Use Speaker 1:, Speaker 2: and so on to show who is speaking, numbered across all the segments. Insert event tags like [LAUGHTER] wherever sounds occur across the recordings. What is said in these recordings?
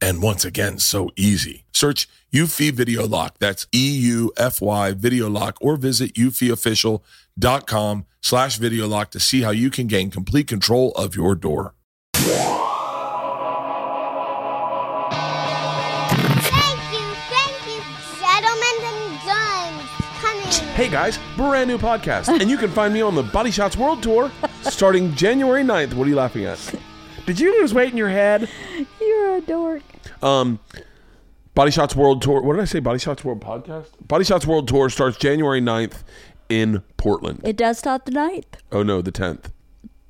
Speaker 1: and once again, so easy. Search Eufy Video Lock. That's E U F Y Video Lock, or visit eufyofficial.com slash video lock to see how you can gain complete control of your door.
Speaker 2: Thank you, thank you, gentlemen and guns. Coming.
Speaker 3: Hey guys, brand new podcast, and you can find me on the Body Shots World Tour starting January 9th. What are you laughing at? Did you lose weight in your head?
Speaker 4: You're a dork.
Speaker 3: Um, Body Shots World Tour. What did I say? Body Shots World Podcast? Body Shots World Tour starts January 9th in Portland.
Speaker 4: It does start the 9th.
Speaker 3: Oh no, the 10th.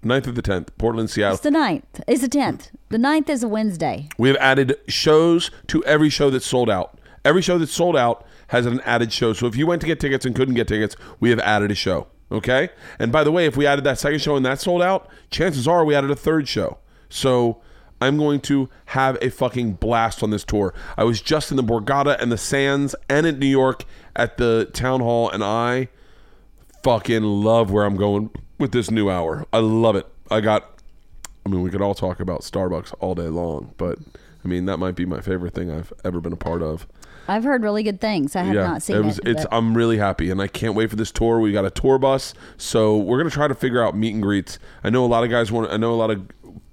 Speaker 3: 9th of the 10th, Portland, Seattle.
Speaker 4: It's the 9th. It's the 10th. The 9th is a Wednesday.
Speaker 3: We have added shows to every show that's sold out. Every show that's sold out has an added show. So if you went to get tickets and couldn't get tickets, we have added a show. Okay? And by the way, if we added that second show and that sold out, chances are we added a third show. So I'm going to have a fucking blast on this tour. I was just in the Borgata and the Sands and in New York at the town hall, and I fucking love where I'm going with this new hour. I love it. I got I mean, we could all talk about Starbucks all day long, but I mean, that might be my favorite thing I've ever been a part of.
Speaker 4: I've heard really good things. I have
Speaker 3: yeah,
Speaker 4: not seen
Speaker 3: it was.
Speaker 4: it,
Speaker 3: it's.
Speaker 4: but-
Speaker 3: I'm really happy, and I can't wait for this tour. We got a tour bus, so we're gonna try to figure out meet and greets. I know a lot of guys want. I know a lot of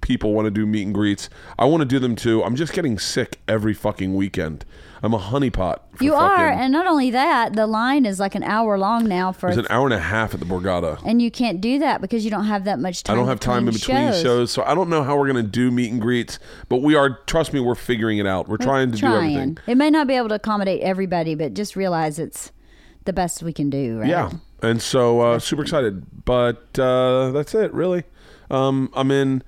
Speaker 3: people want to do meet and greets. I want to do them too. I'm just getting sick every fucking weekend. I'm a honeypot. for
Speaker 4: you are,
Speaker 3: fucking-
Speaker 4: and not only that, the line is like an hour long now for,
Speaker 3: it's an hour and a half at the Borgata.
Speaker 4: and you can't do that because you don't have that much time.
Speaker 3: I don't have time in between shows. so I don't know how we're gonna do meet and greets. But we are. Trust me, we're figuring it out. We're trying to do everything.
Speaker 4: It may not be able to accommodate everybody, but just realize it's the best we can do. Right?
Speaker 3: Yeah. And so uh, super excited. But uh, that's it, really. Um, I'm in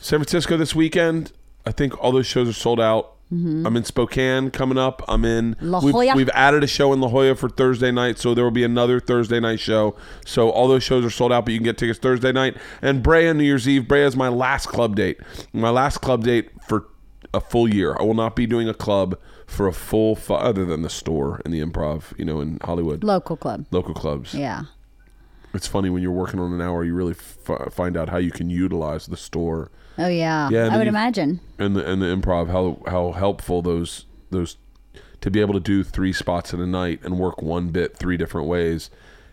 Speaker 3: San Francisco this weekend. I think all those shows are sold out. I'm in Spokane coming up. I'm in
Speaker 4: Mm-hmm. La
Speaker 3: we've-
Speaker 4: Jolla.
Speaker 3: We've, added a show in La Jolla for Thursday night, so there will be another Thursday night show. So all those shows are sold out, but you can get tickets Thursday night. And Brea New Year's Eve. Brea is my last club date. My last club date for a full year. I will not be doing a club for a full fu- other than the store and the improv, you know, in Hollywood.
Speaker 4: Local club.
Speaker 3: Local clubs.
Speaker 4: Yeah.
Speaker 3: It's funny when you're working on an hour, you really f- find out how you can utilize the store
Speaker 4: Oh yeah.
Speaker 3: Yeah, and
Speaker 4: I
Speaker 3: then
Speaker 4: would
Speaker 3: you-
Speaker 4: imagine.
Speaker 3: and the and the improv how how helpful those those to be able to do three spots in a night and work one bit three different ways.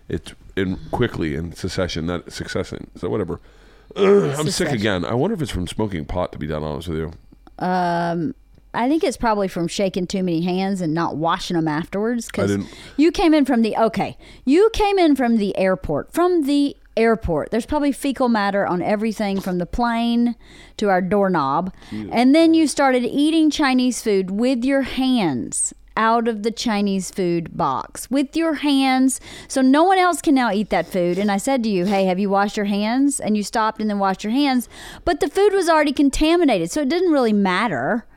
Speaker 3: It's in quickly in succession that succession so whatever. [CLEARS THROAT] Ugh, I'm sick
Speaker 4: Succession.
Speaker 3: again. I wonder if it's from smoking pot. To be that honest with you,
Speaker 4: I think it's probably from shaking too many hands and not washing them afterwards. Because
Speaker 3: didn't-
Speaker 4: you came in from the okay, you came in from the airport. From the airport, there's probably fecal matter on everything from the plane to our doorknob, and then you started eating Chinese food with your hands out of the Chinese food box with your hands, so no one else can now eat that food. And I said to you, "Hey, have you washed your hands?" And you stopped and then washed your hands, but the food was already contaminated, so it didn't really matter.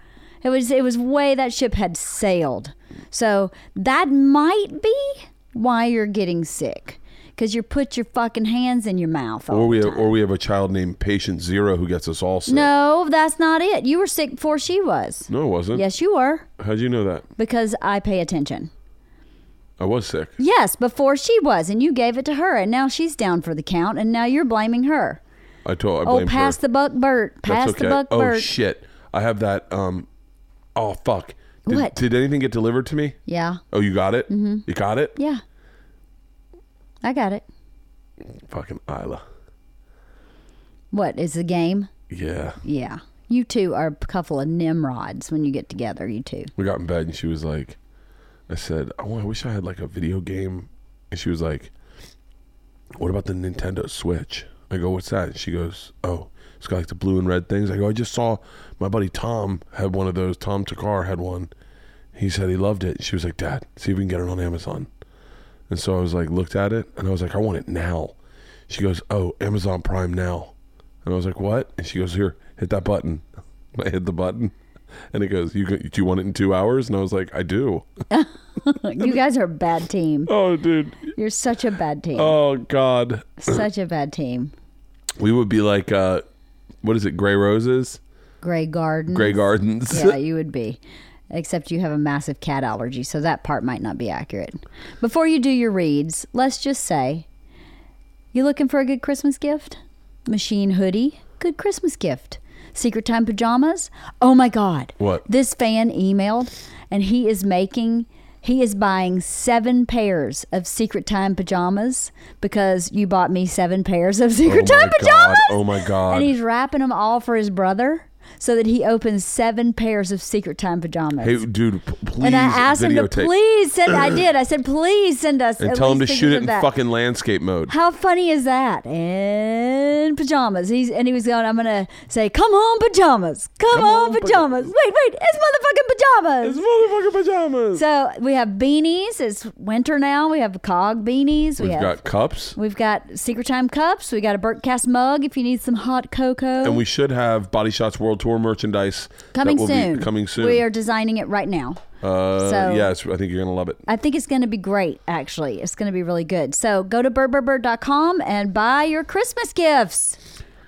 Speaker 4: It was it was way that ship had sailed. So that might be why you're getting sick cuz you put your fucking hands in your mouth. all
Speaker 3: or we
Speaker 4: the
Speaker 3: have, or we have a child named Patient Zero who gets us all sick.
Speaker 4: time. No, that's not it. You were sick before she was.
Speaker 3: no, it wasn't.
Speaker 4: Yes, you were
Speaker 3: How'd you know that?
Speaker 4: because I pay attention.
Speaker 3: I was sick.
Speaker 4: Yes, before she was and you gave it to her and now she's down for the count and now you're blaming her.
Speaker 3: I told. I
Speaker 4: Oh,
Speaker 3: blame
Speaker 4: pass
Speaker 3: her.
Speaker 4: the buck, Bert. Pass
Speaker 3: That's okay.
Speaker 4: the buck,
Speaker 3: oh
Speaker 4: Bert.
Speaker 3: shit! I have that. Um. Oh fuck. Did,
Speaker 4: What?
Speaker 3: Did anything get delivered to me?
Speaker 4: yeah,
Speaker 3: Oh, you got it. Mm-hmm. You got it.
Speaker 4: yeah. I got it.
Speaker 3: Fucking Isla.
Speaker 4: What is the game?
Speaker 3: Yeah.
Speaker 4: Yeah, you two are a couple of nimrods when you get together.
Speaker 3: [LAUGHS]
Speaker 4: You two.
Speaker 3: We got in bed and she was like, I said, oh, I wish I had like a video game. And she was like, what about the Nintendo Switch? I go, what's that? And she goes, oh, it's got like the blue and red things. I go, I just saw my buddy Tom had one of those. Tom Takar had one. He said he loved it. She was like, Dad, see if we can get it on Amazon. And so I was like, looked at it and I was like, I want it now. She goes, Oh, Amazon Prime now. And I was like, What? And she goes, Here, hit that button. [LAUGHS] I hit the button and it goes, You go- do you want it in two hours? And I was like, I do.
Speaker 4: You guys are a bad team.
Speaker 3: oh, dude.
Speaker 4: You're such a bad team.
Speaker 3: Oh, God.
Speaker 4: such a bad team.
Speaker 3: We would be like, uh, What is it? Gray Roses?
Speaker 4: Gray garden.
Speaker 3: Gray Gardens?
Speaker 4: Yeah, you would be. Except you have a massive cat allergy, so that part might not be accurate. Before you do your reads, let's just say you looking for a good Christmas gift? Machine hoodie, good Christmas gift. Secret time pajamas? Oh my God.
Speaker 3: What?
Speaker 4: This fan emailed and he is making, he is buying seven pairs of secret time pajamas because you bought me seven pairs of [LAUGHS]
Speaker 3: [LAUGHS]
Speaker 4: secret
Speaker 3: oh,
Speaker 4: time
Speaker 3: my God.
Speaker 4: pajamas.
Speaker 3: Oh, my God.
Speaker 4: And he's wrapping them all for his brother so that he opens seven pairs of secret time pajamas.
Speaker 3: Hey, dude, p- please
Speaker 4: and I asked him to
Speaker 3: videotape
Speaker 4: please
Speaker 3: [CLEARS THROAT]
Speaker 4: send. I did. I said, please send us.
Speaker 3: and
Speaker 4: at
Speaker 3: tell him to
Speaker 4: least
Speaker 3: shoot
Speaker 4: pictures
Speaker 3: it
Speaker 4: of
Speaker 3: in
Speaker 4: that."
Speaker 3: fucking landscape mode.
Speaker 4: How funny is that? In pajamas. He's and he was going. I'm gonna say, come home pajamas. Come, home,
Speaker 3: home,
Speaker 4: pajamas. Wait, wait. It's motherfucking pajamas.
Speaker 3: It's motherfucking pajamas.
Speaker 4: so we have beanies. It's winter now. We have cog beanies. We
Speaker 3: We've
Speaker 4: have
Speaker 3: got cups.
Speaker 4: we've got secret time cups. We got a Burt Cast mug if you need some hot cocoa.
Speaker 3: And we should have Body Shots World Tour merchandise that
Speaker 4: coming
Speaker 3: will be
Speaker 4: soon.
Speaker 3: coming soon.
Speaker 4: We are designing it right now.
Speaker 3: Uh,
Speaker 4: so-
Speaker 3: yes, I think you're gonna love it.
Speaker 4: I think it's going to be great. Actually, it's going to be really good. So go to birdbirdbird.com and buy your Christmas gifts.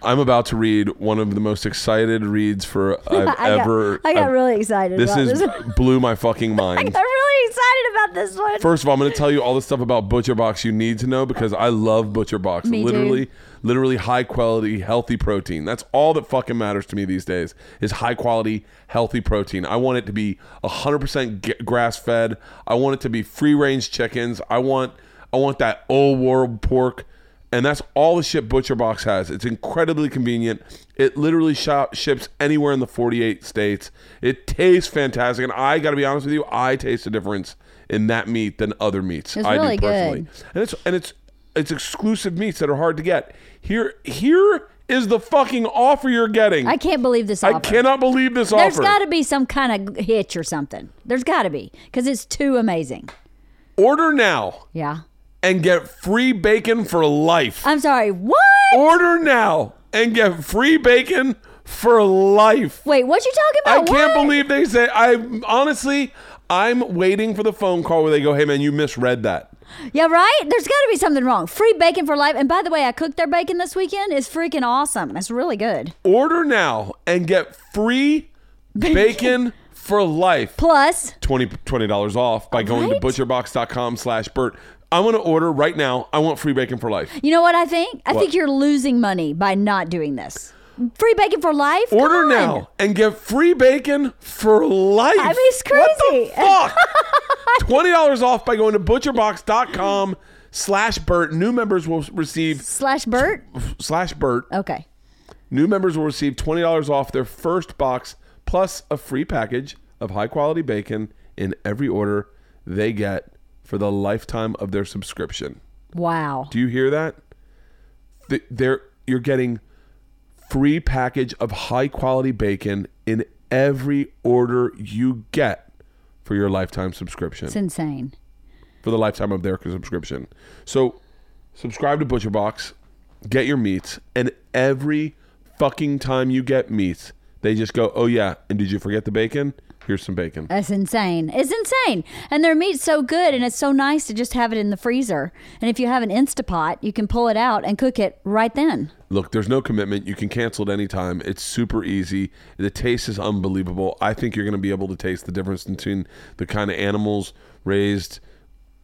Speaker 3: I'm about to read one of the most excited reads
Speaker 4: [LAUGHS]
Speaker 3: for I've
Speaker 4: I
Speaker 3: ever.
Speaker 4: got, I got
Speaker 3: I've-
Speaker 4: really excited.
Speaker 3: This
Speaker 4: about
Speaker 3: is
Speaker 4: This. [LAUGHS]
Speaker 3: blew my fucking
Speaker 4: I
Speaker 3: mind.
Speaker 4: got really excited about this one.
Speaker 3: First of all, I'm going to tell you all the stuff about ButcherBox you need to know because I love ButcherBox.
Speaker 4: Me too.
Speaker 3: literally, literally high quality, healthy protein. That's all that fucking matters to me these days is high quality, healthy protein. I want it to be 100% grass fed. I want it to be free range chickens. I want, I want that old world pork. And that's all the shit ButcherBox has. It's incredibly convenient. It literally shop, ships anywhere in the 48 states. It tastes fantastic. And I got to be honest with you, I taste a difference in that meat than other meats.
Speaker 4: It's
Speaker 3: I
Speaker 4: really
Speaker 3: do personally.
Speaker 4: good.
Speaker 3: And it's and it's it's exclusive meats that are hard to get. Here here is the fucking offer you're getting.
Speaker 4: I can't believe this offer.
Speaker 3: I cannot believe this
Speaker 4: There's
Speaker 3: offer.
Speaker 4: got to be some kind of hitch or something. There's got to be because it's too amazing.
Speaker 3: Order now
Speaker 4: Yeah.
Speaker 3: and get free bacon for life.
Speaker 4: I'm sorry. What?
Speaker 3: Order now and get free bacon for life.
Speaker 4: Wait, what you talking
Speaker 3: I
Speaker 4: about?
Speaker 3: can't
Speaker 4: What?
Speaker 3: believe they say. I honestly, I'm waiting for the phone call where they go, "Hey man, you misread that."
Speaker 4: Yeah, right? There's got to be something wrong. Free bacon for life. And by the way, I cooked their bacon this weekend. It's freaking awesome. It's really good.
Speaker 3: Order now and get free bacon for life.
Speaker 4: Plus,
Speaker 3: 20 dollars off by going
Speaker 4: Right?
Speaker 3: to butcherbox.com/bert. I want to order right now. I want free bacon for life.
Speaker 4: you know what I think? I
Speaker 3: What?
Speaker 4: think you're losing money by not doing this. Free bacon for life? Come
Speaker 3: Order
Speaker 4: on.
Speaker 3: now and get free bacon for life.
Speaker 4: I mean, it's crazy.
Speaker 3: What the
Speaker 4: [LAUGHS]
Speaker 3: fuck? Twenty dollars off by going to butcherbox.com slash Bert. New members will receive
Speaker 4: Slash Bert?
Speaker 3: slash Bert.
Speaker 4: Okay.
Speaker 3: New members will receive $20 off their first box plus a free package of high quality bacon in every order they get for the lifetime of their subscription.
Speaker 4: Wow.
Speaker 3: Do you hear that? Th- They're, you're getting free package of high quality bacon in every order you get for your lifetime subscription
Speaker 4: It's insane.
Speaker 3: for the lifetime of their subscription. So subscribe to ButcherBox, get your meats, and every fucking time you get meats, they just go, "Oh yeah, and did you forget the bacon? Here's some bacon."
Speaker 4: That's insane. It's insane. And their meat's so good and it's so nice to just have it in the freezer. And if you have an Instapot, you can pull it out and cook it right then.
Speaker 3: Look, there's no commitment. You can cancel at any time. It's super easy. The taste is unbelievable. I think you're going to be able to taste the difference between the kind of animals raised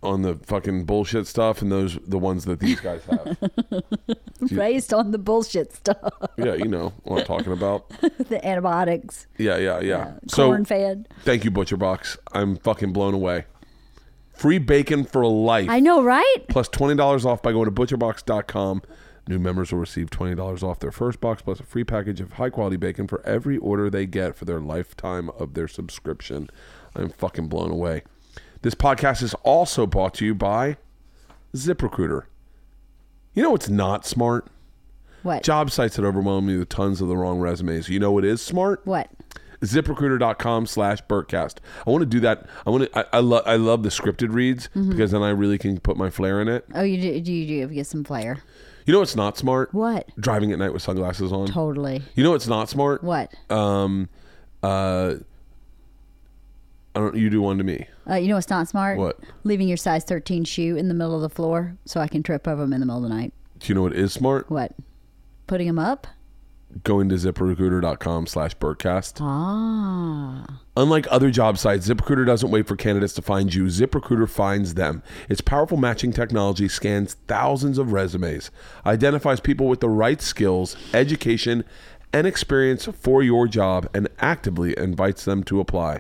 Speaker 3: on the fucking bullshit stuff and those the ones that these guys
Speaker 4: [LAUGHS]
Speaker 3: have.
Speaker 4: raised on the bullshit stuff, [LAUGHS]
Speaker 3: yeah, you know what I'm talking about.
Speaker 4: the antibiotics,
Speaker 3: Yeah, yeah, yeah.
Speaker 4: corn fed.
Speaker 3: Thank you, Butcher Box. I'm fucking blown away. Free bacon for life.
Speaker 4: I know, right?
Speaker 3: Plus twenty dollars off by going to butcherbox.com. New members will receive twenty dollars off their first box plus a free package of high quality bacon for every order they get for their lifetime of their subscription. I'm fucking blown away. This podcast is also brought to you by ZipRecruiter. You know what's not smart?
Speaker 4: What?
Speaker 3: Job sites that overwhelm you with tons of the wrong resumes. You know what is smart?
Speaker 4: What?
Speaker 3: ziprecruiter.com slash burtcast i want to do that i want to i, I, lo- I love the scripted reads because then i really can put my flair in it
Speaker 4: Oh, you do, do you do get some flair?
Speaker 3: you know what's not smart
Speaker 4: What?
Speaker 3: driving at night with sunglasses on
Speaker 4: Totally.
Speaker 3: you know what's not smart
Speaker 4: What?
Speaker 3: um uh i don't you do one to me
Speaker 4: Uh, you know what's not smart?
Speaker 3: What?
Speaker 4: Leaving your size 13 shoe in the middle of the floor so I can trip over them in the middle of the night.
Speaker 3: do you know what is smart
Speaker 4: What? Putting them up?
Speaker 3: going to ziprecruiter.com slash burtcast
Speaker 4: Oh. Ah.
Speaker 3: Unlike other job sites, ZipRecruiter doesn't wait for candidates to find you. ZipRecruiter finds them. Its powerful matching technology scans thousands of resumes, identifies people with the right skills, education, and experience for your job, and actively invites them to apply.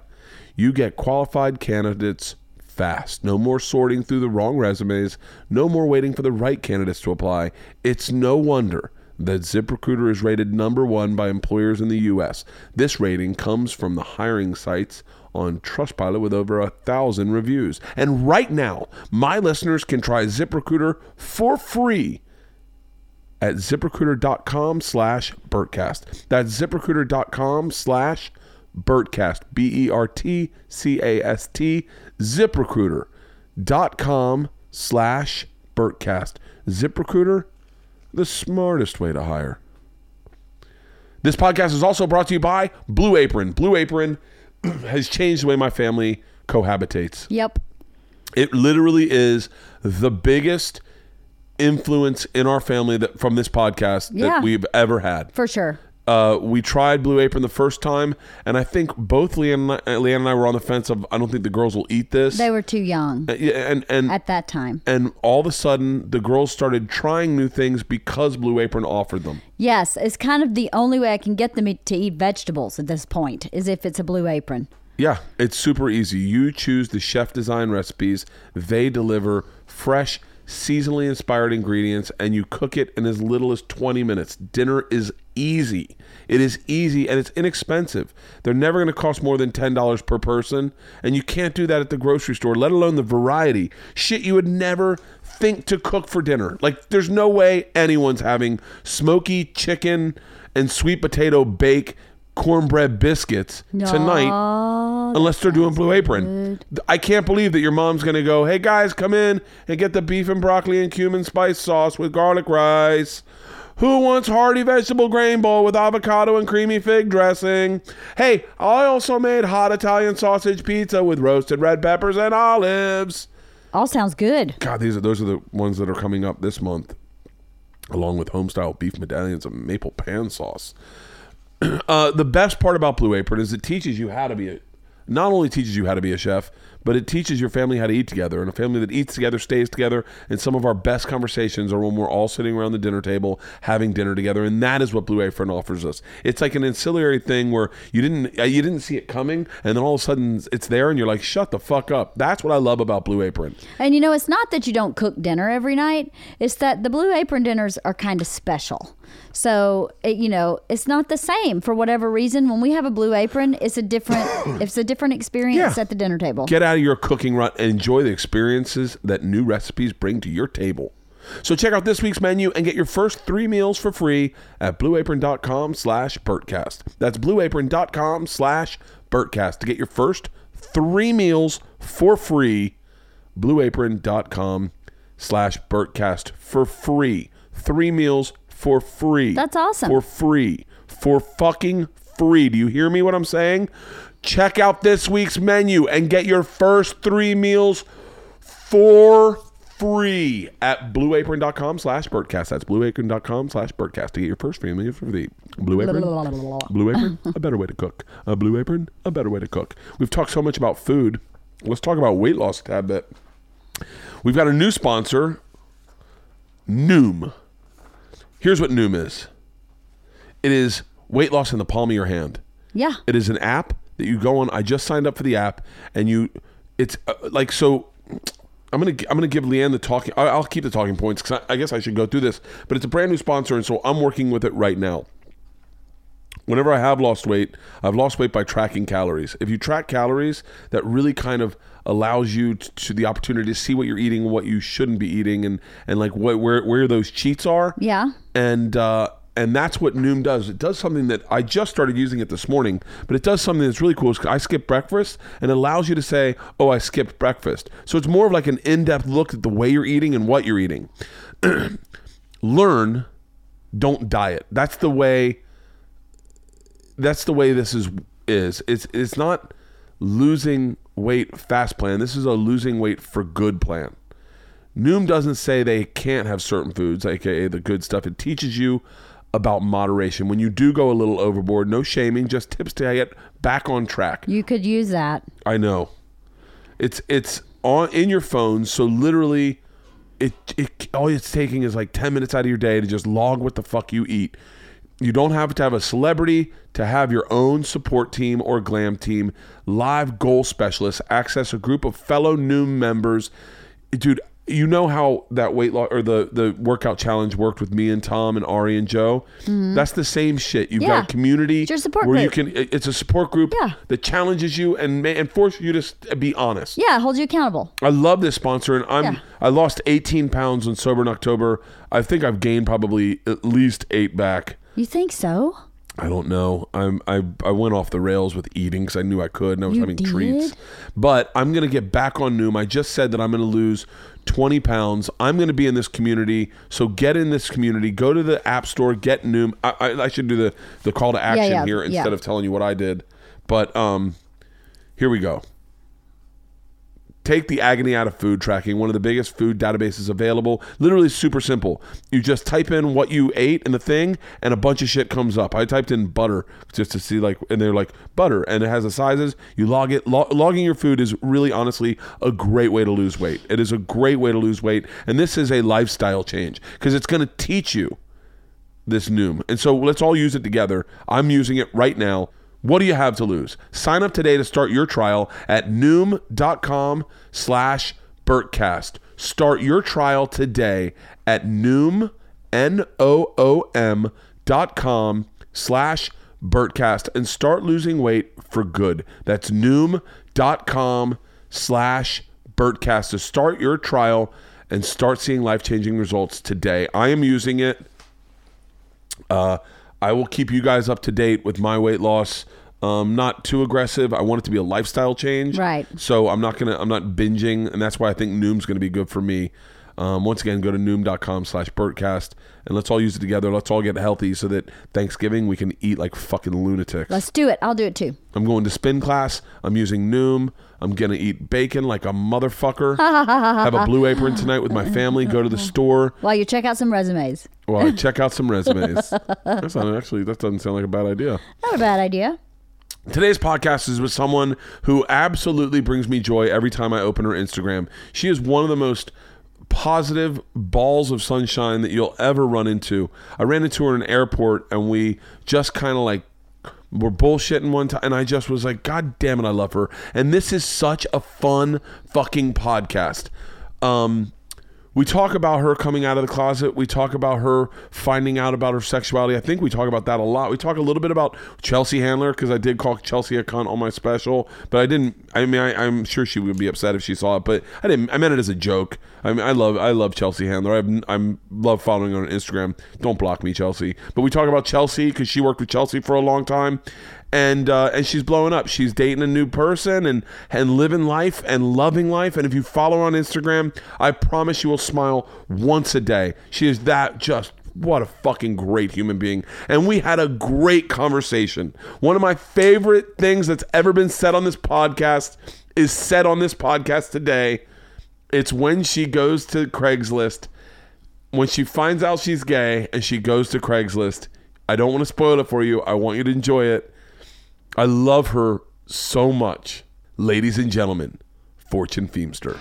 Speaker 3: You get qualified candidates fast. No more sorting through the wrong resumes, no more waiting for the right candidates to apply. It's no wonder that ZipRecruiter is rated number one by employers in the U.S. This rating comes from the hiring sites on Trustpilot with over a thousand reviews. And right now, my listeners can try ZipRecruiter for free at ziprecruiter.com slash BurtCast. That's ziprecruiter.com slash BurtCast. B E R T C A S T. ZipRecruiter.com slash BurtCast. ZipRecruiter, the smartest way to hire. This podcast is also brought to you by Blue Apron. Blue Apron [CLEARS THROAT] has changed the way my family cohabitates.
Speaker 4: Yep.
Speaker 3: It literally is the biggest influence in our family that from this podcast
Speaker 4: Yeah.
Speaker 3: that we've ever had.
Speaker 4: For sure.
Speaker 3: Uh, we tried Blue Apron the first time, and I think both Leanne and, I, Leanne and I were on the fence of I don't think the girls will eat this. Uh,
Speaker 4: They were too young
Speaker 3: Yeah, and and
Speaker 4: at that time.
Speaker 3: and all of a sudden the girls started trying new things because Blue Apron offered them.
Speaker 4: Yes, it's kind of the only way I can get them to eat vegetables at this point is if it's a blue apron.
Speaker 3: Yeah, it's super easy. You choose the chef design recipes, they deliver fresh, seasonally inspired ingredients, and you cook it in as little as 20 minutes. Dinner is easy. It is easy and it's inexpensive. They're never going to cost more than $10 per person, and you can't do that at the grocery store, let alone the variety. Shit, you would never think to cook for dinner. Like, there's no way anyone's having smoky chicken and sweet potato bake cornbread biscuits tonight
Speaker 4: Oh,
Speaker 3: unless they're doing Blue Apron.
Speaker 4: good.
Speaker 3: Th- I can't believe that your mom's gonna go, "Hey guys, come in and get the beef and broccoli and cumin spice sauce with garlic rice." Who wants hearty vegetable grain bowl with avocado and creamy fig dressing? Hey, I also made hot Italian sausage pizza with roasted red peppers and olives.
Speaker 4: all sounds good.
Speaker 3: God, these are those are the ones that are coming up this month, along with homestyle beef medallions and maple pan sauce. [CLEARS THROAT] uh, the best part about Blue Apron is it teaches you how to be a not only teaches you how to be a chef, but it teaches your family how to eat together. And a family that eats together stays together. And some of our best conversations are when we're all sitting around the dinner table having dinner together. And that is what Blue Apron offers us. It's like an ancillary thing where you didn't uh, you didn't see it coming, and then all of a sudden it's there, and you're like, "Shut the fuck up." That's what I love about Blue Apron.
Speaker 4: And you know, it's not that you don't cook dinner every night, it's that the blue apron dinners are kind of special. So, it, you know, it's not the same for whatever reason. When we have a blue apron, it's
Speaker 3: [COUGHS]
Speaker 4: a different it's a different experience
Speaker 3: Yeah.
Speaker 4: at the dinner table.
Speaker 3: Get out of your cooking rut and enjoy the experiences that new recipes bring to your table. So check out this week's menu and get your first three meals for free at blueapron.com slash BurtCast. That's blueapron.com slash BurtCast to get your first three meals for free. blueapron.com slash BurtCast for free. Three meals for free.
Speaker 4: That's awesome.
Speaker 3: For free. For fucking free. Do you hear me what I'm saying? Check out this week's menu and get your first three meals for free at blueapron.com slash birdcast. That's blueapron.com slash birdcast to get your first three meals for the Blue Apron. Blue Apron, a better way to cook. A Blue Apron, a better way to cook. We've talked so much about food. Let's talk about weight loss a tad bit. We've got a new sponsor, Noom. Here's what Noom is it is weight loss in the palm of your hand.
Speaker 4: Yeah.
Speaker 3: It is an app that you go on. I just signed up for the app, and you, it's uh, like so. I'm gonna I'm gonna give Leanne the talking. I- I'll keep the talking points because I, I guess I should go through this. But it's a brand new sponsor, and so I'm working with it right now. Whenever I have lost weight, I've lost weight by tracking calories. If you track calories, that really kind of allows you t- to the opportunity to see what you're eating, what you shouldn't be eating, and and like what where where those cheats are
Speaker 4: Yeah.
Speaker 3: and uh, and that's what Noom does. It does something that I just started using it this morning, but it does something that's really cool. Is I skip breakfast and it allows you to say, "Oh, I skipped breakfast." So it's more of like an in-depth look at the way you're eating and what you're eating. [CLEARS THROAT] Learn, don't diet. That's the way. That's the way this is is. It's it's not losing weight fast plan. This is a losing weight for good plan. Noom doesn't say they can't have certain foods, aka the good stuff. It teaches you about moderation. When you do go a little overboard, no shaming, just tips to get back on track.
Speaker 4: You could use that.
Speaker 3: I know. It's it's on in your phone, so literally it it all it's taking is like 10 minutes out of your day to just log what the fuck you eat. You don't have to have a celebrity to have your own support team or glam team, live goal specialists, access a group of fellow new members. Dude, you know how that weight loss or the the workout challenge worked with me and Tom and Ari and Joe? That's the same shit. You've
Speaker 4: Mm-hmm. Yeah.
Speaker 3: got a community
Speaker 4: It's your support
Speaker 3: where
Speaker 4: group.
Speaker 3: you can it- it's a support group
Speaker 4: Yeah.
Speaker 3: that challenges you and ma- and forces you to s- be honest.
Speaker 4: Yeah, it holds you accountable.
Speaker 3: I love this sponsor, and I'm
Speaker 4: Yeah.
Speaker 3: I lost 18 pounds on sober in October. I think I've gained probably at least eight back.
Speaker 4: You think so?
Speaker 3: I don't know. I'm I I went off the rails with eating because I knew I could, and I was
Speaker 4: You
Speaker 3: having
Speaker 4: did?
Speaker 3: treats. But I'm gonna get back on Noom. I just said that I'm gonna lose 20 pounds. I'm gonna be in this community, so get in this community. Go to the app store, get Noom. I, I, I should do the the call to action
Speaker 4: yeah,
Speaker 3: here
Speaker 4: yeah.
Speaker 3: instead of telling you what I did. But um, here we go. Take the agony out of food tracking, one of the biggest food databases available. Literally super simple. You just type in what you ate in the thing, and a bunch of shit comes up. I typed in butter just to see, like, and they're like, butter, and it has the sizes. You log it. Log- logging your food is really, honestly, a great way to lose weight. It is a great way to lose weight, and this is a lifestyle change because it's going to teach you this Noom. And so let's all use it together. I'm using it right now. What do you have to lose? Sign up today to start your trial at Noom.com slash Burtcast. Start your trial today at Noom, N-O-O-M dot com slash Burtcast and start losing weight for good. That's Noom.com slash Burtcast to start your trial and start seeing life-changing results today. I am using it. Uh, I will keep you guys up to date with my weight loss. Um, not too aggressive. I want it to be a lifestyle change.
Speaker 4: Right.
Speaker 3: So I'm not gonna. I'm not binging, and that's why I think Noom's gonna be good for me. Um, once again, go to noom.com slash Burtcast and let's all use it together. Let's all get healthy so that Thanksgiving we can eat like fucking lunatics.
Speaker 4: Let's do it. I'll do it too.
Speaker 3: I'm going to spin class. I'm using Noom. I'm going to eat bacon like a
Speaker 4: [LAUGHS]
Speaker 3: motherfucker. Have a blue apron tonight with my family. Go to the store.
Speaker 4: While you check out some resumes.
Speaker 3: Well, I check out some
Speaker 4: [LAUGHS]
Speaker 3: resumes. That's not actually, that doesn't sound like a bad idea.
Speaker 4: Not a bad idea.
Speaker 3: Today's podcast is with someone who absolutely brings me joy every time I open her Instagram. She is one of the most positive balls of sunshine that you'll ever run into. I ran into her in an airport and we just kind of like were bullshitting one time and I just was like, God damn it, I love her. And this is such a fun fucking podcast. Um, we talk about her coming out of the closet. We talk about her finding out about her sexuality. I think we talk about that a lot. We talk a little bit about Chelsea Handler because I did call Chelsea a cunt on my special, but I didn't. I mean, I, I'm sure she would be upset if she saw it, but I didn't. I meant it as a joke. I mean, I love I love Chelsea Handler. I'm I'm love following her on Instagram. Don't block me, Chelsea. But we talk about Chelsea because she worked with Chelsea for a long time, and uh, and she's blowing up. She's dating a new person and and living life and loving life. And if you follow her on Instagram, I promise you will smile once a day. She is that just what a fucking great human being. And we had a great conversation. One of my favorite things that's ever been said on this podcast is said on this podcast today. It's when she goes to Craigslist when she finds out she's gay and she goes to Craigslist, I don't want to spoil it for you. I want you to enjoy it. I love her so much. Ladies and gentlemen, Fortune Feemster.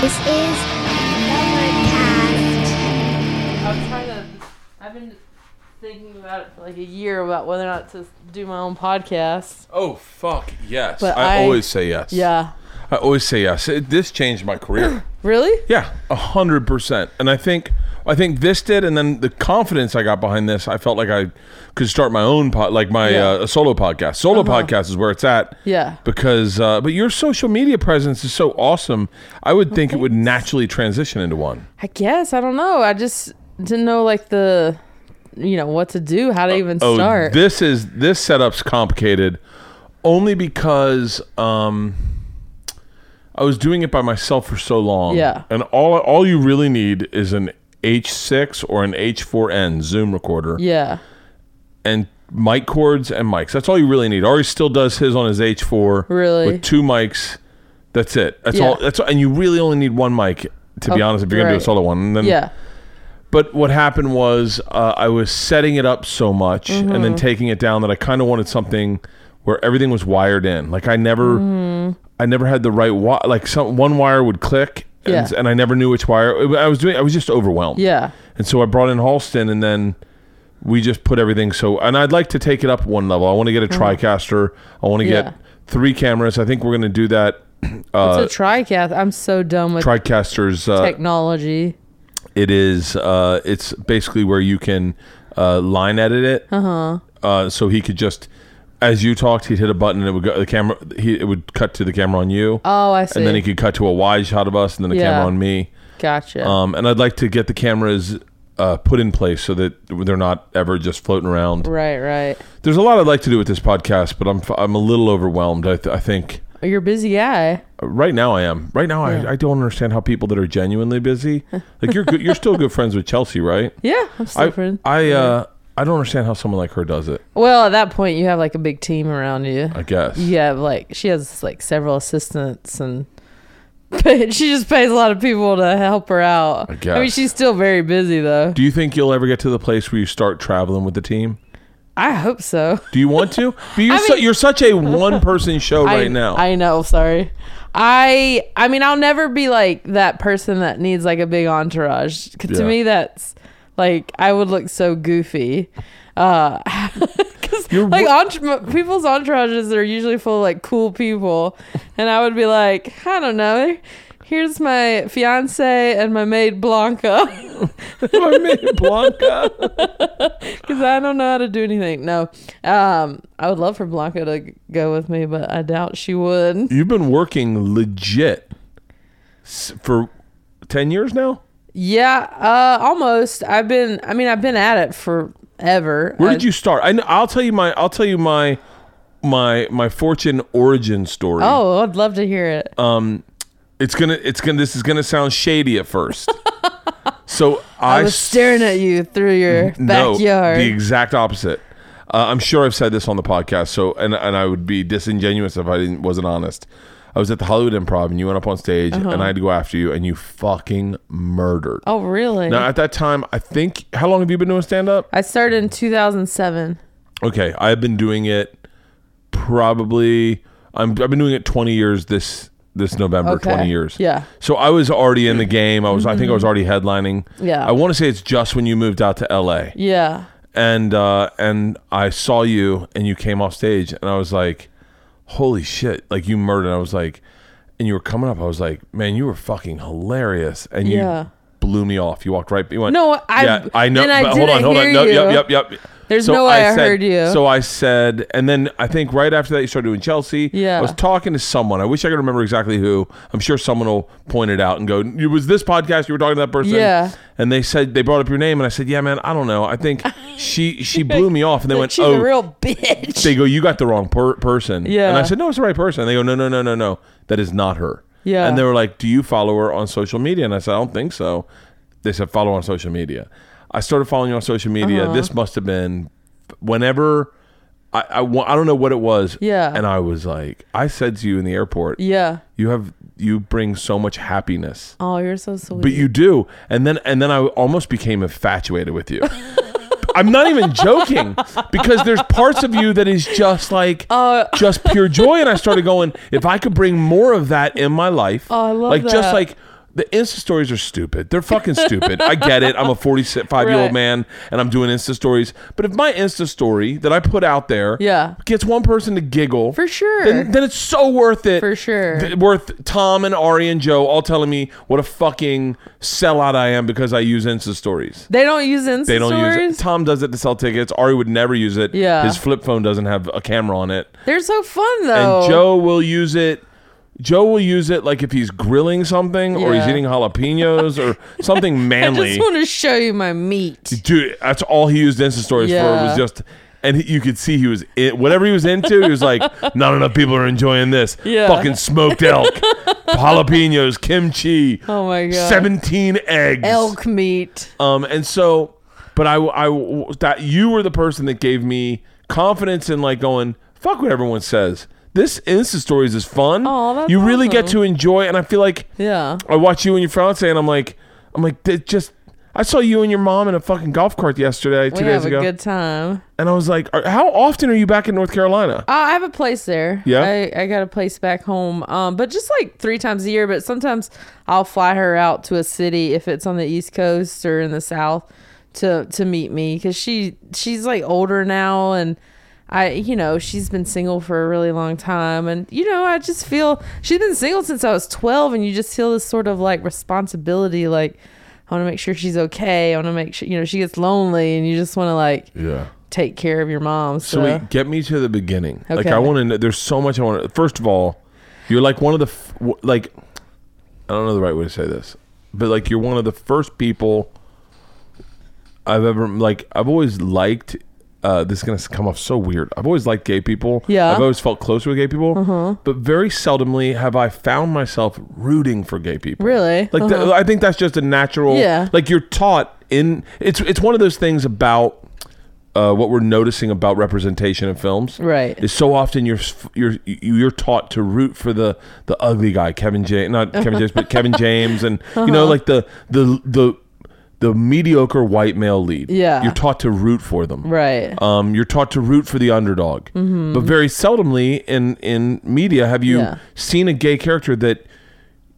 Speaker 2: This is Overcast.
Speaker 5: I was trying to. I've been thinking about it for like a year about whether or not to do my own podcast.
Speaker 3: Oh fuck yes!
Speaker 5: But
Speaker 3: I,
Speaker 5: I-
Speaker 3: always say yes.
Speaker 5: Yeah.
Speaker 3: I always say yes. It- this changed my
Speaker 5: [CLEARS THROAT]
Speaker 3: career.
Speaker 5: Really?
Speaker 3: yeah, a hundred percent. And I think I think this did, and then the confidence I got behind this, I felt like I could start my own pod, like my
Speaker 5: Yeah. Uh-huh.
Speaker 3: uh, solo podcast. Solo podcast is where it's at.
Speaker 5: Yeah.
Speaker 3: Because, uh, but your social media presence is so awesome. I would think it would naturally transition into one.
Speaker 5: I guess. I don't know. I just didn't know like the, you know, what to do, how to even
Speaker 3: Oh,
Speaker 5: start.
Speaker 3: this is this setup's complicated, only because um, I was doing it by myself for so long.
Speaker 5: Yeah.
Speaker 3: and all all you really need is an H6 or an H4n Zoom recorder
Speaker 5: yeah.
Speaker 3: and mic cords and mics. That's all you really need. Ari still does his on his H4
Speaker 5: Really?
Speaker 3: with two mics. That's it. That's
Speaker 5: Yeah.
Speaker 3: all. That's all, and you really only need one mic to be
Speaker 5: Oh,
Speaker 3: honest. If you're gonna do a
Speaker 5: right.
Speaker 3: solo one, and then
Speaker 5: Yeah.
Speaker 3: but what happened was uh, I was setting it up so much and
Speaker 5: Mm-hmm.
Speaker 3: then taking it down that I kind of wanted something where everything was wired in. Like I never,
Speaker 5: Mm-hmm.
Speaker 3: I never had the right wire. Like some one wire would click, and,
Speaker 5: Yeah.
Speaker 3: and I never knew which wire. It- I was doing. I was just overwhelmed.
Speaker 5: Yeah.
Speaker 3: And so I brought in Halston, and then we just put everything. So and I'd like to take it up one level. I want to get a TriCaster. I want to
Speaker 5: Mm-hmm. Yeah.
Speaker 3: get three cameras. I think we're going to do that. Uh,
Speaker 5: it's a tricast. I'm so dumb with
Speaker 3: TriCaster's uh,
Speaker 5: technology.
Speaker 3: it is uh, it's basically where you can uh, line edit it. Uh-huh. so he could just as you talked, he'd hit a button and it would go the camera. He it would cut to the camera on you.
Speaker 5: Oh, I see.
Speaker 3: And then he could cut to a wide shot of us, and then a
Speaker 5: Yeah.
Speaker 3: camera on me.
Speaker 5: Gotcha.
Speaker 3: Um, and I'd like to get the cameras uh, put in place so that they're not ever just floating around.
Speaker 5: right, right.
Speaker 3: There's a lot I'd like to do with this podcast, but I'm f- I'm a little overwhelmed. I, th- I think uh,
Speaker 5: You're a busy guy.
Speaker 3: right now I am. Right now I, I don't understand how people that are genuinely busy, like you're good, you're still good friends with Chelsea, right?
Speaker 5: Yeah. I'm still friend.
Speaker 3: I uh I don't understand how someone like her does it.
Speaker 5: Well, at that point, you have like a big team around you.
Speaker 3: I guess.
Speaker 5: You have like she has like several assistants and [LAUGHS] she just pays a lot of people to help her out.
Speaker 3: I
Speaker 5: I mean,
Speaker 3: guess.
Speaker 5: she's still very busy though.
Speaker 3: Do you think you'll ever get to the place where you start traveling with the team?
Speaker 5: I hope so. [LAUGHS]
Speaker 3: Do you want to? But you're,
Speaker 5: I
Speaker 3: su-
Speaker 5: mean-
Speaker 3: you're such
Speaker 5: [LAUGHS]
Speaker 3: a one person show
Speaker 5: I-
Speaker 3: right now. [LAUGHS]
Speaker 5: I know. Sorry. I I mean, I'll never be like that person that needs like a big entourage. 'Cause
Speaker 3: Yeah.
Speaker 5: To me, that's like I would look so goofy. Uh, [LAUGHS] because
Speaker 3: You're
Speaker 5: like
Speaker 3: wha-
Speaker 5: entour- people's entourages are usually full of like cool people, and I would be like, I don't know. Here's my fiance and my maid Blanca. [LAUGHS]
Speaker 3: I mean, [LAUGHS] Blanca.
Speaker 5: Because I don't know how to do anything. No, um, I would love for Blanca to g- go with me, but I doubt she would.
Speaker 3: You've been working legit s- for 10 years now?
Speaker 5: Yeah, uh, almost. I've been. I mean, I've been at it forever.
Speaker 3: Where
Speaker 5: I-
Speaker 3: did you start? I know, I'll tell you my I'll tell you my my my fortune origin story.
Speaker 5: Oh, I'd love to hear it.
Speaker 3: Oh, It's going to it's going to this is going to sound shady at
Speaker 5: [LAUGHS]
Speaker 3: first. so I,
Speaker 5: I was staring at you through your backyard.
Speaker 3: No, the exact opposite. Uh, I'm sure I've said this on the podcast, so and and I would be disingenuous if I didn't wasn't honest. I was at the Hollywood Improv and you went up on stage and I had to go after you and you fucking murdered.
Speaker 5: Uh-huh. oh, really?
Speaker 3: Now at that time, I think how long have you been doing stand up?
Speaker 5: I started in 2007.
Speaker 3: Okay, I've been doing it probably I'm I've been doing it 20 years this this November,
Speaker 5: Okay.
Speaker 3: 20 years.
Speaker 5: Yeah. Mm-hmm.
Speaker 3: So I was already in the game. I was I think I was already headlining.
Speaker 5: Yeah.
Speaker 3: I want to say it's just when you moved out to LA
Speaker 5: Yeah.
Speaker 3: and uh, and I saw you and you came off stage and I was like, holy shit! Like you murdered. I was like, and you were coming up. I was like, man, you were fucking hilarious, and you
Speaker 5: Yeah.
Speaker 3: blew me off. You walked right. You went.
Speaker 5: No, I-
Speaker 3: Yeah, I know.
Speaker 5: then I
Speaker 3: but hold on.
Speaker 5: didn't
Speaker 3: Hold on.
Speaker 5: hear
Speaker 3: No,
Speaker 5: you.
Speaker 3: yep. Yep. Yep.
Speaker 5: There's no way I
Speaker 3: said-
Speaker 5: heard you.
Speaker 3: So I said, and then I think right after that you started doing Chelsea.
Speaker 5: Yeah.
Speaker 3: I was talking to someone. I wish I could remember exactly who. I'm sure someone will point it out and go, "It was this podcast you were talking to that person."
Speaker 5: Yeah.
Speaker 3: And they said they brought up your name, and I said, "Yeah, man, I don't know. I think she she
Speaker 5: [LAUGHS]
Speaker 3: blew me off." And they went,
Speaker 5: She's
Speaker 3: "Oh,
Speaker 5: a real bitch.
Speaker 3: they go, you got the wrong per- person."
Speaker 5: Yeah.
Speaker 3: And I said, "No, it's the right person." And they go, "No, no, no, no, no, that is not her."
Speaker 5: Yeah.
Speaker 3: And they were like, "Do you follow her on social media?" And I said, "I don't think so." They said, "Follow her on social media." I started following you on social
Speaker 5: Uh-huh.
Speaker 3: media. This must have been whenever. I, I, wa- I don't know what it was.
Speaker 5: Yeah.
Speaker 3: And I was like, I said to you in the airport,
Speaker 5: yeah.
Speaker 3: you have you bring so much happiness.
Speaker 5: Oh, you're so sweet.
Speaker 3: But you do, and then and then I almost became infatuated with you. [LAUGHS] I'm not even joking because there's parts of you that is just like
Speaker 5: Oh.
Speaker 3: just pure joy, and I started going, if I could bring more of that in my life,
Speaker 5: Oh, I love
Speaker 3: like just
Speaker 5: that.
Speaker 3: like The Insta stories are stupid. They're fucking stupid. I get it. I'm a 45 year old
Speaker 5: Right.
Speaker 3: man and I'm doing Insta stories. But if my Insta story that I put out there
Speaker 5: Yeah.
Speaker 3: gets one person to giggle,
Speaker 5: For sure.
Speaker 3: then, then it's so worth it.
Speaker 5: For sure.
Speaker 3: Th- worth Tom and Ari and Joe all telling me what a fucking sellout I am because I use Insta stories.
Speaker 5: They don't use Insta
Speaker 3: They don't use it.
Speaker 5: stories.
Speaker 3: Tom does it to sell tickets. Ari would never use it.
Speaker 5: Yeah.
Speaker 3: His flip phone doesn't have a camera on it.
Speaker 5: They're so fun
Speaker 3: And
Speaker 5: though.
Speaker 3: Joe will use it. Joe will use it like if he's grilling something or he's
Speaker 5: Yeah.
Speaker 3: eating jalapenos or something
Speaker 5: [LAUGHS] I
Speaker 3: manly.
Speaker 5: just want to show you my meat.
Speaker 3: Dude, that's all he used Insta stories for. It was
Speaker 5: Yeah.
Speaker 3: just, and he- you could see he was in, whatever he was into. He was like, [LAUGHS] not enough people are enjoying this.
Speaker 5: Yeah.
Speaker 3: Fucking smoked
Speaker 5: [LAUGHS]
Speaker 3: elk, jalapenos, kimchi.
Speaker 5: Oh my God.
Speaker 3: Seventeen eggs.
Speaker 5: Elk meat.
Speaker 3: Um, and so, but I, I, that you were the person that gave me confidence in like going, fuck what everyone says. This Insta stories is fun.
Speaker 5: Aw, that's
Speaker 3: you really get
Speaker 5: awesome.
Speaker 3: to enjoy, and I feel like
Speaker 5: Yeah.
Speaker 3: I watch you and your fiance, and I'm like, I'm like, "That just. I saw you and your mom in a fucking golf cart yesterday, two
Speaker 5: we
Speaker 3: days
Speaker 5: have
Speaker 3: ago,
Speaker 5: a good time.
Speaker 3: and I was like, "Are- "How often are you back in North Carolina?"
Speaker 5: Uh, I have a place there.
Speaker 3: Yeah?
Speaker 5: I, I got a place back home. Um, but just like three times a year. But sometimes I'll fly her out to a city if it's on the East Coast or in the South to to meet me because she she's like older now and. I you know she's been single for a really long time and you know I just feel she's been single since I was 12 and you just feel this sort of like responsibility like I want to make sure she's okay I want to make sure you know she gets lonely and you just want to like
Speaker 3: Yeah.
Speaker 5: take care of your mom
Speaker 3: So
Speaker 5: so,
Speaker 3: wait, get me to the beginning. Like
Speaker 5: Okay.
Speaker 3: I want to know. There's so much I want to. First of all, you're like one of the f- w- like. I don't know the right way to say this, but like you're one of the first people I've ever like. I've always liked. Uh, this is gonna come off so weird. I've always liked gay people.
Speaker 5: Yeah. Uh-huh.
Speaker 3: I've always felt closer with gay people. But very seldomly have I found myself rooting for gay people.
Speaker 5: Really?
Speaker 3: Like th-
Speaker 5: Uh-huh.
Speaker 3: I think that's just a natural.
Speaker 5: Yeah.
Speaker 3: Like you're taught in. It's it's one of those things about uh, what we're noticing about representation in films,
Speaker 5: Right.
Speaker 3: is so often you're s- you're you're taught to root for the the ugly guy, Kevin James,
Speaker 5: [LAUGHS]
Speaker 3: not Kevin James, but Kevin James, and you
Speaker 5: Uh-huh.
Speaker 3: know, like the the the the mediocre white male lead.
Speaker 5: Yeah.
Speaker 3: you're taught to root for them.
Speaker 5: right Mm-hmm.
Speaker 3: Um, you're taught to root for the underdog, but very seldomly in in media have you
Speaker 5: Yeah.
Speaker 3: seen a gay character that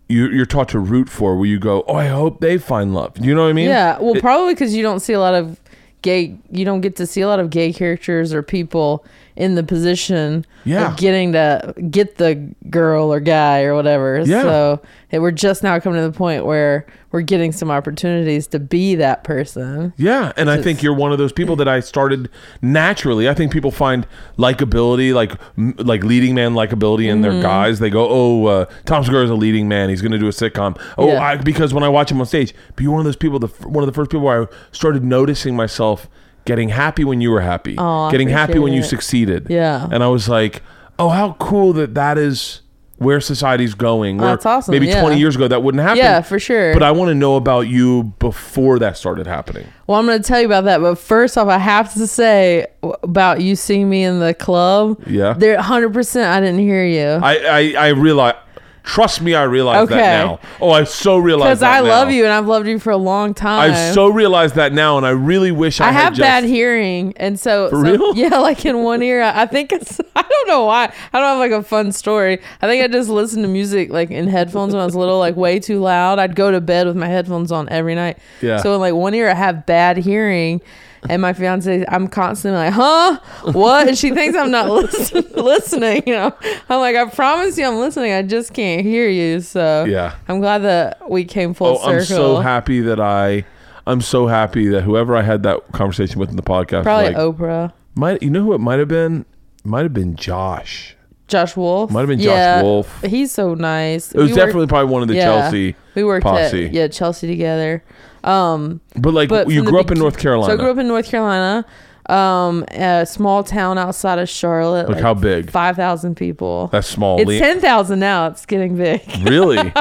Speaker 3: you, you're taught to root for, where you go, "Oh, I hope they find love." Do you know what I mean?
Speaker 5: Yeah, well,
Speaker 3: It-
Speaker 5: probably because you don't see a lot of gay. You don't get to see a lot of gay characters or people in the position
Speaker 3: Yeah.
Speaker 5: of getting to get the girl or guy or whatever.
Speaker 3: Yeah.
Speaker 5: So and we're just now coming to the point where we're getting some opportunities to be that person.
Speaker 3: Yeah, and I think you're one of those people that I started naturally. I think people find likability, like m- like leading man likability in
Speaker 5: Mm-hmm.
Speaker 3: their guys. They go, "Oh, uh, Tom Segura is a leading man. He's going to do a sitcom." Oh,
Speaker 5: Yeah.
Speaker 3: I, because when I watch him on stage, but you're one of those people. The f- one of the first people where I started noticing myself getting happy when you were happy,
Speaker 5: Aw, I
Speaker 3: getting happy when you
Speaker 5: appreciate it.
Speaker 3: succeeded.
Speaker 5: Yeah.
Speaker 3: and I was like, "Oh, how cool that that is." Where society's going, where
Speaker 5: that's awesome,
Speaker 3: maybe
Speaker 5: yeah.
Speaker 3: 20 years ago that wouldn't happen.
Speaker 5: Yeah, for sure.
Speaker 3: But I want to know about you before that started happening.
Speaker 5: Well, I'm going to tell you about that, but first off, I have to say w- about you seeing me in the club.
Speaker 3: Yeah.
Speaker 5: there, 100. percent I didn't hear you.
Speaker 3: I, I, I realize. Trust me, I realize
Speaker 5: Okay.
Speaker 3: that now. Oh, I so realize
Speaker 5: because
Speaker 3: that
Speaker 5: I
Speaker 3: now.
Speaker 5: love you and I've loved you for a long time.
Speaker 3: I so realize that now, and I really wish I,
Speaker 5: I
Speaker 3: had
Speaker 5: have
Speaker 3: just,
Speaker 5: bad hearing, and so, so-
Speaker 3: real?
Speaker 5: [LAUGHS] yeah, like in one ear, I I think it's [LAUGHS] I don't know why I don't have like a fun story. I think I just listened to music like in headphones when I was little, like way too loud. I'd go to bed with my headphones on every night.
Speaker 3: Yeah.
Speaker 5: So in like one ear, I have bad hearing, and my fiance, I'm constantly like, huh, what? And she thinks I'm not [LAUGHS] listen, listening. You know, I'm like, I promise you, I'm listening. I just can't hear you. So
Speaker 3: Yeah.
Speaker 5: I'm glad that we came
Speaker 3: Oh,
Speaker 5: full circle.
Speaker 3: I'm so happy that I. I'm so happy that whoever I had that conversation with in the podcast,
Speaker 5: Probably
Speaker 3: like,
Speaker 5: Oprah.
Speaker 3: might you know who it might have been? Might have been Josh.
Speaker 5: Josh Wolf.
Speaker 3: Might have been Josh Wolf.
Speaker 5: He's so nice.
Speaker 3: It was definitely probably one of the Chelsea
Speaker 5: We worked
Speaker 3: posse.
Speaker 5: at yeah Chelsea together. Um,
Speaker 3: But like
Speaker 5: but
Speaker 3: you
Speaker 5: from the
Speaker 3: grew up in
Speaker 5: begin-
Speaker 3: North Carolina.
Speaker 5: So I grew up in North Carolina, um, a small town outside of Charlotte.
Speaker 3: like, how big?
Speaker 5: Five thousand people.
Speaker 3: That's small.
Speaker 5: It's
Speaker 3: Lee-
Speaker 5: [LAUGHS] ten thousand now. It's getting big.
Speaker 3: really?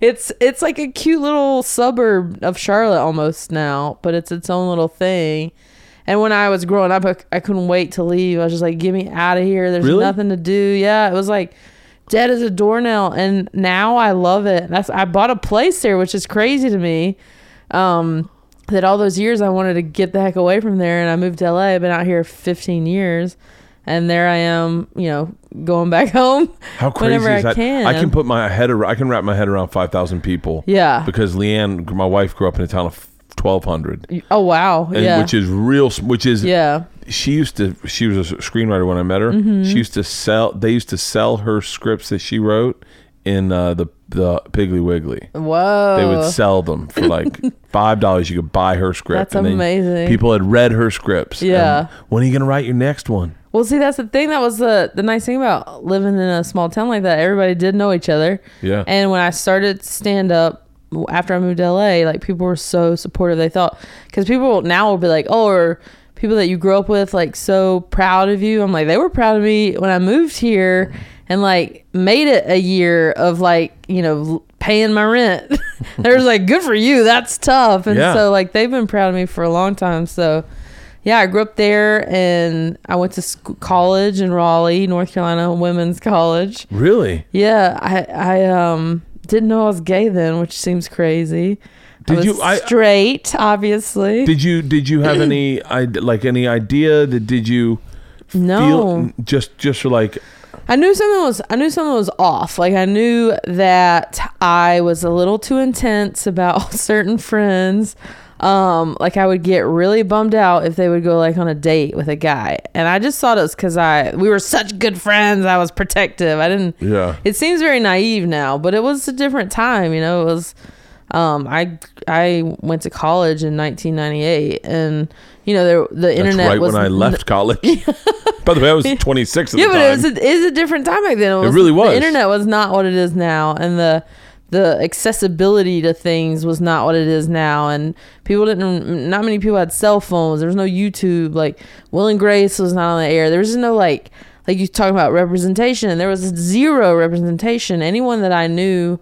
Speaker 5: it's it's like a cute little suburb of Charlotte almost now, but it's its own little thing. And when I was growing up, I, c- I couldn't wait to leave. I was just like, "Get me out of here! There's
Speaker 3: Really?
Speaker 5: nothing to do." Yeah, it was like dead as a doornail. And now I love it. That's I bought a place there, which is crazy to me. Um, that all those years I wanted to get the heck away from there, and I moved to LA. I've been out here 15 years, and there I am, you know, going back [LAUGHS] home.
Speaker 3: How crazy
Speaker 5: whenever
Speaker 3: is that?
Speaker 5: I can.
Speaker 3: I can put my head around, I can wrap my head around 5,000 people.
Speaker 5: Yeah.
Speaker 3: Because Leanne, my wife, grew up in a town of 1,200,
Speaker 5: Oh wow!
Speaker 3: and
Speaker 5: yeah.
Speaker 3: which is real, s- which is,
Speaker 5: yeah.
Speaker 3: she used to, she was a screenwriter when I met her.
Speaker 5: Mm-hmm.
Speaker 3: She used to sell, they used to sell her scripts that she wrote in uh, the, the Piggly Wiggly.
Speaker 5: Whoa.
Speaker 3: They
Speaker 5: Oh.
Speaker 3: would sell them for
Speaker 5: [LAUGHS]
Speaker 3: like five dollars. You could buy her script.
Speaker 5: That's
Speaker 3: and then
Speaker 5: amazing.
Speaker 3: People had read her scripts. and,
Speaker 5: Yeah.
Speaker 3: when are you gonna write your next one?
Speaker 5: Well, see, that's the thing. That was the the nice thing about living in a small town like that. Everybody did know each other.
Speaker 3: Yeah.
Speaker 5: And when I started stand up after I moved to LA, like people were so supportive. They thought because people now will be like, oh, or people that you grew up with, like so proud of you. I'm like, they were proud of me when I moved here, and like made it a year of like you know l- paying my rent. [LAUGHS] they was like, good for you. That's tough. And
Speaker 3: Yeah.
Speaker 5: [LAUGHS] so like they've been proud of me for a long time. So. Yeah, I grew up there and I went to sc- college in Raleigh, North Carolina, women's college.
Speaker 3: Really?
Speaker 5: Yeah, I I um didn't know I was gay then, which seems crazy.
Speaker 3: Did
Speaker 5: I was
Speaker 3: you- I-
Speaker 5: straight, obviously.
Speaker 3: Did you did you
Speaker 5: [CLEARS THROAT]
Speaker 3: have any I like any idea that did you
Speaker 5: no.
Speaker 3: feel just just for like
Speaker 5: I knew something was I knew something was off. Like I knew that I was a little too intense about [LAUGHS] certain friends. Um, like I would get really bummed out if they would go like on a date with a guy, and I just thought it was because I we were such good friends. I was protective. I didn't.
Speaker 3: Yeah.
Speaker 5: It seems very naive now, but it was a different time. You know, it was. Um, I I went to college in 1998, and you know there the
Speaker 3: that's
Speaker 5: internet
Speaker 3: right
Speaker 5: was
Speaker 3: when I
Speaker 5: n-
Speaker 3: left [LAUGHS] college? By the way, I was 26 at
Speaker 5: yeah,
Speaker 3: the
Speaker 5: but
Speaker 3: time.
Speaker 5: it was a, it was a different time back then.
Speaker 3: It really was.
Speaker 5: The internet was not what it is now, and the the accessibility to things was not what it is now. And people didn't. Not many people had cell phones. There was no YouTube. Like Will and Grace was not on the air. There was no like like you talking about representation. There was zero representation. Anyone that I knew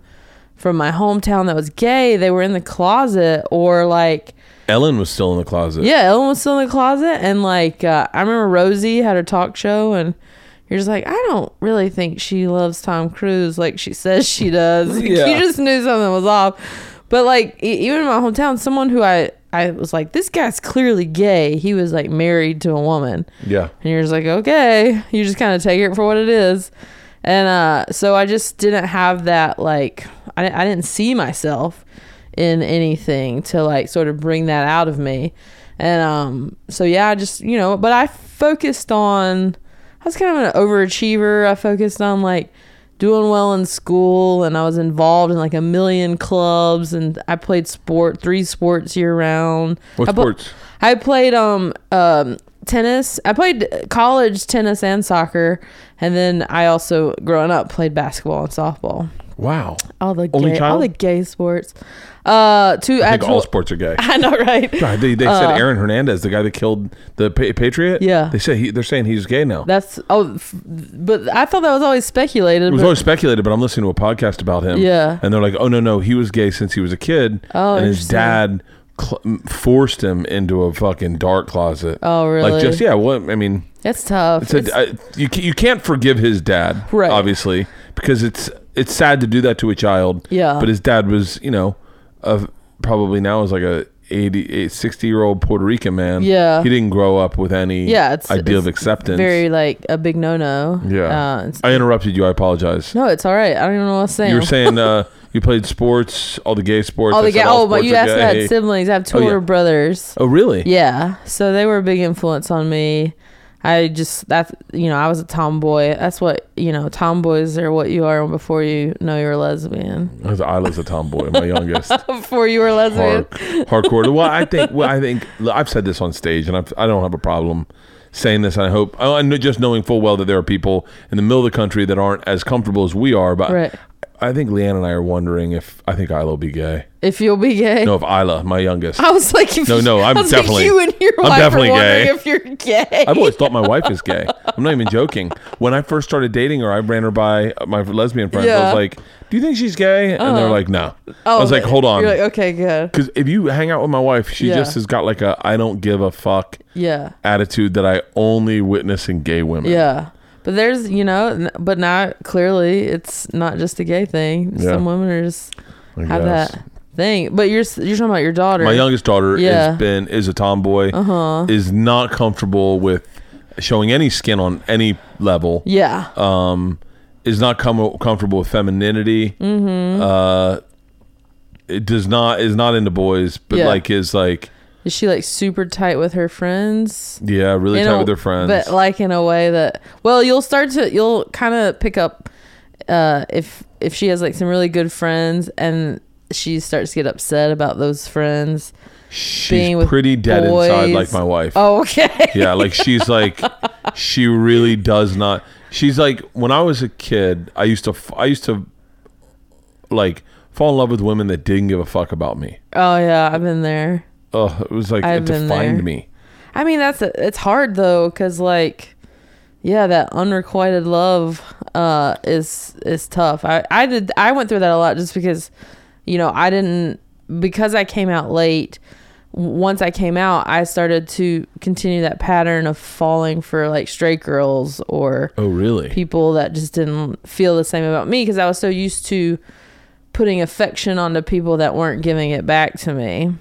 Speaker 5: from my hometown that was gay, they were in the closet or like
Speaker 3: Ellen was still in the closet.
Speaker 5: yeah, Ellen was still in the closet, and like uh, I remember Rosie had her talk show, and you're just like, I don't really think she loves Tom Cruise like she
Speaker 3: [LAUGHS]
Speaker 5: says she does. [LAUGHS] Like,
Speaker 3: Yeah.
Speaker 5: You just knew something was off. But like e- even in my hometown, someone who I I was like, this guy's clearly gay. He was like married to a woman.
Speaker 3: Yeah.
Speaker 5: And you're just like, okay. You just kind of take it for what it is. And uh, so I just didn't have that, like, I, I didn't see myself in anything to, like, sort of bring that out of me. And um, so, yeah, I just, you know, but I focused on, I was kind of an overachiever. I focused on, like, doing well in school and I was involved in like a million clubs and I played sport three sports year round.
Speaker 3: What
Speaker 5: I pla-
Speaker 3: sports?
Speaker 5: I played um um tennis. I played college tennis and soccer, and then I also growing up played basketball and softball.
Speaker 3: Wow.
Speaker 5: All the
Speaker 3: Only
Speaker 5: gay, all
Speaker 3: child?
Speaker 5: the gay sports. Uh, two
Speaker 3: I think
Speaker 5: actual.
Speaker 3: all sports are gay.
Speaker 5: [LAUGHS] I know, right?
Speaker 3: God, they they said Aaron Hernandez, the guy that killed the pa- Patriot.
Speaker 5: Yeah.
Speaker 3: They say he, they're saying he's gay now.
Speaker 5: That's oh, f- but I thought that was always speculated.
Speaker 3: It was
Speaker 5: but-
Speaker 3: always speculated, but I'm listening to a podcast about him.
Speaker 5: Yeah.
Speaker 3: And they're like, oh, no, no, he was gay since he was a kid.
Speaker 5: Oh,
Speaker 3: And his
Speaker 5: interesting.
Speaker 3: dad cl- m- forced him into a fucking dark closet.
Speaker 5: Oh,
Speaker 3: Like,
Speaker 5: really?
Speaker 3: just, yeah, well, I mean,
Speaker 5: that's tough.
Speaker 3: it's a,
Speaker 5: It's-
Speaker 3: I, you, ca- you can't forgive his dad,
Speaker 5: Right.
Speaker 3: obviously, because it's it's sad to do that to a child.
Speaker 5: Yeah.
Speaker 3: But his dad was, you know, a, probably now is like a 80, 60 year old Puerto Rican man.
Speaker 5: Yeah.
Speaker 3: He didn't grow up with any
Speaker 5: Yeah, it's-
Speaker 3: idea of
Speaker 5: it's
Speaker 3: acceptance.
Speaker 5: very like a big no no. Uh,
Speaker 3: yeah.
Speaker 5: it's-
Speaker 3: I interrupted you. I apologize.
Speaker 5: no, it's all right. I don't even know what I was saying.
Speaker 3: You were saying uh, you played sports, all the gay sports.
Speaker 5: all
Speaker 3: I
Speaker 5: the
Speaker 3: said
Speaker 5: gay. Oh, but
Speaker 3: sports
Speaker 5: you
Speaker 3: are
Speaker 5: asked if I
Speaker 3: gay.
Speaker 5: had siblings. I have two
Speaker 3: Oh, yeah.
Speaker 5: older brothers.
Speaker 3: Oh, really?
Speaker 5: Yeah. So they were a big influence on me. I just that you know, I was a tomboy. That's what you know, tomboys are what you are before you know you're a lesbian. [LAUGHS]
Speaker 3: I was, I was a tomboy, my youngest.
Speaker 5: Before you were a lesbian.
Speaker 3: Hard,
Speaker 5: [LAUGHS]
Speaker 3: hardcore. Well, I think. Well, I think. I've said this on stage, and I've, I don't have a problem saying this. I hope. I know, just knowing full well that there are people in the middle of the country that aren't as comfortable as we are. But
Speaker 5: Right.
Speaker 3: I think Leanne and I are wondering if I think Isla will be gay.
Speaker 5: If you'll be gay.
Speaker 3: No, if Isla, my youngest.
Speaker 5: [LAUGHS] I was like if
Speaker 3: No, no, I'm
Speaker 5: I was
Speaker 3: definitely-
Speaker 5: like, you and your
Speaker 3: I'm
Speaker 5: wife
Speaker 3: definitely
Speaker 5: are wondering
Speaker 3: gay.
Speaker 5: if you're gay.
Speaker 3: I've always thought my wife
Speaker 5: [LAUGHS]
Speaker 3: is gay. I'm not even joking. When I first started dating her, I ran her by my lesbian friends. I
Speaker 5: Yeah.
Speaker 3: was like, "Do you think she's gay?" And they're like, "No." I
Speaker 5: Oh,
Speaker 3: was like,
Speaker 5: but
Speaker 3: "Hold on,"
Speaker 5: You're
Speaker 3: because
Speaker 5: like, okay, good.
Speaker 3: if you hang out with my wife, she
Speaker 5: Yeah.
Speaker 3: just has got like a "I don't give a fuck"
Speaker 5: Yeah.
Speaker 3: attitude that I only witness in gay women.
Speaker 5: Yeah. But there's, you know, n- but not clearly it's not just a gay thing.
Speaker 3: Yeah.
Speaker 5: Some women are just
Speaker 3: I
Speaker 5: have
Speaker 3: guess.
Speaker 5: that thing. But you're s- you're talking about your daughter.
Speaker 3: My youngest daughter
Speaker 5: Yeah.
Speaker 3: has been is a tomboy. Uh-huh. Is not comfortable with showing any skin on any level
Speaker 5: Yeah.
Speaker 3: um, is not com- comfortable with femininity. Mm-hmm. Uh, it does not is not into boys, but
Speaker 5: Yeah.
Speaker 3: like is like
Speaker 5: Is she like super tight with her friends?
Speaker 3: yeah, really
Speaker 5: In
Speaker 3: tight
Speaker 5: a-
Speaker 3: with their friends.
Speaker 5: but like in a way that well, you'll start to you'll kind of pick up uh, if if she has like some really good friends and she starts to get upset about those friends. being
Speaker 3: she's
Speaker 5: with
Speaker 3: pretty dead inside,
Speaker 5: boys.
Speaker 3: like my wife.
Speaker 5: Oh, okay.
Speaker 3: Yeah, like she's like she really does not. She's like when I was a kid, I used to f- I used to like fall in love with women that didn't give a fuck about me.
Speaker 5: [LAUGHS] Oh yeah, I've been there.
Speaker 3: Oh, it was like
Speaker 5: I've
Speaker 3: it
Speaker 5: been
Speaker 3: defined
Speaker 5: there.
Speaker 3: me.
Speaker 5: I mean, that's it's hard though, cause like, yeah, that unrequited love uh, is is tough. I I did I went through that a lot just because, you know, I didn't because I came out late. w- Once I came out, I started to continue that pattern of falling for like straight girls or
Speaker 3: Oh, really?
Speaker 5: people that just didn't feel the same about me because I was so used to putting affection onto people that weren't giving it back to me.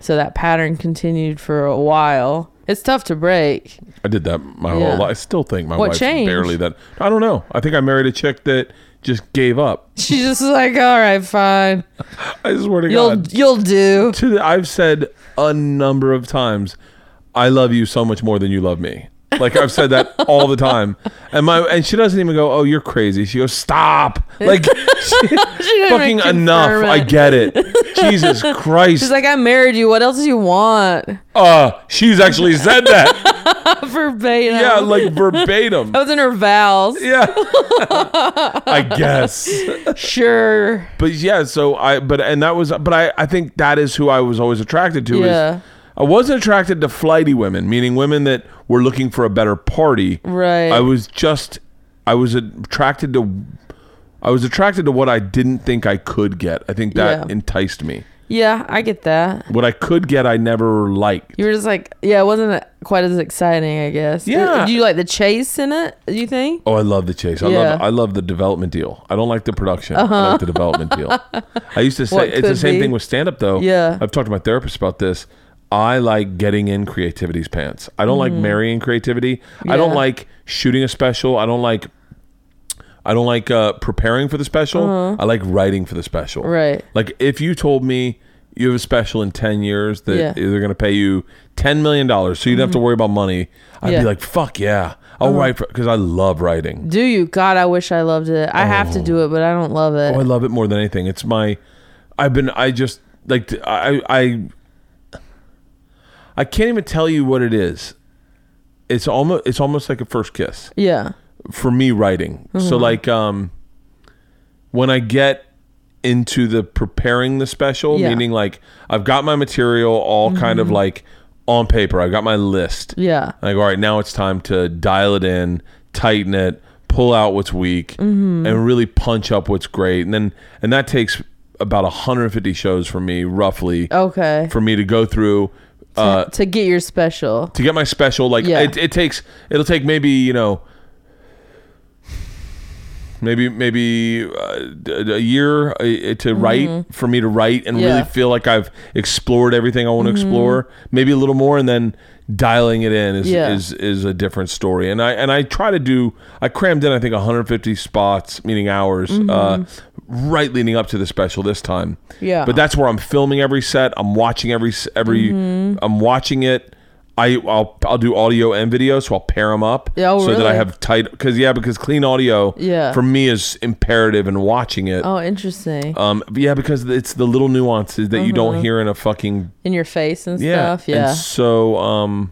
Speaker 5: So that pattern continued for a while. It's tough to break. [LAUGHS]
Speaker 3: I did that my
Speaker 5: Yeah.
Speaker 3: whole life. I still think my
Speaker 5: What
Speaker 3: wife's
Speaker 5: changed?
Speaker 3: barely that. I don't know. I think I married a chick that just gave up.
Speaker 5: She's just like, all right, fine,
Speaker 3: I swear to
Speaker 5: you'll
Speaker 3: God.
Speaker 5: you'll do.
Speaker 3: To the, I've said a number of times, I love you so much more than you love me. Like I've said
Speaker 5: [LAUGHS]
Speaker 3: that all the time, and my and she doesn't even go, "Oh, you're crazy." She goes, "Stop!"
Speaker 5: [LAUGHS]
Speaker 3: Like she- fucking
Speaker 5: even
Speaker 3: enough.
Speaker 5: confirm
Speaker 3: I
Speaker 5: it.
Speaker 3: get it.
Speaker 5: [LAUGHS]
Speaker 3: Jesus Christ!
Speaker 5: She's like, I married you. What else do you want? [LAUGHS]
Speaker 3: uh, she's actually said that.
Speaker 5: Verbatim.
Speaker 3: yeah, like verbatim.
Speaker 5: [LAUGHS] that was in her vows.
Speaker 3: Yeah, [LAUGHS] I guess.
Speaker 5: Sure.
Speaker 3: but yeah so i but and that was but i i think that is who i was always attracted to
Speaker 5: Yeah.
Speaker 3: is i wasn't attracted to flighty women meaning women that were looking for a better party
Speaker 5: Right.
Speaker 3: i was just i was attracted to i was attracted to what i didn't think i could get i think that
Speaker 5: Yeah.
Speaker 3: enticed me
Speaker 5: Yeah, I get that.
Speaker 3: what i could get i never liked
Speaker 5: You were just like, yeah, it wasn't quite as exciting, I guess.
Speaker 3: Yeah.
Speaker 5: Do you like the chase in it? Do you think?
Speaker 3: Oh, I love the chase. I
Speaker 5: Yeah. Uh-huh.
Speaker 3: love I love the development deal. I don't like the production. I like the development
Speaker 5: [LAUGHS]
Speaker 3: deal. I used to
Speaker 5: What
Speaker 3: say it's the
Speaker 5: could
Speaker 3: same
Speaker 5: be.
Speaker 3: thing with stand up though.
Speaker 5: Yeah.
Speaker 3: I've talked to my therapist about this. I like getting in creativity's pants. I don't like marrying creativity. I don't
Speaker 5: Mm. Yeah.
Speaker 3: like shooting a special. I don't like I don't like uh, preparing for the special. I like writing for the special.
Speaker 5: Uh-huh. Right.
Speaker 3: Like if you told me you have a special in ten years that
Speaker 5: Yeah.
Speaker 3: they're going to pay you ten million dollars, so you don't have to worry about money, I'd
Speaker 5: Mm-hmm. Yeah. Uh-huh.
Speaker 3: be like, "Fuck yeah, I'll write for because I love writing.
Speaker 5: Do you? God, I wish I loved it. I have to do it, but I don't love it.
Speaker 3: Oh, I love it more than anything. It's my, I've been, I just like, t- I, I, I can't even tell you what it is. It's almost, it's almost like a first kiss
Speaker 5: yeah.
Speaker 3: for me writing. So
Speaker 5: Mm-hmm.
Speaker 3: like, um, when I get into the preparing the special,
Speaker 5: Yeah. Mm-hmm.
Speaker 3: meaning like I've got my material all kind of like on paper. I've got my list.
Speaker 5: Yeah.
Speaker 3: Like, all right, now it's time to dial it in, tighten it, pull out what's weak, and really punch up what's great. And then, and that takes about 150 shows for me, roughly,
Speaker 5: Oh. Okay.
Speaker 3: for me to go through. Uh,
Speaker 5: to get your special.
Speaker 3: to get my special, like
Speaker 5: Yeah.
Speaker 3: it, it takes, it'll take maybe you know, maybe maybe uh, d- a year uh, to write for me to write and really
Speaker 5: Mm-hmm. Yeah. Mm-hmm.
Speaker 3: feel like I've explored everything I want to explore. Maybe a little more, and then dialing it in is,
Speaker 5: Yeah.
Speaker 3: is is a different story. And I and I try to do. I crammed in I think 150 spots, meaning hours,
Speaker 5: Mm-hmm.
Speaker 3: uh, right leading up to the special this time.
Speaker 5: Yeah.
Speaker 3: but that's where I'm filming every set. I'm watching every s- every.
Speaker 5: Mm-hmm.
Speaker 3: I'm watching it. I, I'll I'll do audio and video, so I'll pair them up
Speaker 5: Yeah, oh,
Speaker 3: so that I
Speaker 5: really?
Speaker 3: have tight because yeah because clean audio
Speaker 5: Yeah.
Speaker 3: for me is imperative in watching it
Speaker 5: Oh, interesting.
Speaker 3: um but yeah because it's the little nuances that you
Speaker 5: Mm-hmm.
Speaker 3: don't hear in a fucking
Speaker 5: In your face and
Speaker 3: yeah
Speaker 5: stuff. Yeah.
Speaker 3: and so um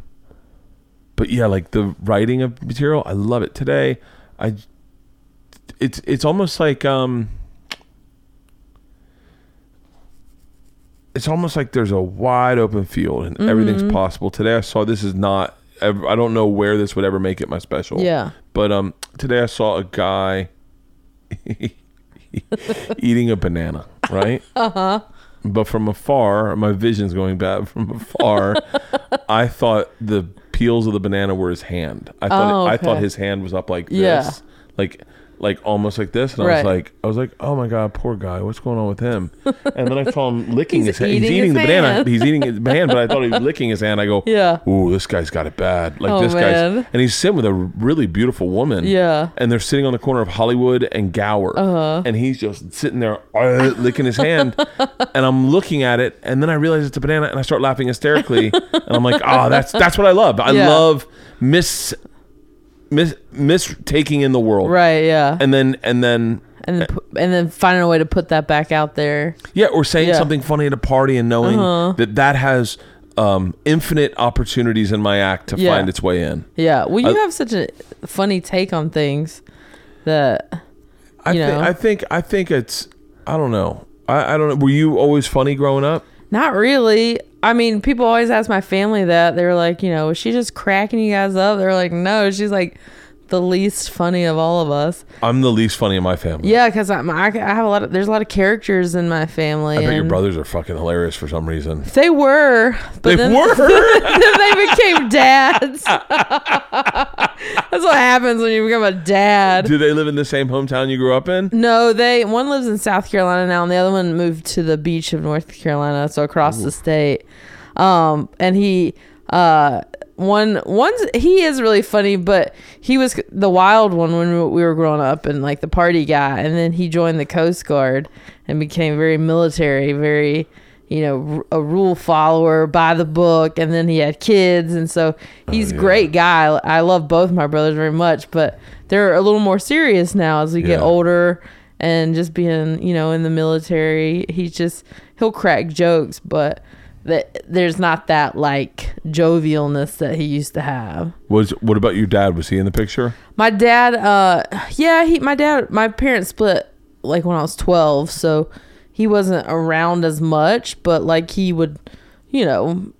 Speaker 3: but yeah like the writing of material I love it today I it's it's almost like um it's almost like there's a wide open field and
Speaker 5: Mm-hmm.
Speaker 3: everything's possible today I saw this is not ev- I don't know where this would ever make it my special
Speaker 5: yeah.
Speaker 3: but um, today I saw a guy [LAUGHS] eating a banana,
Speaker 5: [LAUGHS]
Speaker 3: right? Uh huh.
Speaker 5: Uh-huh.
Speaker 3: But from afar, my vision's going bad. From
Speaker 5: [LAUGHS]
Speaker 3: afar, I thought the peels of the banana were his hand. I thought
Speaker 5: Oh,
Speaker 3: I thought
Speaker 5: okay.
Speaker 3: his hand was up like this,
Speaker 5: Yeah.
Speaker 3: like like almost like this, and I was
Speaker 5: Right.
Speaker 3: like, I was like, oh my god, poor guy, what's going on with
Speaker 5: [LAUGHS]
Speaker 3: him? And then I saw him licking his
Speaker 5: He's
Speaker 3: hand. He's
Speaker 5: eating
Speaker 3: eating
Speaker 5: his
Speaker 3: the banana.
Speaker 5: hand.
Speaker 3: He's eating
Speaker 5: [LAUGHS]
Speaker 3: his hand, but I thought he was licking his hand. I go,
Speaker 5: Yeah.
Speaker 3: Ooh, this guy's got it bad. Like
Speaker 5: Oh,
Speaker 3: this
Speaker 5: man.
Speaker 3: guy's, and he's sitting with a really beautiful woman.
Speaker 5: Yeah.
Speaker 3: And they're sitting on the corner of Hollywood and Gower, uh-huh. and he's just sitting there uh, licking his
Speaker 5: [LAUGHS]
Speaker 3: hand, and I'm looking at it, and then I realize it's a banana, and I start laughing hysterically, and I'm like, oh, that's that's what I love. I
Speaker 5: Yeah.
Speaker 3: love miss mis mis taking in the world
Speaker 5: Right. Yeah. And
Speaker 3: and then and then
Speaker 5: and then, pu- and then finding a way to put that back out there.
Speaker 3: yeah or saying
Speaker 5: Yeah. Uh-huh.
Speaker 3: something funny at a party and knowing that that has um, infinite opportunities in my act to
Speaker 5: Yeah.
Speaker 3: find its way in
Speaker 5: Yeah. Well, you
Speaker 3: I-
Speaker 5: have such a funny take on things that
Speaker 3: I,
Speaker 5: You
Speaker 3: thi-
Speaker 5: know.
Speaker 3: I think i think it's i don't know I, I don't know were you always funny growing up
Speaker 5: Not really. I mean, people always ask my family that. They were like, you know, is she just cracking you guys up? They were like, no, she's like the least funny of all of us.
Speaker 3: i'm the least funny in my family
Speaker 5: Yeah, because I'm I, I have a lot of there's a lot of characters in my family.
Speaker 3: i bet your
Speaker 5: and
Speaker 3: brothers are fucking hilarious for some reason
Speaker 5: They were, but
Speaker 3: they
Speaker 5: then,
Speaker 3: were
Speaker 5: then [LAUGHS] they became dads. [LAUGHS] That's what happens when you become a dad.
Speaker 3: [LAUGHS] do they live in the same hometown you grew up in
Speaker 5: No, they one lives in South Carolina now, and the other one moved to the beach of North Carolina, so across the state. Um, and he, uh, one one's he is really funny, but he was the wild one when we were growing up, and like the party guy, and then he joined the Coast Guard and became very military, very. You know, r- a rule follower by the book, and then he had kids, and so he's a great guy. I I love both my brothers very much, but they're a little more serious now as we
Speaker 3: Yeah.
Speaker 5: get older older and just being you know in the military he's just he'll crack jokes but that there's not that like jovialness that he used to have
Speaker 3: was what about your dad was he in the picture
Speaker 5: my dad uh yeah he my dad my parents split like when i was 12 so he wasn't around as much but like he would you know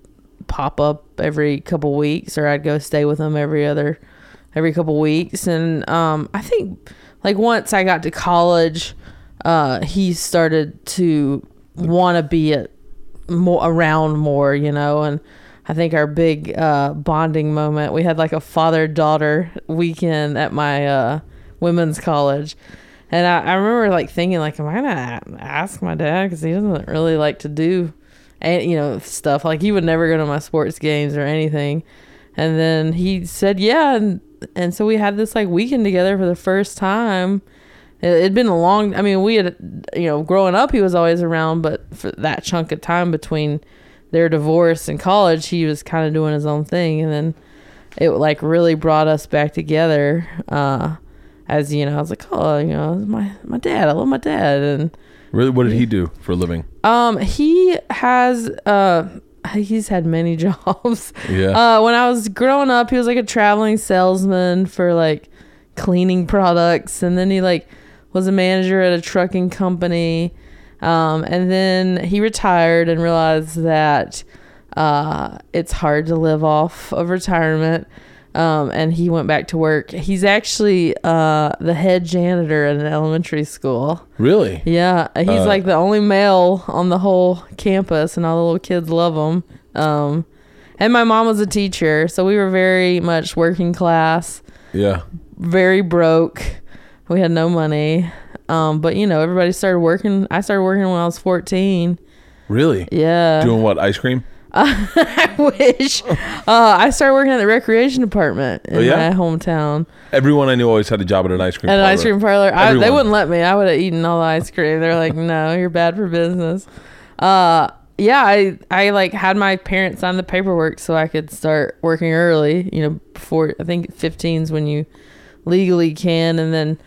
Speaker 5: pop up every couple weeks or i'd go stay with him every other every couple weeks and um i think like once i got to college uh he started to want to be at more around more, you know, and I think our big uh, bonding moment we had like a father daughter weekend at my uh, women's college, and I, I remember like thinking like, am I gonna a- ask my dad because he doesn't really like to do, and you know stuff like he would never go to my sports games or anything, and then he said yeah, and and so we had this like weekend together for the first time. It- It'd been a long. I mean, we had, you know, growing up, he was always around, but for that chunk of time between their divorce and college, he was kind of doing his own thing, and then it like really brought us back together. Uh, as you know, I was like, oh, you know, my my dad. I love my dad, and
Speaker 3: really what did he do for a living
Speaker 5: um, he has uh, he's had many [LAUGHS] jobs.
Speaker 3: Yeah.
Speaker 5: Uh, when I was growing up, he was like a traveling salesman for like cleaning products, and then he like was a manager at a trucking company, um, and then he retired and realized that uh, it's hard to live off of retirement. Um, and he went back to work. He's actually uh, the head janitor at an elementary school.
Speaker 3: really
Speaker 5: Yeah, he's
Speaker 3: Uh,
Speaker 5: like the only male on the whole campus, and all the little kids love him. Um, and my mom was a teacher, so we were very much working class,
Speaker 3: yeah
Speaker 5: very broke. We had no money, um, but you know, everybody started working. I started working when I was fourteen.
Speaker 3: really
Speaker 5: Yeah, [LAUGHS]
Speaker 3: doing what ice cream
Speaker 5: I wish. Uh, I started working at the recreation department in
Speaker 3: Oh, yeah?
Speaker 5: my hometown
Speaker 3: everyone i knew always had a job at an ice cream
Speaker 5: at an ice
Speaker 3: parlor.
Speaker 5: cream parlor. I, they
Speaker 3: Everyone.
Speaker 5: wouldn't let me. I would have eaten all the ice cream. They're like, no, you're bad for business. Uh, yeah, I I like had my parents sign the paperwork so I could start working early. You know, before I think 15 is when you legally can, and then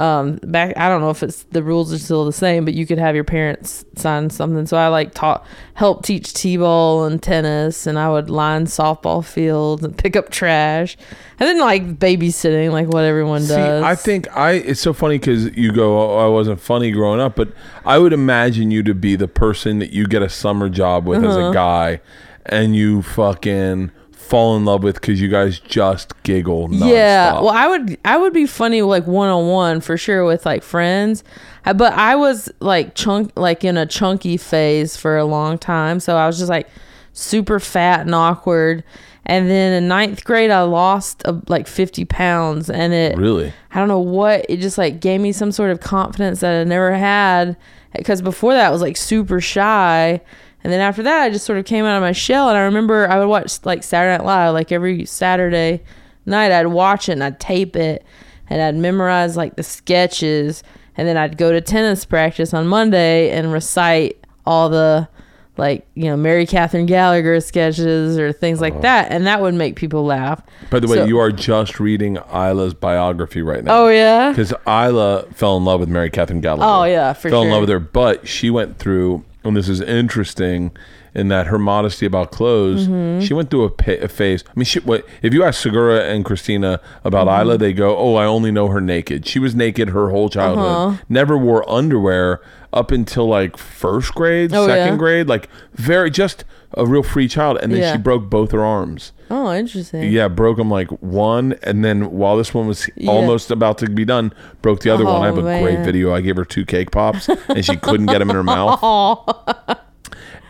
Speaker 5: um back i don't know if it's the rules are still the same but you could have your parents sign something so i like taught help teach t-ball and tennis and i would line softball fields and pick up trash and then like babysitting like what everyone
Speaker 3: See,
Speaker 5: does
Speaker 3: I think I. It's so funny because you go, "Oh, I wasn't funny growing up," but I would imagine you to be the person that you get a summer job with
Speaker 5: Uh-huh.
Speaker 3: as a guy, and you fucking fall in love with because you guys just giggle. Nonstop.
Speaker 5: Yeah. Well, I would I would be funny like one on one for sure with like friends, I- but I was like chunk like in a chunky phase for a long time, so I was just like super fat and awkward. And then in ninth grade, I lost uh, like 50 pounds, and it
Speaker 3: Really?
Speaker 5: I don't know what it just like gave me some sort of confidence that I never had because before that I was like super shy and then after that I just sort of came out of my shell and I remember I would watch like Saturday Night Live like every Saturday night I'd watch it and I'd tape it and I'd memorize like the sketches and then I'd go to tennis practice on Monday and recite all the like you know Mary Catherine Gallagher sketches or things like that and that would make people laugh.
Speaker 3: By the way,
Speaker 5: So-
Speaker 3: you are just reading Isla's biography right now.
Speaker 5: Oh yeah.
Speaker 3: Because Isla fell in love with Mary Catherine Gallagher.
Speaker 5: Oh, yeah, for
Speaker 3: fell in
Speaker 5: sure.
Speaker 3: love with her, but she went through, and this is interesting, in that her modesty about clothes,
Speaker 5: Mm-hmm.
Speaker 3: she went through a, pa- a phase. I mean, she, what, if you ask Segura and Christina about
Speaker 5: Mm-hmm.
Speaker 3: Isla, they go, "Oh, I only know her naked. She was naked her whole childhood.
Speaker 5: Uh-huh.
Speaker 3: Never wore underwear up until like first grade,
Speaker 5: Oh, yeah.
Speaker 3: second grade, like very just a real free child. And then
Speaker 5: Yeah.
Speaker 3: she broke both her arms.
Speaker 5: Oh, interesting.
Speaker 3: Yeah, broke him like one, and then while this one was almost about to be done, broke the other one. I have a
Speaker 5: Oh,
Speaker 3: great
Speaker 5: man.
Speaker 3: video. I gave her two cake pops, and
Speaker 5: [LAUGHS]
Speaker 3: she couldn't get them in her mouth.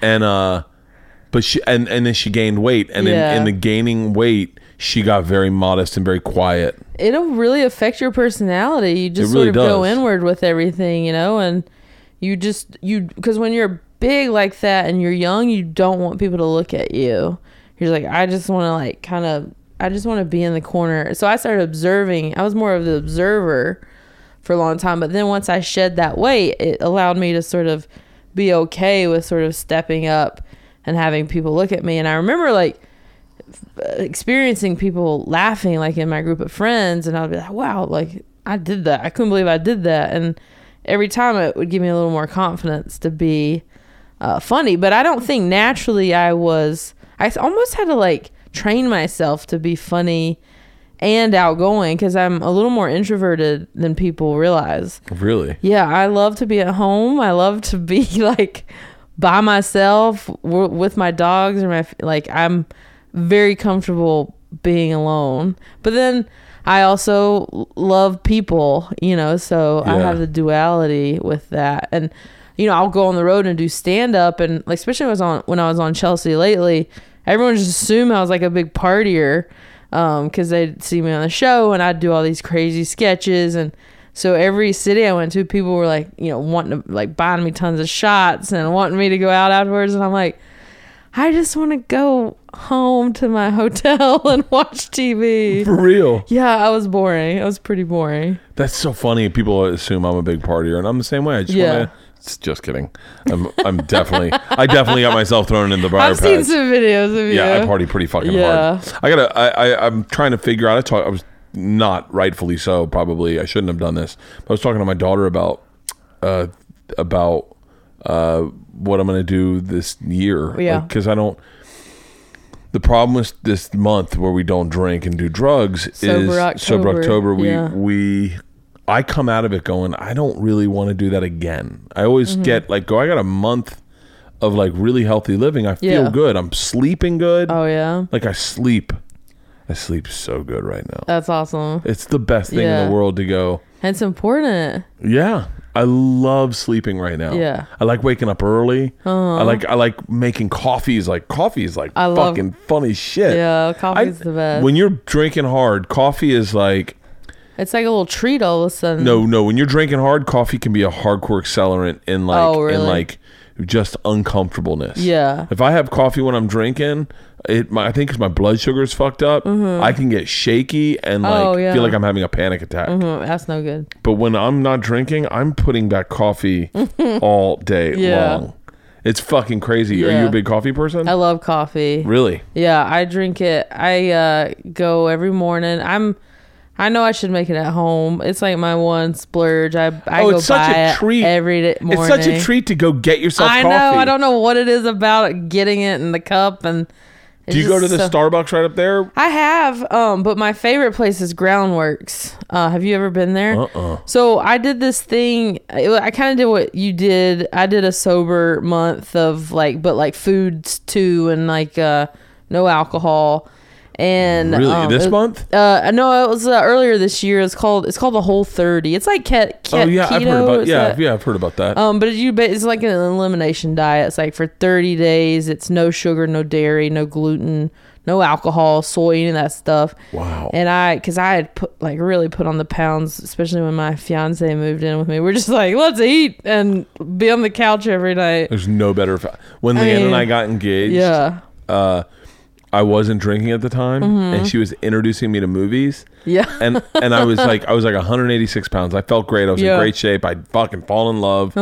Speaker 3: and uh, but she and and then she gained weight, and
Speaker 5: Yeah.
Speaker 3: in, in the gaining weight, she got very modest and very quiet.
Speaker 5: it'll really affect your personality. You just
Speaker 3: really
Speaker 5: sort of go
Speaker 3: does.
Speaker 5: inward with everything, you know, and you just you because when you're big like that and you're young, you don't want people to look at you. You're like, I just want to like kind of, I just want to be in the corner. So I started observing. I was more of the observer for a long time, but then once I shed that weight, it allowed me to sort of be okay with sort of stepping up and having people look at me. And I remember like experiencing people laughing like in my group of friends and I'd be like wow like I did that I couldn't believe I did that and every time it would give me a little more confidence to be uh, funny but I don't think naturally I was I s- almost had to like train myself to be funny and outgoing because I'm a little more introverted than people realize
Speaker 3: Really,
Speaker 5: yeah, I love to be at home. I love to be [LAUGHS] like by myself w- with my dogs or my f- like I'm very comfortable being alone. But then I also l- love people, you know, so I
Speaker 3: Yeah.
Speaker 5: have the duality with that. And you know, I'll go on the road and do stand up and like especially when I was on when I was on Chelsea lately, everyone just assumed I was like a big partier because they'd see me on the show and I'd do all these crazy sketches and so every city I went to, people were like, you know, wanting to like buying me tons of shots and wanting me to go out afterwards, and I'm like, I just want to go home to my [LAUGHS] hotel and watch
Speaker 3: [LAUGHS]
Speaker 5: TV.
Speaker 3: for real.
Speaker 5: Yeah, I was boring. I was pretty boring.
Speaker 3: That's so funny. People assume I'm a big partier, and I'm the same way. I just
Speaker 5: Yeah.
Speaker 3: want to. Just kidding. I'm, I'm definitely. I definitely got myself thrown into the briar
Speaker 5: I've seen
Speaker 3: patch.
Speaker 5: some videos of you.
Speaker 3: Yeah, I party pretty fucking
Speaker 5: Yeah.
Speaker 3: hard. I gotta. I, I I'm trying to figure out. I talk. I was not rightfully so. Probably I shouldn't have done this. I was talking to my daughter about uh about uh what I'm gonna do this year.
Speaker 5: Yeah.
Speaker 3: Because I don't. The problem with this month where we don't drink and do drugs is
Speaker 5: Sober
Speaker 3: sober
Speaker 5: October,
Speaker 3: October. We
Speaker 5: yeah.
Speaker 3: we. I come out of it going, I don't really want to do that again. I always
Speaker 5: Mm-hmm.
Speaker 3: get like, go, I got a month of like really healthy living. I feel
Speaker 5: Yeah.
Speaker 3: good. I'm sleeping good.
Speaker 5: Oh yeah,
Speaker 3: Like I sleep. I sleep so good right now.
Speaker 5: that's awesome.
Speaker 3: It's the best thing in
Speaker 5: Yeah.
Speaker 3: the world to go.
Speaker 5: It's important.
Speaker 3: Yeah. I love sleeping right now.
Speaker 5: Yeah.
Speaker 3: I like waking up early. I like I like making coffees. Like coffee is like
Speaker 5: I love-
Speaker 3: fucking funny shit.
Speaker 5: Yeah, coffee's
Speaker 3: I-
Speaker 5: the best.
Speaker 3: When you're drinking hard, coffee is like
Speaker 5: It's like a little treat all of a sudden.
Speaker 3: no, no. When you're drinking hard, coffee can be a hardcore accelerant in like
Speaker 5: Oh, really?
Speaker 3: in like just uncomfortableness.
Speaker 5: Yeah.
Speaker 3: If I have coffee when I'm drinking, it my, I think because my blood sugar's fucked up, I can get shaky and like
Speaker 5: Mm-hmm. Oh, yeah.
Speaker 3: feel like I'm having a panic attack.
Speaker 5: Mm, that's no good.
Speaker 3: But when I'm not drinking, I'm putting back
Speaker 5: [LAUGHS]
Speaker 3: coffee all day
Speaker 5: Yeah.
Speaker 3: long. It's fucking crazy. Are you
Speaker 5: Yeah.
Speaker 3: a big coffee person?
Speaker 5: I love coffee.
Speaker 3: really?
Speaker 5: Yeah, I drink it. I uh, go every morning. I'm. I know I should make it at home. It's like my one splurge. I I
Speaker 3: oh,
Speaker 5: go
Speaker 3: it's such
Speaker 5: buy
Speaker 3: a
Speaker 5: it
Speaker 3: treat.
Speaker 5: every day, morning.
Speaker 3: It's such a treat to go get yourself
Speaker 5: I know.
Speaker 3: coffee.
Speaker 5: I don't know what it is about it, getting it in the cup and.
Speaker 3: Do you go to the
Speaker 5: store?
Speaker 3: Starbucks right up there?
Speaker 5: I have, um, but my favorite place is Groundworks. Uh, have you ever been there?
Speaker 3: Uh-uh.
Speaker 5: So I did this thing. I, I kind of did what you did. I did a sober month of like, but like foods too, and like uh, no alcohol. And
Speaker 3: Really?
Speaker 5: um,
Speaker 3: This
Speaker 5: it-
Speaker 3: month?
Speaker 5: Uh, no, it was uh, earlier this year. It's called it's called the Whole Thirty. It's like ket,
Speaker 3: oh
Speaker 5: ket-
Speaker 3: yeah,
Speaker 5: keto.
Speaker 3: I've heard about
Speaker 5: is
Speaker 3: yeah,
Speaker 5: that-
Speaker 3: yeah, I've heard about that.
Speaker 5: Um, but you but it's like an elimination diet. It's like for 30 days, it's no sugar, no dairy, no gluten, no alcohol, soy, any of that stuff.
Speaker 3: Wow.
Speaker 5: And I, cause I had put like really put on the pounds, especially when my fiance moved in with me. We're just like, let's eat and be on the couch every night.
Speaker 3: There's no better. Fa- when
Speaker 5: I
Speaker 3: Leanne
Speaker 5: mean,
Speaker 3: and I got engaged,
Speaker 5: Yeah.
Speaker 3: uh, I wasn't drinking at the time,
Speaker 5: Mm-hmm.
Speaker 3: and she was introducing me to movies.
Speaker 5: Yeah.
Speaker 3: and and I was like, I was like 186 pounds. I felt great. I was
Speaker 5: Yeah. Uh-huh.
Speaker 3: in great shape. I fucking fall in love.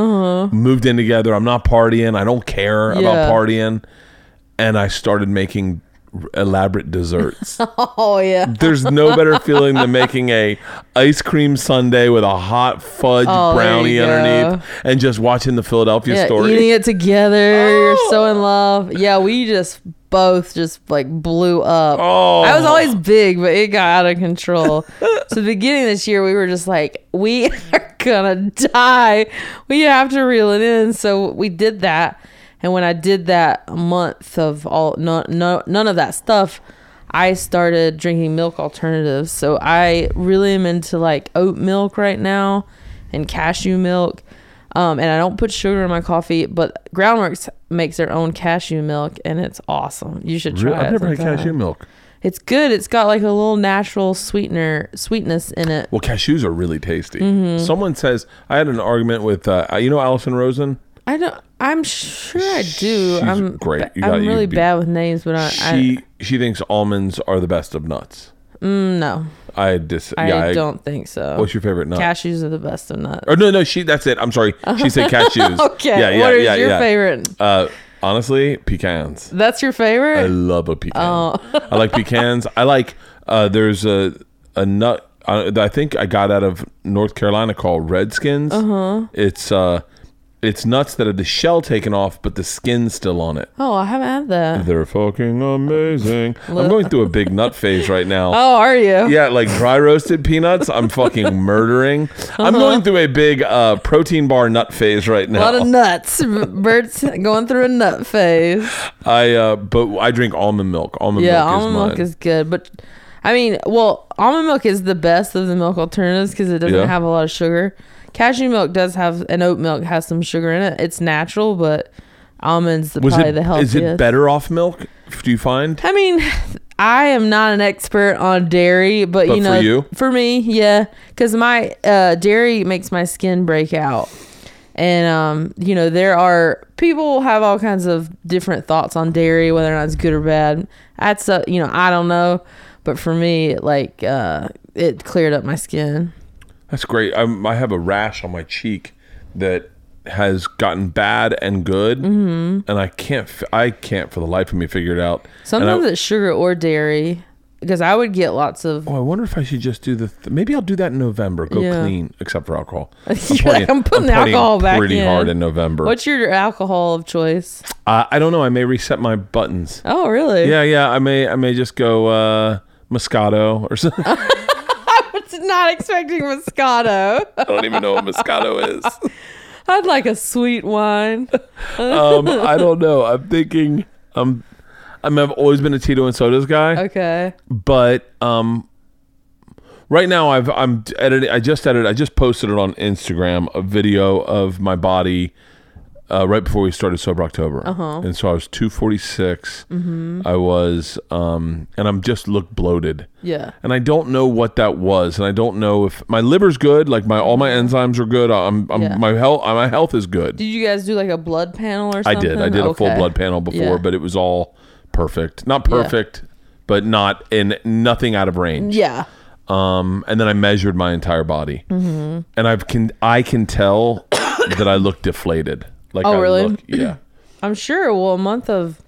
Speaker 3: Moved in together. I'm not partying. I don't care
Speaker 5: Yeah.
Speaker 3: about partying. And I started making r- elaborate desserts.
Speaker 5: [LAUGHS] Oh yeah.
Speaker 3: There's no better feeling than making a ice cream sundae with a hot fudge
Speaker 5: Oh, there
Speaker 3: brownie
Speaker 5: you go.
Speaker 3: underneath, and just watching the Philadelphia
Speaker 5: Yeah,
Speaker 3: story.
Speaker 5: eating it together. You're so in love. Yeah, we just both just like blew up.
Speaker 3: Oh.
Speaker 5: I was always big, but it got out of control. [LAUGHS] so the beginning of this year, we were just like, we [LAUGHS] are gonna die. We have to reel it in. So we did that, and when I did that a month of all no, no none of that stuff. I started drinking milk alternatives. So I really am into like oat milk right now and cashew milk. Um, and I don't put sugar in my coffee, but Groundworks makes their own cashew milk, and it's awesome. You should try
Speaker 3: Really?
Speaker 5: it.
Speaker 3: I've never had
Speaker 5: sometime.
Speaker 3: cashew milk.
Speaker 5: It's good. It's got like a little natural sweetener sweetness in it.
Speaker 3: Well, cashews are really tasty.
Speaker 5: Mm-hmm.
Speaker 3: Someone says I had an argument with uh, you know Allison Rosen.
Speaker 5: I don't. I'm sure I do.
Speaker 3: She's
Speaker 5: I'm
Speaker 3: great. You gotta-
Speaker 5: I'm
Speaker 3: you
Speaker 5: really
Speaker 3: could be-
Speaker 5: bad with names, but Uh, I,
Speaker 3: she she thinks almonds are the best of nuts.
Speaker 5: I mm, no,
Speaker 3: I dis.
Speaker 5: I
Speaker 3: yeah,
Speaker 5: don't think so.
Speaker 3: What's your favorite nut?
Speaker 5: Cashews are the best of nuts.
Speaker 3: Oh no, no, she. That's it. I'm sorry. She said cashews.
Speaker 5: [LAUGHS] Okay. what is your favorite?
Speaker 3: Uh, honestly, pecans.
Speaker 5: That's your
Speaker 3: I
Speaker 5: favorite?
Speaker 3: love a pecan.
Speaker 5: Oh.
Speaker 3: [LAUGHS] I like pecans. I like. Uh, there's a a nut. Uh, that I think I got out of North Carolina called Redskins. Uh-huh. It's uh, it's nuts that have the shell taken off, but the skin's still on it.
Speaker 5: oh, I haven't had that.
Speaker 3: They're fucking
Speaker 5: [LAUGHS]
Speaker 3: amazing. I'm going through a big nut phase right now.
Speaker 5: Oh, are you?
Speaker 3: Yeah, like dry roasted peanuts, I'm
Speaker 5: [LAUGHS]
Speaker 3: fucking murdering.
Speaker 5: Uh-huh.
Speaker 3: I'm going through a big uh, protein bar nut phase right
Speaker 5: A lot of
Speaker 3: now.
Speaker 5: nuts. [LAUGHS] Bert's going through a nut phase.
Speaker 3: I uh, but I drink almond milk. Almond
Speaker 5: Yeah,
Speaker 3: milk is
Speaker 5: almond
Speaker 3: mine.
Speaker 5: milk is good, but I mean, well, almond milk is the best of the milk alternatives because it doesn't
Speaker 3: Yeah.
Speaker 5: have a lot of sugar. Cashew milk does have, and oat milk has some sugar in it. It's natural, but almonds the,
Speaker 3: Was
Speaker 5: probably
Speaker 3: it,
Speaker 5: the healthiest.
Speaker 3: is it better off milk? Do you find?
Speaker 5: I mean, I am not an expert on dairy, but,
Speaker 3: But
Speaker 5: you
Speaker 3: for you?
Speaker 5: know, me, yeah, because my uh, dairy makes my skin break out, and um, you know, there are people have all kinds of different thoughts on dairy, whether or not it's good or bad. That's a, you know, I don't know, but for me, like, uh, it cleared up my skin.
Speaker 3: That's great. I'm, I have a rash on my cheek that has gotten bad and good, mm-hmm. and I can't. f- I can't for the life of me figure it out. And
Speaker 5: Sometimes
Speaker 3: I,
Speaker 5: it's sugar or dairy, because I would get lots of.
Speaker 3: Oh, I wonder if I should just do the. Th- Maybe I'll do that in November. Go
Speaker 5: Yeah.
Speaker 3: clean, except for
Speaker 5: [LAUGHS]
Speaker 3: alcohol. I'm,
Speaker 5: You're like, I'm putting the alcohol back
Speaker 3: pretty
Speaker 5: in.
Speaker 3: hard in November.
Speaker 5: What's your alcohol of choice?
Speaker 3: Uh, I don't know. I may reset my buttons.
Speaker 5: Oh, really?
Speaker 3: Yeah, yeah. I may. I may just go uh, Moscato or [LAUGHS] something. I
Speaker 5: It's not expecting Moscato.
Speaker 3: don't even know what Moscato is.
Speaker 5: I'd like a sweet wine. [LAUGHS]
Speaker 3: Um, I don't know. I'm thinking. Um, I mean, I've always been a Tito and sodas guy,
Speaker 5: Okay.
Speaker 3: but um, right now I've I'm editing. I just edited. I just posted it on Instagram a video of my body. Uh, right before we started sober October, uh-huh. and so I was 246.
Speaker 5: Mm-hmm.
Speaker 3: I was, um, and I'm just looked bloated.
Speaker 5: Yeah.
Speaker 3: and I don't know what that was, and I don't know if my liver's good, like my all my enzymes are good. I'm, I'm
Speaker 5: Yeah.
Speaker 3: my health my health is good.
Speaker 5: Did you guys do like a blood panel or
Speaker 3: I
Speaker 5: something?
Speaker 3: did I did a full
Speaker 5: Okay.
Speaker 3: blood panel before,
Speaker 5: Yeah.
Speaker 3: but it was all perfect, not
Speaker 5: Yeah.
Speaker 3: perfect, but not in nothing out of range.
Speaker 5: Yeah.
Speaker 3: Um, and then I measured my entire body,
Speaker 5: Mm-hmm.
Speaker 3: and I've can I can tell [COUGHS] that I look deflated. Like
Speaker 5: Oh,
Speaker 3: I
Speaker 5: really?
Speaker 3: Look,
Speaker 5: [COUGHS]
Speaker 3: yeah.
Speaker 5: I'm sure. Well, a month of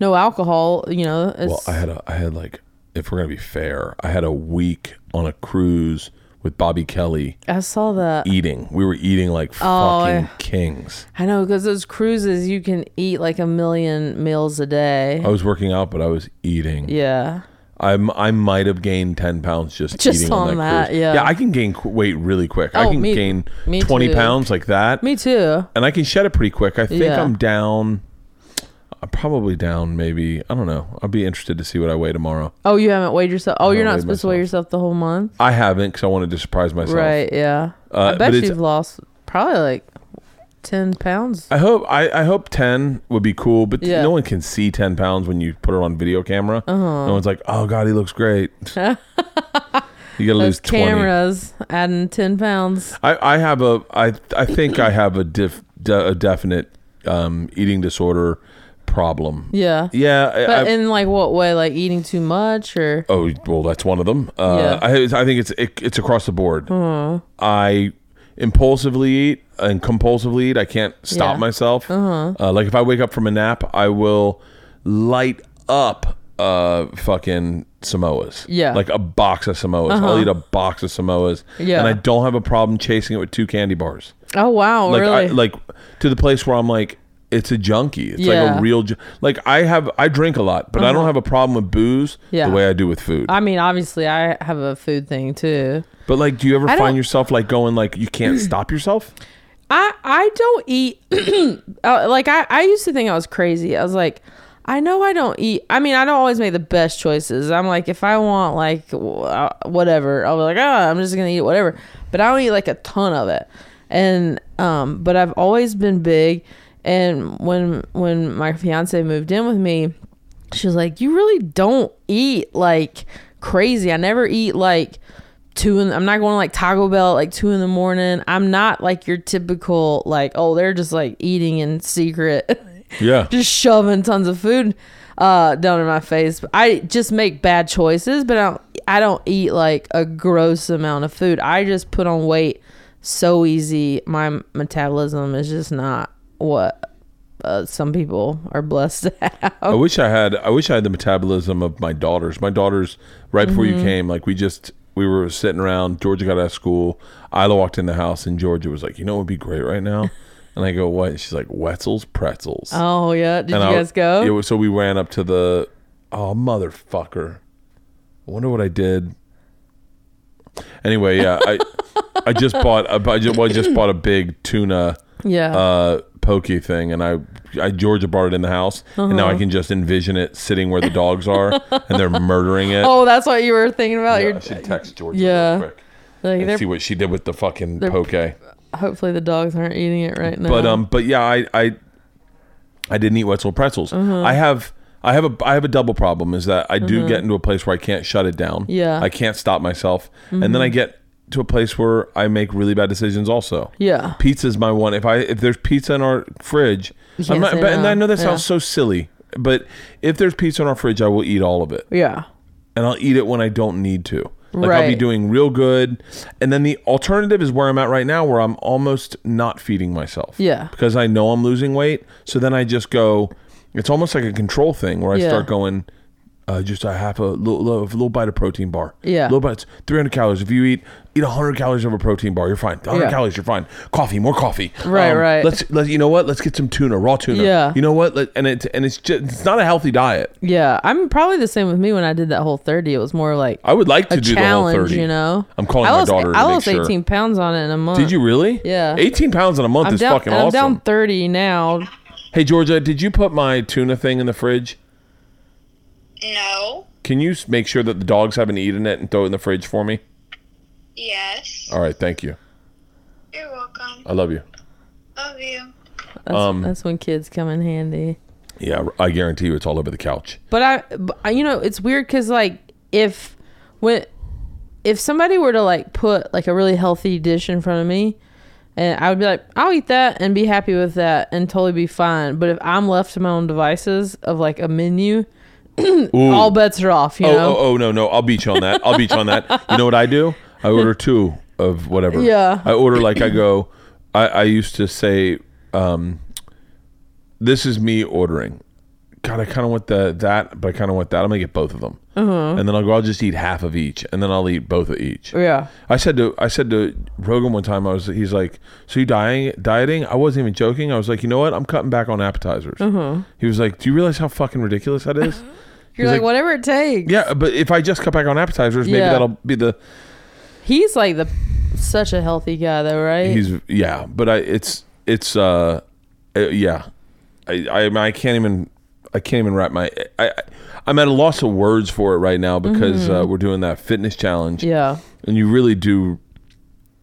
Speaker 5: no alcohol, you know, it's,
Speaker 3: Well, I had a, I had like, if we're gonna be fair, I had a week on a cruise with Bobby Kelly.
Speaker 5: I saw that.
Speaker 3: eating. We were eating like
Speaker 5: Oh, yeah.
Speaker 3: fucking kings.
Speaker 5: I know because those cruises, you can eat like a million meals a day.
Speaker 3: I was working out, but I was eating.
Speaker 5: Yeah.
Speaker 3: I'm I might have gained ten pounds just,
Speaker 5: Just
Speaker 3: eating on
Speaker 5: on
Speaker 3: that.
Speaker 5: that,
Speaker 3: cruise.
Speaker 5: yeah.
Speaker 3: yeah, I can gain qu- weight really quick. I
Speaker 5: Oh,
Speaker 3: can
Speaker 5: me-
Speaker 3: gain
Speaker 5: me
Speaker 3: twenty
Speaker 5: too.
Speaker 3: pounds like that,
Speaker 5: Me too.
Speaker 3: and I can shed it pretty quick. I think
Speaker 5: Yeah.
Speaker 3: I'm down. I'm uh, probably down. Maybe I don't know. I'll be interested to see what I weigh tomorrow.
Speaker 5: Oh, you haven't weighed yourself. Oh, you're
Speaker 3: haven't
Speaker 5: not
Speaker 3: weighed
Speaker 5: supposed to weigh yourself the whole month,
Speaker 3: I haven't because I wanted to surprise myself.
Speaker 5: right? Yeah.
Speaker 3: Uh,
Speaker 5: I
Speaker 3: but
Speaker 5: bet
Speaker 3: it's-
Speaker 5: you've lost probably like ten pounds.
Speaker 3: I hope I, I hope ten would be cool, but
Speaker 5: Yeah.
Speaker 3: no one can see ten pounds when you put it on video camera.
Speaker 5: Uh-huh.
Speaker 3: No one's like, "Oh God, he looks
Speaker 5: [LAUGHS]
Speaker 3: great." you gotta lose
Speaker 5: Those
Speaker 3: twenty.
Speaker 5: cameras adding ten pounds.
Speaker 3: I, I have a I I think I have a dif, de, a definite um, eating disorder problem.
Speaker 5: Yeah.
Speaker 3: Yeah. I-
Speaker 5: But
Speaker 3: I-
Speaker 5: in like what way? Like eating too much or
Speaker 3: oh well, that's one of them. Uh, I I think it's it, it's across the board. I impulsively eat and compulsively eat. I can't stop
Speaker 5: Yeah.
Speaker 3: myself. Uh-huh. like if I wake up from a nap, I will light up uh fucking Samoas.
Speaker 5: Yeah. Uh-huh.
Speaker 3: Like a box of Samoas. I'll eat a box of Samoas.
Speaker 5: Yeah.
Speaker 3: And I don't have a problem chasing it with two candy bars.
Speaker 5: oh wow,
Speaker 3: like
Speaker 5: really?
Speaker 3: I, like to the place where I'm like it's a junkie. It's like
Speaker 5: Yeah. Uh-huh.
Speaker 3: a real ju- like I have I drink a lot, but I don't have a problem with booze
Speaker 5: Yeah.
Speaker 3: the way I do with food.
Speaker 5: I mean, obviously, I have a food thing too.
Speaker 3: but like do you ever
Speaker 5: I
Speaker 3: find
Speaker 5: don't-
Speaker 3: yourself like going like you
Speaker 5: [CLEARS THROAT]
Speaker 3: can't stop yourself?
Speaker 5: I I don't eat [CLEARS THROAT] uh, like I I used to think I was crazy. I was like, I know I don't eat. I mean, I don't always make the best choices. I'm like, if I want like w- uh, whatever, I'll be like, oh, I'm just gonna eat whatever. But I don't eat like a ton of it. And um, but I've always been big. And when when my fiance moved in with me, she was like, "You really don't eat like crazy. I never eat like two. In, I'm not going to like Taco Bell at, like two in the morning. I'm not like your typical like oh they're just like eating in secret, [LAUGHS]
Speaker 3: Yeah.
Speaker 5: just shoving tons of food uh, down in my face. But I just make bad choices, but I don't I don't eat like a gross amount of food. I just put on weight so easy. My metabolism is just not what." Uh, some people are blessed to have.
Speaker 3: I wish I had I wish I had the metabolism of my daughters. My daughters right before
Speaker 5: Mm-hmm.
Speaker 3: you came, like we just we were sitting around, Georgia got out of school, Isla walked in the house and Georgia was like, You know what would be great right
Speaker 5: [LAUGHS]
Speaker 3: now? And I go, What? And she's like, Wetzel's pretzels.
Speaker 5: Oh yeah, did
Speaker 3: And
Speaker 5: you
Speaker 3: I-
Speaker 5: guys go?
Speaker 3: It was, so we ran up to the. Oh motherfucker! I wonder what I did. Anyway, yeah,
Speaker 5: [LAUGHS]
Speaker 3: I I just bought a, I just, well, I just bought a big tuna
Speaker 5: yeah.
Speaker 3: uh pokey thing, and I I Georgia brought it in the house, and
Speaker 5: Uh-huh.
Speaker 3: now I can just envision it sitting where the dogs are, and they're murdering it.
Speaker 5: [LAUGHS] oh, that's what you were thinking about.
Speaker 3: yeah,
Speaker 5: You're,
Speaker 3: I should text Georgia
Speaker 5: Yeah.
Speaker 3: real quick
Speaker 5: like,
Speaker 3: and
Speaker 5: they're,
Speaker 3: see what she did with the fucking
Speaker 5: they're-
Speaker 3: poke.
Speaker 5: hopefully the dogs aren't eating it right now.
Speaker 3: But um, but yeah, I I, I didn't eat Wetzel pretzels.
Speaker 5: Uh-huh.
Speaker 3: I have I have a I have a double problem is that I do get into a place where I can't shut it down.
Speaker 5: Yeah. Mm-hmm.
Speaker 3: I can't stop myself, and then I get to a place where I make really bad decisions. Also,
Speaker 5: Yeah.
Speaker 3: pizza's my one. If I if there's pizza in our fridge, I'm
Speaker 5: can't
Speaker 3: not,
Speaker 5: say
Speaker 3: but, and
Speaker 5: no.
Speaker 3: I know that
Speaker 5: Yeah.
Speaker 3: sounds so silly, but if there's pizza in our fridge, I will eat all of it
Speaker 5: yeah,
Speaker 3: and I'll eat it when I don't need to. Like I'll be
Speaker 5: Right.
Speaker 3: doing real good. And then the alternative is where I'm at right now where I'm almost not feeding myself.
Speaker 5: Yeah.
Speaker 3: Because I know I'm losing weight. So then I just go it's almost like a control thing where I
Speaker 5: Yeah.
Speaker 3: start going uh, just a half a little, little, little bite of protein bar.
Speaker 5: Yeah.
Speaker 3: little bite. 300 calories. If you eat eat 100 calories of a protein bar, you're fine. 100
Speaker 5: Yeah.
Speaker 3: calories, you're fine. Coffee, more coffee. Um,
Speaker 5: Right, right.
Speaker 3: Let's let you know what. Let's get some tuna, raw tuna.
Speaker 5: Yeah.
Speaker 3: You know what? Let, and it's and it's just it's not a healthy diet.
Speaker 5: yeah. I'm probably the same with me when I did that whole thirty. It was more like
Speaker 3: I would like to
Speaker 5: a
Speaker 3: do
Speaker 5: challenge,
Speaker 3: the whole 30.
Speaker 5: you know.
Speaker 3: I'm calling
Speaker 5: I
Speaker 3: my
Speaker 5: lost,
Speaker 3: daughter to
Speaker 5: I
Speaker 3: make
Speaker 5: lost
Speaker 3: sure.
Speaker 5: 18 pounds on it in a month.
Speaker 3: Did you really?
Speaker 5: Yeah.
Speaker 3: 18 pounds in a month
Speaker 5: I'm
Speaker 3: is
Speaker 5: down,
Speaker 3: fucking
Speaker 5: I'm
Speaker 3: awesome.
Speaker 5: down 30 now.
Speaker 3: hey Georgia, did you put my tuna thing in the fridge?
Speaker 6: No.
Speaker 3: Can you s- make sure that the dogs haven't eaten it and throw it in the fridge for me?
Speaker 6: Yes.
Speaker 3: All right, thank you.
Speaker 6: You're welcome.
Speaker 3: I love you.
Speaker 6: Love you.
Speaker 5: That's,
Speaker 3: Um,
Speaker 5: that's when kids come in handy.
Speaker 3: Yeah, I guarantee you it's all over the couch.
Speaker 5: But I, but I- you know, it's weird because like if when if somebody were to like put like a really healthy dish in front of me, and I would be like, I'll eat that and be happy with that and totally be fine. But if I'm left to my own devices of like a menu,
Speaker 3: Ooh.
Speaker 5: all bets are off. You
Speaker 3: oh,
Speaker 5: know?
Speaker 3: oh, oh, no, no. I'll beat you on that. I'll beat you on
Speaker 5: [LAUGHS]
Speaker 3: that. You know what I do? I order two of whatever.
Speaker 5: Yeah.
Speaker 3: I order like I go. I, I used to say, um, "This is me ordering." God, I kind of want the that, but I kind of want that. I'm gonna get both of them, and then I'll go. I'll just eat half of each, and then I'll eat both of each.
Speaker 5: Uh-huh. Yeah.
Speaker 3: I said to I said to Rogan one time. I was he's like, so you dying dieting? I wasn't even joking. I was like, you know what? I'm cutting back on appetizers.
Speaker 5: Uh-huh.
Speaker 3: He was like, do you realize how fucking ridiculous that is?
Speaker 5: You're like, whatever it takes.
Speaker 3: Yeah, but if I just cut back on appetizers, maybe
Speaker 5: Yeah.
Speaker 3: that'll be the.
Speaker 5: He's like the such a healthy guy though, right?
Speaker 3: He's yeah, but I it's it's uh, uh, yeah, I I, I can't even I can't even wrap my. I, I I'm at a loss of words for it right now because uh, we're doing that fitness challenge.
Speaker 5: Mm-hmm. Yeah.
Speaker 3: and you really do.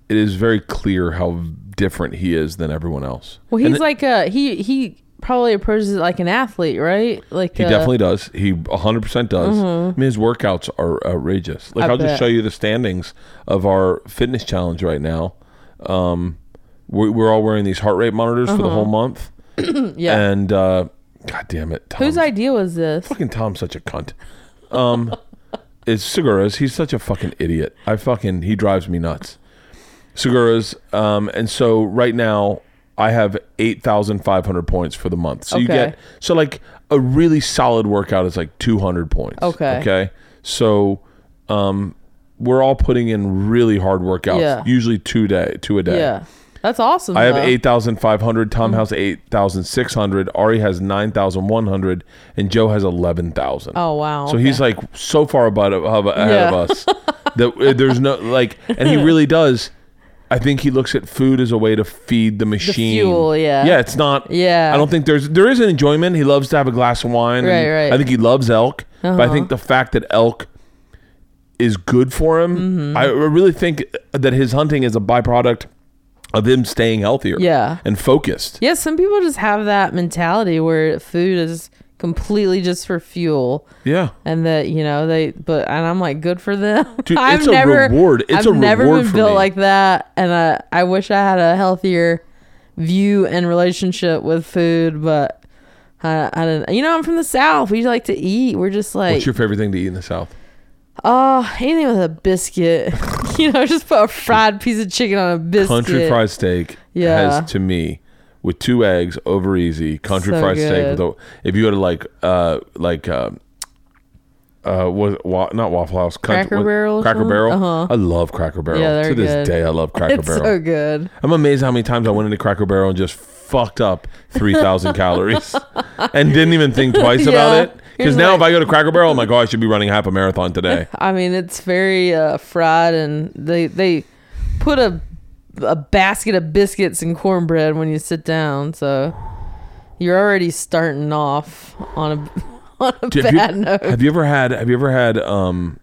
Speaker 3: It is very clear how different he is than everyone else.
Speaker 5: Well,
Speaker 3: And
Speaker 5: he's like a he he probably approaches it like an athlete, right? Like uh, Mm-hmm.
Speaker 3: He definitely does. He 100% does. I mean, his workouts are outrageous. Like, I
Speaker 5: I
Speaker 3: will just
Speaker 5: bet.
Speaker 3: show you the standings of our fitness challenge right now. Um, we, we're all wearing these heart rate monitors for the whole month.
Speaker 5: Uh-huh. [CLEARS THROAT] Yeah.
Speaker 3: And, uh, God damn it. Tom's,
Speaker 5: Whose idea was this?
Speaker 3: Fucking Tom's such a cunt. Um, it's Segura's. He's such a fucking idiot. I fucking, he drives me nuts. Segura's. Um, and so right now, I have 8,500 points for the month. So you
Speaker 5: Okay.
Speaker 3: get, so like a really solid workout is like 200 points.
Speaker 5: Okay.
Speaker 3: Okay. So, um, we're all putting in really hard workouts,
Speaker 5: Yeah.
Speaker 3: usually two day, two a day.
Speaker 5: Yeah. That's awesome.
Speaker 3: I have
Speaker 5: though.
Speaker 3: 8,500. Tom has 8,600. Ari has 9,100. And Joe has 11,000.
Speaker 5: Oh, wow,
Speaker 3: So he's like so far above, above ahead
Speaker 5: Yeah.
Speaker 3: of
Speaker 5: [LAUGHS]
Speaker 3: us that uh, there's no, like, and he really does. I think he looks at food as a way to feed the machine.
Speaker 5: fuel, yeah.
Speaker 3: Yeah, it's not.
Speaker 5: Yeah.
Speaker 3: I don't think there's, there is an enjoyment. He loves to have a glass of wine. and
Speaker 5: Right, Uh-huh. right.
Speaker 3: I think he loves elk. But I think the fact that elk is good for him,
Speaker 5: Mm-hmm.
Speaker 3: I really think that his hunting is a byproduct of him staying healthier
Speaker 5: Yeah.
Speaker 3: and focused.
Speaker 5: Yeah, some people just have that mentality where food is completely just for fuel.
Speaker 3: Yeah.
Speaker 5: And that you know they, but and I'm like, good for them.
Speaker 3: [LAUGHS] Dude,
Speaker 5: [LAUGHS] I've
Speaker 3: it's a
Speaker 5: never,
Speaker 3: reward. It's
Speaker 5: I've
Speaker 3: a
Speaker 5: never
Speaker 3: reward
Speaker 5: been
Speaker 3: for
Speaker 5: built
Speaker 3: me.
Speaker 5: like that, and I, I wish I had a healthier view and relationship with food, but I, I didn't. You know, I'm from the South. We like to eat. We're just like,
Speaker 3: What's your favorite thing to eat in the South?
Speaker 5: oh, anything with a biscuit. [LAUGHS] you know, just put a fried piece of chicken on a biscuit.
Speaker 3: Country fried steak
Speaker 5: Yeah.
Speaker 3: has to me with two eggs over easy. Country
Speaker 5: So
Speaker 3: fried steak with
Speaker 5: good.
Speaker 3: a, if you go to like uh like uh uh, was wa- not Waffle House, country,
Speaker 5: Cracker
Speaker 3: what-
Speaker 5: Barrel or
Speaker 3: Cracker
Speaker 5: something?
Speaker 3: Barrel.
Speaker 5: Uh-huh.
Speaker 3: I love Cracker Barrel.
Speaker 5: Yeah, they're
Speaker 3: to this
Speaker 5: good.
Speaker 3: day, I love Cracker
Speaker 5: It's
Speaker 3: Barrel.
Speaker 5: so good.
Speaker 3: I'm amazed how many times I went into Cracker Barrel and just fucked up
Speaker 5: [LAUGHS]
Speaker 3: 3,000 calories and didn't even think twice
Speaker 5: Yeah.
Speaker 3: about it. Because
Speaker 5: You're
Speaker 3: now
Speaker 5: like-
Speaker 3: if I go to Cracker Barrel, I'm like, oh, I should be running half a marathon today.
Speaker 5: I mean, it's very uh, fried, and they they put a a basket of biscuits and cornbread when you sit down, so you're already starting off on a [LAUGHS] on a
Speaker 3: Have
Speaker 5: bad
Speaker 3: you,
Speaker 5: note.
Speaker 3: have you ever had? Have you ever had um,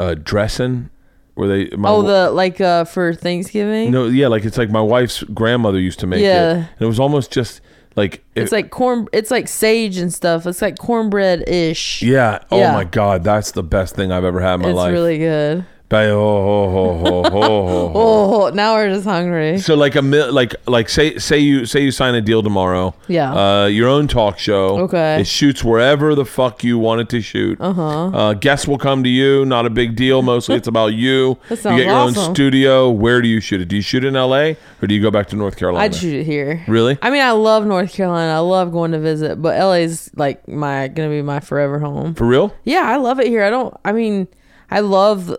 Speaker 3: uh, dressing? Where they? My,
Speaker 5: Oh, the like uh, for Thanksgiving,
Speaker 3: no, yeah, like it's like my wife's grandmother used to make
Speaker 5: Yeah.
Speaker 3: it, and it was almost just like
Speaker 5: it's like corn, it's like sage and stuff. It's like cornbread ish.
Speaker 3: yeah, oh
Speaker 5: Yeah.
Speaker 3: my god, that's the best thing I've ever had in my
Speaker 5: it's
Speaker 3: life.
Speaker 5: really good.
Speaker 3: Ba- ho, ho, ho, ho, ho, ho.
Speaker 5: Oh, now we're just hungry.
Speaker 3: So like a mil- like like say say you say you sign a deal tomorrow.
Speaker 5: Yeah.
Speaker 3: Uh, your own talk show.
Speaker 5: Okay.
Speaker 3: It shoots wherever the fuck you want it to shoot. Uh-huh. Uh Guests will come to you. Not a big deal. Mostly it's about you.
Speaker 5: [LAUGHS]
Speaker 3: you
Speaker 5: That sounds
Speaker 3: get your own
Speaker 5: awesome.
Speaker 3: studio. Where do you shoot it? Do you shoot in L.A. or do you go back to North Carolina?
Speaker 5: I'd shoot it here.
Speaker 3: Really?
Speaker 5: I mean, I love North Carolina. I love going to visit, but LA's like my gonna be my forever home.
Speaker 3: For real?
Speaker 5: Yeah, I love it here. I don't. I mean, I love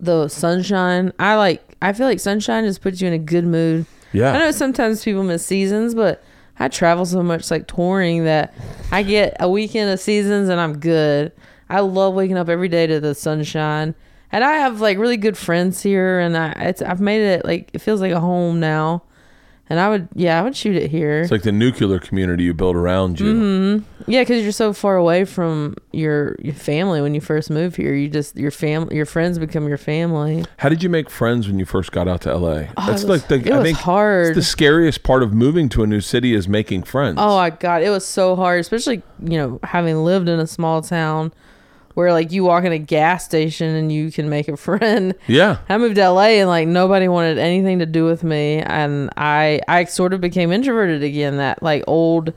Speaker 5: the sunshine. I like. I feel like sunshine just puts you in a good mood.
Speaker 3: Yeah.
Speaker 5: I know sometimes people miss seasons, but I travel so much, like touring, that I get a weekend of seasons and I'm good. I love waking up every day to the sunshine, and I have like really good friends here, and I it's I've made it like it feels like a home now. And I would, yeah, I would shoot it here.
Speaker 3: It's like the nuclear community you build around you.
Speaker 5: Mm-hmm. Yeah, because you're so far away from your, your family when you first move here. You just your fam your friends become your family.
Speaker 3: How did you make friends when you first got out to L.A.? That's
Speaker 5: Oh, it was-
Speaker 3: like the,
Speaker 5: it
Speaker 3: I
Speaker 5: was
Speaker 3: think
Speaker 5: hard.
Speaker 3: it's the scariest part of moving to a new city is making friends.
Speaker 5: Oh my god, it was so hard, especially you know having lived in a small town where like you walk in a gas station and you can make a [LAUGHS] friend.
Speaker 3: yeah.
Speaker 5: I moved to LA and like nobody wanted anything to do with me and I I sort of became introverted again that like old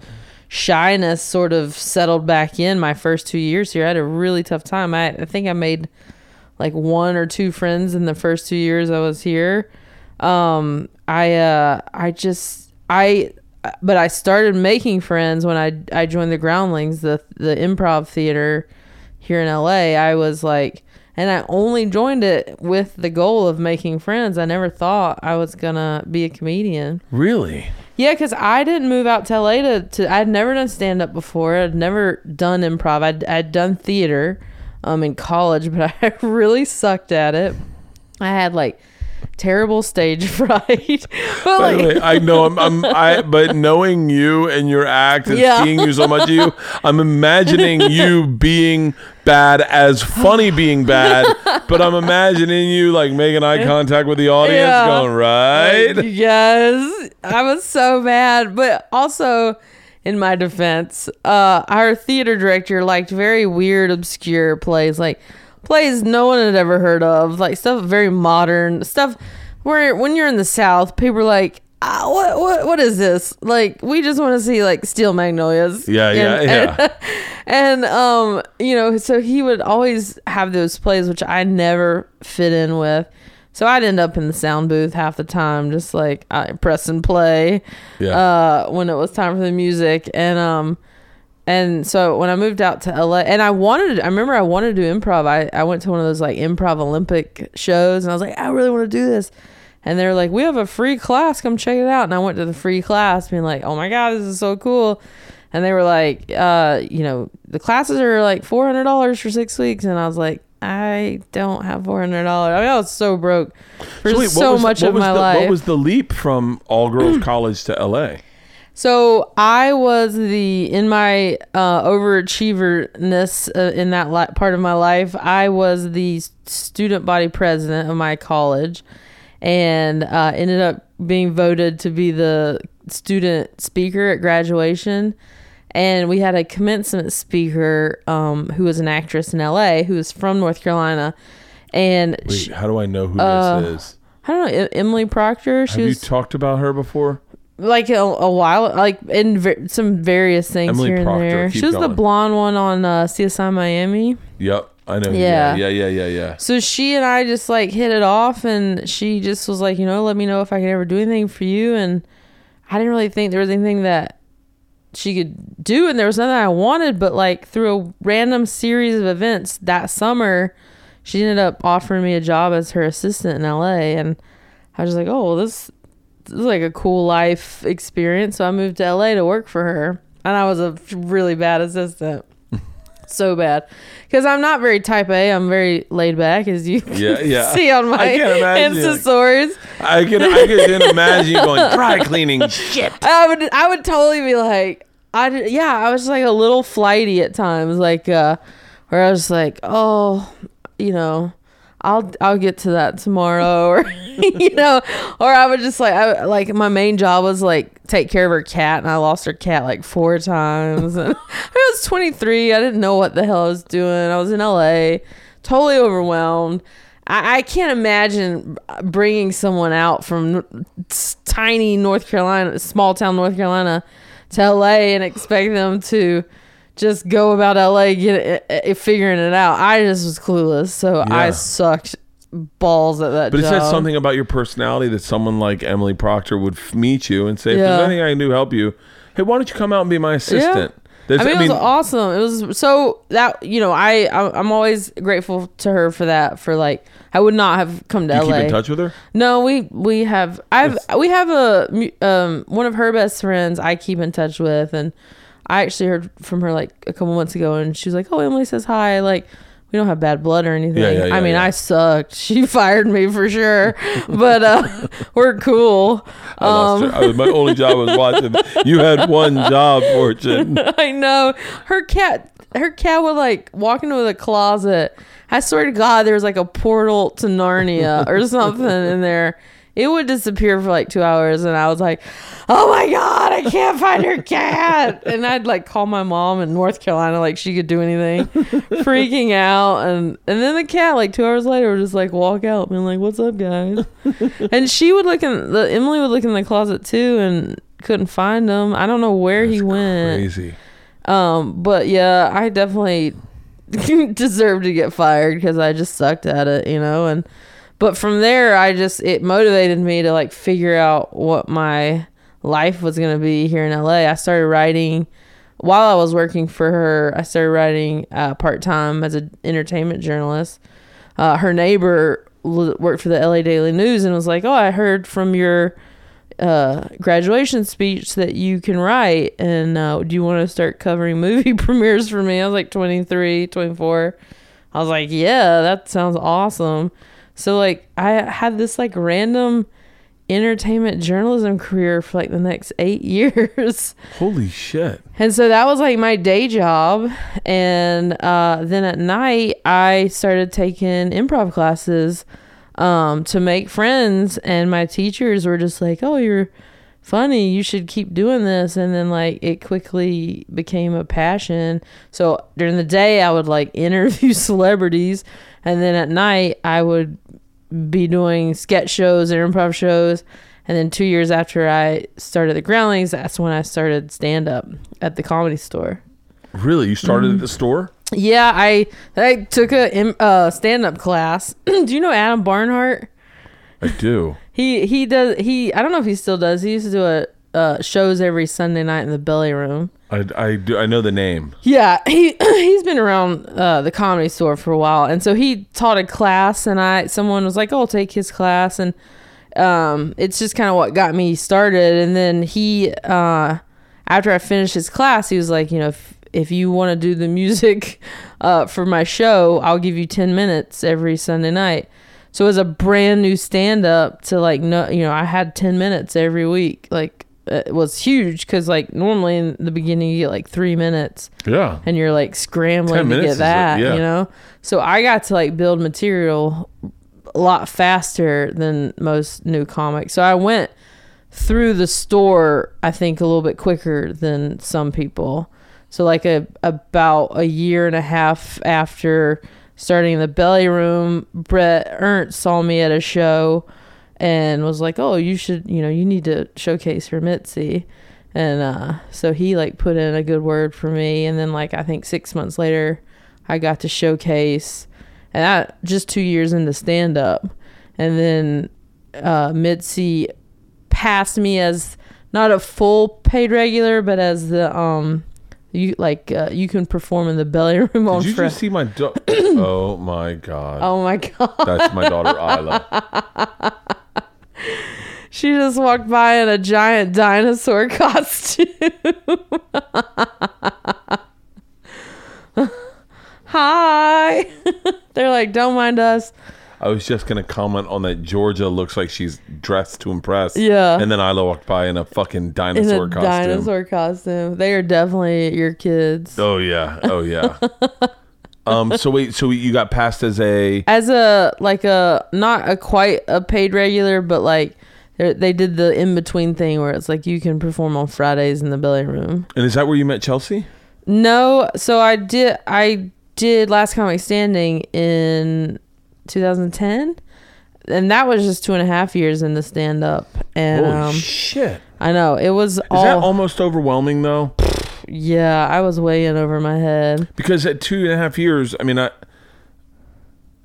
Speaker 5: shyness sort of settled back in my first 2 years here I had a really tough time I, I think I made like one or two friends in the first 2 years I was here um I uh I just I but I started making friends when I I joined the Groundlings the the improv theater here in LA, I was like, and I only joined it with the goal of making friends. I never thought I was gonna be a comedian.
Speaker 3: Really?
Speaker 5: Yeah, because I didn't move out to LA to, to I'd never done stand up before. I'd never done improv. I'd, I'd done [LAUGHS] theater um, in college, but I really sucked at it. I had like terrible stage [LAUGHS] fright. but
Speaker 3: By
Speaker 5: like,
Speaker 3: the way, I know I'm,
Speaker 5: [LAUGHS]
Speaker 3: I'm I but knowing you and your act and
Speaker 5: Yeah.
Speaker 3: seeing you so much you, I'm
Speaker 5: [LAUGHS]
Speaker 3: imagining you being bad as funny being
Speaker 5: [LAUGHS]
Speaker 3: bad, but I'm imagining you like making eye contact with the audience,
Speaker 5: Yeah.
Speaker 3: going right.
Speaker 5: yes, I was so mad. But also, in my defense, uh, our theater director liked very weird, obscure plays, like plays no one had ever heard of, like stuff very modern stuff. Where when you're in the South, people are like. Ah, what what what is this? Like we just want to see like steel magnolias.
Speaker 3: Yeah, yeah,
Speaker 5: And-
Speaker 3: yeah.
Speaker 5: and- [LAUGHS] and um you know so he would always have those plays which i never fit in with so i'd end up in the sound booth half the time just like i press and play
Speaker 3: Yeah.
Speaker 5: uh when it was time for the music and um and so when i moved out to la and i wanted i remember i wanted to do improv i, I went to one of those like improv olympic shows and i was like i really want to do this and they're like we have a free class come check it out and i went to the free class being like oh my god this is so cool and they were like uh you know the classes are like $400 for six weeks and i was like i don't have $400 i mean i was so broke for so,
Speaker 3: wait, what was the-
Speaker 5: much
Speaker 3: what
Speaker 5: of
Speaker 3: was
Speaker 5: my
Speaker 3: the-
Speaker 5: life
Speaker 3: What was the leap from all
Speaker 5: [CLEARS THROAT]
Speaker 3: girls college to LA?
Speaker 5: so I was the in my uh, overachieverness uh, in that li- part of my life. I was the s- student body president of my college, and uh, ended up being voted to be the student speaker at graduation. And we had a commencement speaker um, who was an actress in LA who was from North Carolina, and
Speaker 3: Wait,
Speaker 5: she,
Speaker 3: how do I know who this is?
Speaker 5: I don't know E- Emily Proctor. Uh, She
Speaker 3: Have you
Speaker 5: was
Speaker 3: talked about her before?
Speaker 5: like a, a while, like in ver- some various things
Speaker 3: Emily
Speaker 5: here
Speaker 3: Proctor,
Speaker 5: and there.
Speaker 3: keep
Speaker 5: She was the
Speaker 3: going.
Speaker 5: blonde one on uh, CSI Miami.
Speaker 3: Yep, I know. who you are.
Speaker 5: Yeah.
Speaker 3: yeah, yeah, yeah, yeah.
Speaker 5: So she and I just like hit it off, and she just was like, you know, let me know if I could ever do anything for you. And I didn't really think there was anything that she could do, and there was nothing I wanted. But like through a random series of events that summer, she ended up offering me a job as her assistant in LA, and I was just like, oh, well, this this is like a cool life experience. So I moved to LA to work for her, and I was a really
Speaker 3: [LAUGHS]
Speaker 5: bad assistant. so bad because I'm not very type A. I'm very laid back, as you can
Speaker 3: Yeah, yeah.
Speaker 5: [LAUGHS] see on my
Speaker 3: I can imagine.
Speaker 5: Insta stories.
Speaker 3: I can, I can imagine you going dry
Speaker 5: [LAUGHS]
Speaker 3: cleaning shit.
Speaker 5: I would I would totally be like I did- yeah I was like a little flighty at times like uh where I was just like oh you know I'll I'll get to that tomorrow [LAUGHS] or you know or I would just like I like my main job was like take care of her cat and I lost her cat like four times and [LAUGHS] I was 23 I didn't know what the hell I was doing I was in LA totally overwhelmed I, I can't imagine bringing someone out from s- tiny North Carolina, small town North Carolina, to LA and expect them to just go about LA get it, it- figuring it out. I just was clueless, so
Speaker 3: Yeah.
Speaker 5: I sucked balls at that.
Speaker 3: But it
Speaker 5: job.
Speaker 3: says something about your personality that someone like Emily Proctor would f- meet you and say, if there's
Speaker 5: Yeah.
Speaker 3: anything I can do to help you, hey, why don't you come out and be my assistant? There's-
Speaker 5: I mean, it was awesome. It was so that you know, I I- I'm always grateful to her for that. For like, I would not have come to
Speaker 3: you
Speaker 5: LA.
Speaker 3: keep in touch with her?
Speaker 5: No, we we have I've we have a mu- um one of her best friends I keep in touch with, and I actually heard from her like a couple months ago, and she was like, "Oh, Emily says hi." Like we don't have bad blood or anything.
Speaker 3: Yeah, yeah, yeah,
Speaker 5: I mean,
Speaker 3: yeah.
Speaker 5: I sucked. [LAUGHS] She fired me
Speaker 3: [LAUGHS]
Speaker 5: for sure, but uh, [LAUGHS] we're cool.
Speaker 3: I
Speaker 5: Um,
Speaker 3: lost her. I was, my only job was
Speaker 5: [LAUGHS]
Speaker 3: watching. You had one job, Fortune.
Speaker 5: I know her cat. Her cat would like walk into the closet. I swear to God, there was like a portal to Narnia or something in there. It would disappear for like two hours, and I was like, "Oh my God, I can't find her cat!" [LAUGHS] And I'd like call my mom in North Carolina, like she could do anything, freaking out. And and then the cat, like two hours later, would just like walk out, being like, "What's up, guys?" and she would look in the Emily would look in the closet too, and couldn't find him. I don't know where he went.
Speaker 3: Crazy.
Speaker 5: Um, but yeah, I definitely [LAUGHS] deserve to get fired because I just sucked at it, you know. And but from there, I just it motivated me to like figure out what my life was gonna be here in LA. I started writing while I was working for her. I started writing uh, part time as an entertainment journalist. Uh, her neighbor l- worked for the LA Daily News and was like, "Oh, I heard from your." uh, graduation speech that you can write and uh, do you want to start covering movie [LAUGHS] premieres for me i was like 23 24 i was like yeah that sounds awesome So like I had this like random entertainment journalism career for like the next eight [LAUGHS] years.
Speaker 3: Holy shit.
Speaker 5: And so that was like my day job. And uh, then at night, I started taking improv classes um, to make friends. And my teachers were just like, oh, you're funny. You should keep doing this. And then, like, it quickly became a passion. So during the day, I would like [LAUGHS] interview celebrities. And then at night, I would be doing sketch shows or improv shows. And then two years after I started the Groundlings, that's when I started stand up at the comedy store.
Speaker 3: Really? You started
Speaker 5: Mm-hmm.
Speaker 3: at the store?
Speaker 5: Yeah, I I took a im- uh, stand up class. [CLEARS THROAT] Do you know Adam Barnhart?
Speaker 3: I do.
Speaker 5: He he does he I don't know if he still does. He used to do a uh, shows every Sunday night in the belly room.
Speaker 3: I, I do. I know the name.
Speaker 5: Yeah, he [CLEARS THROAT] he's been around uh, the comedy store for a while, and so he taught a class, and I someone was like, "Oh, I'll take his class," and um, it's just kind of what got me started. And then he, uh, after I finished his class, he was like, "You know, if if you want to do the music [LAUGHS] uh, for my show, I'll give you ten minutes every Sunday night." So it was a brand new stand up to like no, you know, I had ten minutes every week, like. It was huge because, like, normally in the beginning you get like three minutes,
Speaker 3: Yeah.
Speaker 5: and you're like
Speaker 3: 10
Speaker 5: scrambling to
Speaker 3: minutes
Speaker 5: get
Speaker 3: is a-
Speaker 5: that,
Speaker 3: yeah.
Speaker 5: you know? So I got to like build material a lot faster than most new comics. So I went through the store, I think, a little bit quicker than some people. So like a about a year and a half after starting the belly room, Brett Ernst saw me at a show and was like, "Oh, you should, you know, you need to showcase your Mitzi." And uh, so he like put in a good word for me, and then like I think six months later, I got to showcase, and I just two years into stand up, and then uh, Mitzi passed me as not a full paid regular, but as the um, you like uh, you can perform in the belly [LAUGHS] room on
Speaker 3: Did you
Speaker 5: Fri-
Speaker 3: just see my
Speaker 5: [COUGHS]
Speaker 3: daughter? oh my god.
Speaker 5: Oh my god. [LAUGHS]
Speaker 3: That's my daughter Isla.
Speaker 5: She just walked by in a giant dinosaur [LAUGHS] costume. Hi. [LAUGHS] They're like, don't mind us.
Speaker 3: I was just gonna comment on that. Georgia looks like she's dressed to impress.
Speaker 5: Yeah.
Speaker 3: And then Isla walked by in a fucking
Speaker 5: In
Speaker 3: dinosaur
Speaker 5: a
Speaker 3: costume.
Speaker 5: dinosaur costume. They are definitely your kids.
Speaker 3: Oh yeah. Oh
Speaker 5: [LAUGHS]
Speaker 3: yeah. um. So wait. So you got passed as a
Speaker 5: As a like a not a quite a paid regular, but like they're- they did the in between thing where it's like you can perform on Fridays in the belly room.
Speaker 3: and is that where you met Chelsea?
Speaker 5: No, so I did I did last comic standing in 2010, and that was just two and a half years in the stand up, and
Speaker 3: Holy
Speaker 5: um,
Speaker 3: shit.
Speaker 5: I know it was
Speaker 3: Is that
Speaker 5: all
Speaker 3: almost overwhelming though?
Speaker 5: yeah I was way in over my head.
Speaker 3: Because at two and a half years, I mean, I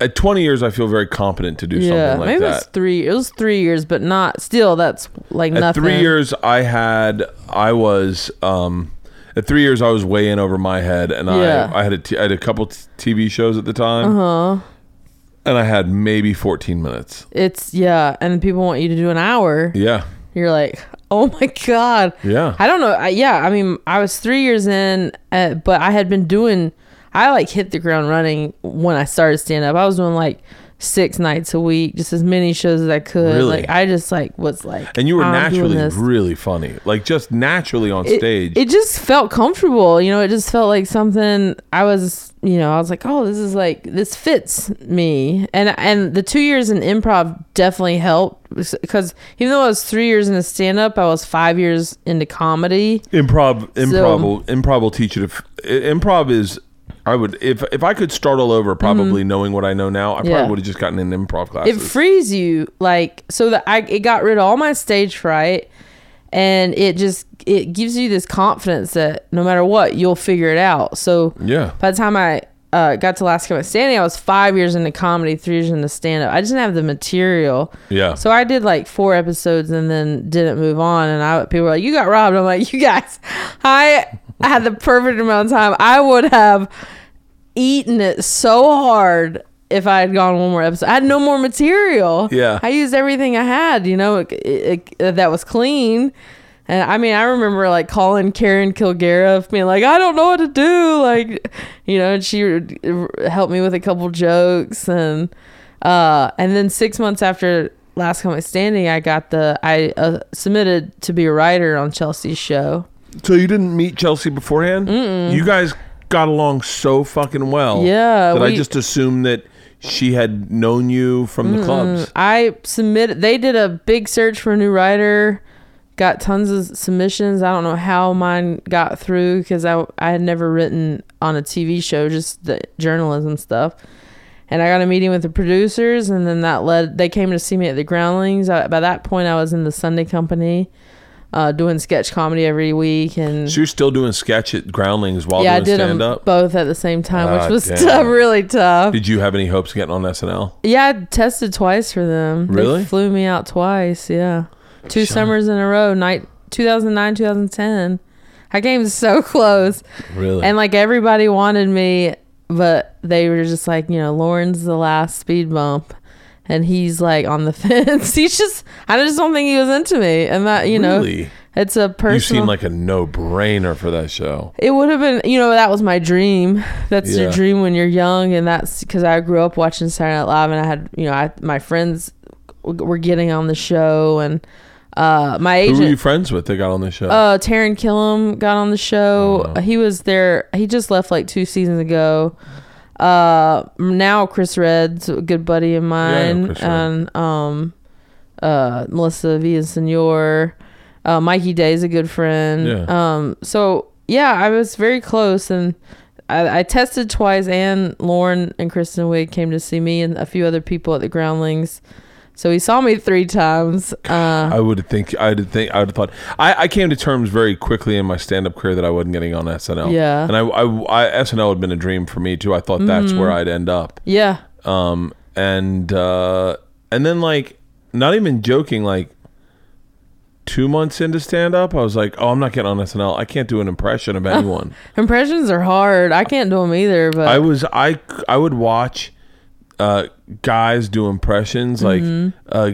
Speaker 3: at twenty years, I feel very competent to do
Speaker 5: Yeah,
Speaker 3: something like
Speaker 5: maybe
Speaker 3: that.
Speaker 5: it was three. It was three years, but not still. That's like
Speaker 3: at
Speaker 5: nothing.
Speaker 3: three years i had i was um at three years i was way in over my head and
Speaker 5: Yeah.
Speaker 3: i i had a, t- I had a couple t- tv shows at the time uh-huh and i had maybe 14 minutes
Speaker 5: It's yeah, and people want you to do an hour.
Speaker 3: yeah
Speaker 5: You're like, oh my god.
Speaker 3: Yeah.
Speaker 5: I don't know. I, yeah, I mean, I was three years in, uh, but I had been doing. I like hit the ground running when I started stand up. I was doing like six nights a week, just as many shows as I could.
Speaker 3: Really?
Speaker 5: Like I just like was like,
Speaker 3: and you were
Speaker 5: "I'm doing
Speaker 3: naturally
Speaker 5: this."
Speaker 3: really funny like just naturally on
Speaker 5: Oh, It-
Speaker 3: stage
Speaker 5: It, just felt comfortable. You know, it just felt like something I was, you know, I was like, oh, this is like this fits me. And and the two years in improv definitely helped because even though I was three years into stand up, I was five years into comedy.
Speaker 3: improv improv
Speaker 5: So-
Speaker 3: will, improv will teach you to f- i- improv is I would if if I could start all over, probably knowing what I know now, I
Speaker 5: Mm-hmm. Yeah.
Speaker 3: probably would have just gotten in improv
Speaker 5: it
Speaker 3: classes.
Speaker 5: frees you like so that I it got rid of all my stage fright and it just it gives you this confidence that no matter what you'll figure it out. So
Speaker 3: Yeah.
Speaker 5: by the time I uh, got to last comic standing, I was five years into comedy, three years into stand up. I just didn't have the material.
Speaker 3: Yeah.
Speaker 5: So I did like four episodes and then didn't move on. And I people were like, "You got robbed." I'm like, "You guys, [LAUGHS] I had the perfect amount of time. I would have eaten it so hard if I had gone one more episode. I had no more material.
Speaker 3: Yeah.
Speaker 5: I used everything I had, you know, it, it, it- that was clean. And I mean, I remember like calling Karen Kilgariff, being like, I don't know what to do. Like, you know, and she would help me with a couple jokes. And Uh, and then six months after Last Comic Standing, I got the I uh, submitted to be a writer on Chelsea's show.
Speaker 3: So you didn't meet Chelsea beforehand? You guys got along so fucking well.
Speaker 5: Yeah,
Speaker 3: That I
Speaker 5: we-
Speaker 3: just assumed that she had known you from the clubs.
Speaker 5: Mm-hmm. I submitted. They did a big search for a new writer. Got tons of submissions. I don't know how mine got through because I I had never written on a TV show, just the journalism stuff. And I got a meeting with the producers, and then that led. They came to see me at the Groundlings. I, by that point, I was in the Sunday Company, uh, doing sketch comedy every week, and
Speaker 3: So you're still doing sketch at Groundlings while
Speaker 5: yeah, I
Speaker 3: doing
Speaker 5: did um,
Speaker 3: stand
Speaker 5: them
Speaker 3: up.
Speaker 5: both at the same time,
Speaker 3: Ah,
Speaker 5: which was [LAUGHS]
Speaker 3: damn.
Speaker 5: tough, really tough.
Speaker 3: Did you have any hopes of getting on SNL?
Speaker 5: Yeah, I tested twice for them. They
Speaker 3: Really?
Speaker 5: flew me out twice. Yeah, two summers in a row. Night 2009, 2010. I came so [LAUGHS] close,
Speaker 3: Really?
Speaker 5: and like everybody wanted me, but they were just like, you know, Lauren's the last speed bump, and he's like on the [LAUGHS] fence. he's just, I just don't think he was into me, and that you know,
Speaker 3: Really?
Speaker 5: it's a personal.
Speaker 3: you seem like a no brainer for that show.
Speaker 5: It would have been, you know, that was my dream. That's your
Speaker 3: Yeah.
Speaker 5: dream when you're young, and that's because I grew up watching Saturday Night Live, and I had, you know, I, my friends w- were getting on the show, and uh, my
Speaker 3: Who were you
Speaker 5: agent,
Speaker 3: friends with that got on the show?
Speaker 5: uh, Taryn Killam, got on the show.
Speaker 3: Uh-huh.
Speaker 5: He was there. He just left like two seasons ago. Uh, now Chris Red's a good buddy of mine,
Speaker 3: Chris Redd.
Speaker 5: and um, uh, Melissa Villasenor. Uh, Mikey Day's a good friend.
Speaker 3: Yeah.
Speaker 5: Um, so yeah, I was very close, and I, I tested twice. And Lauren and Kristen Wiig came to see me, and a few other people at the Groundlings. So he saw me three times. Uh,
Speaker 3: I would think I would think I would have thought I, I came to terms very quickly in my stand up career that I wasn't getting on SNL.
Speaker 5: Yeah. Mm.
Speaker 3: and I, I, I SNL had been a dream for me too. I thought that's where I'd end up.
Speaker 5: yeah.
Speaker 3: Um, and uh, and then like not even joking, like two months into stand up, I was like, oh, I'm not getting on SNL. I can't do an impression of anyone.
Speaker 5: Impressions are hard. I can't do them either, but
Speaker 3: I was I I would watch uh, guys do impressions like
Speaker 5: Mm-hmm.
Speaker 3: uh,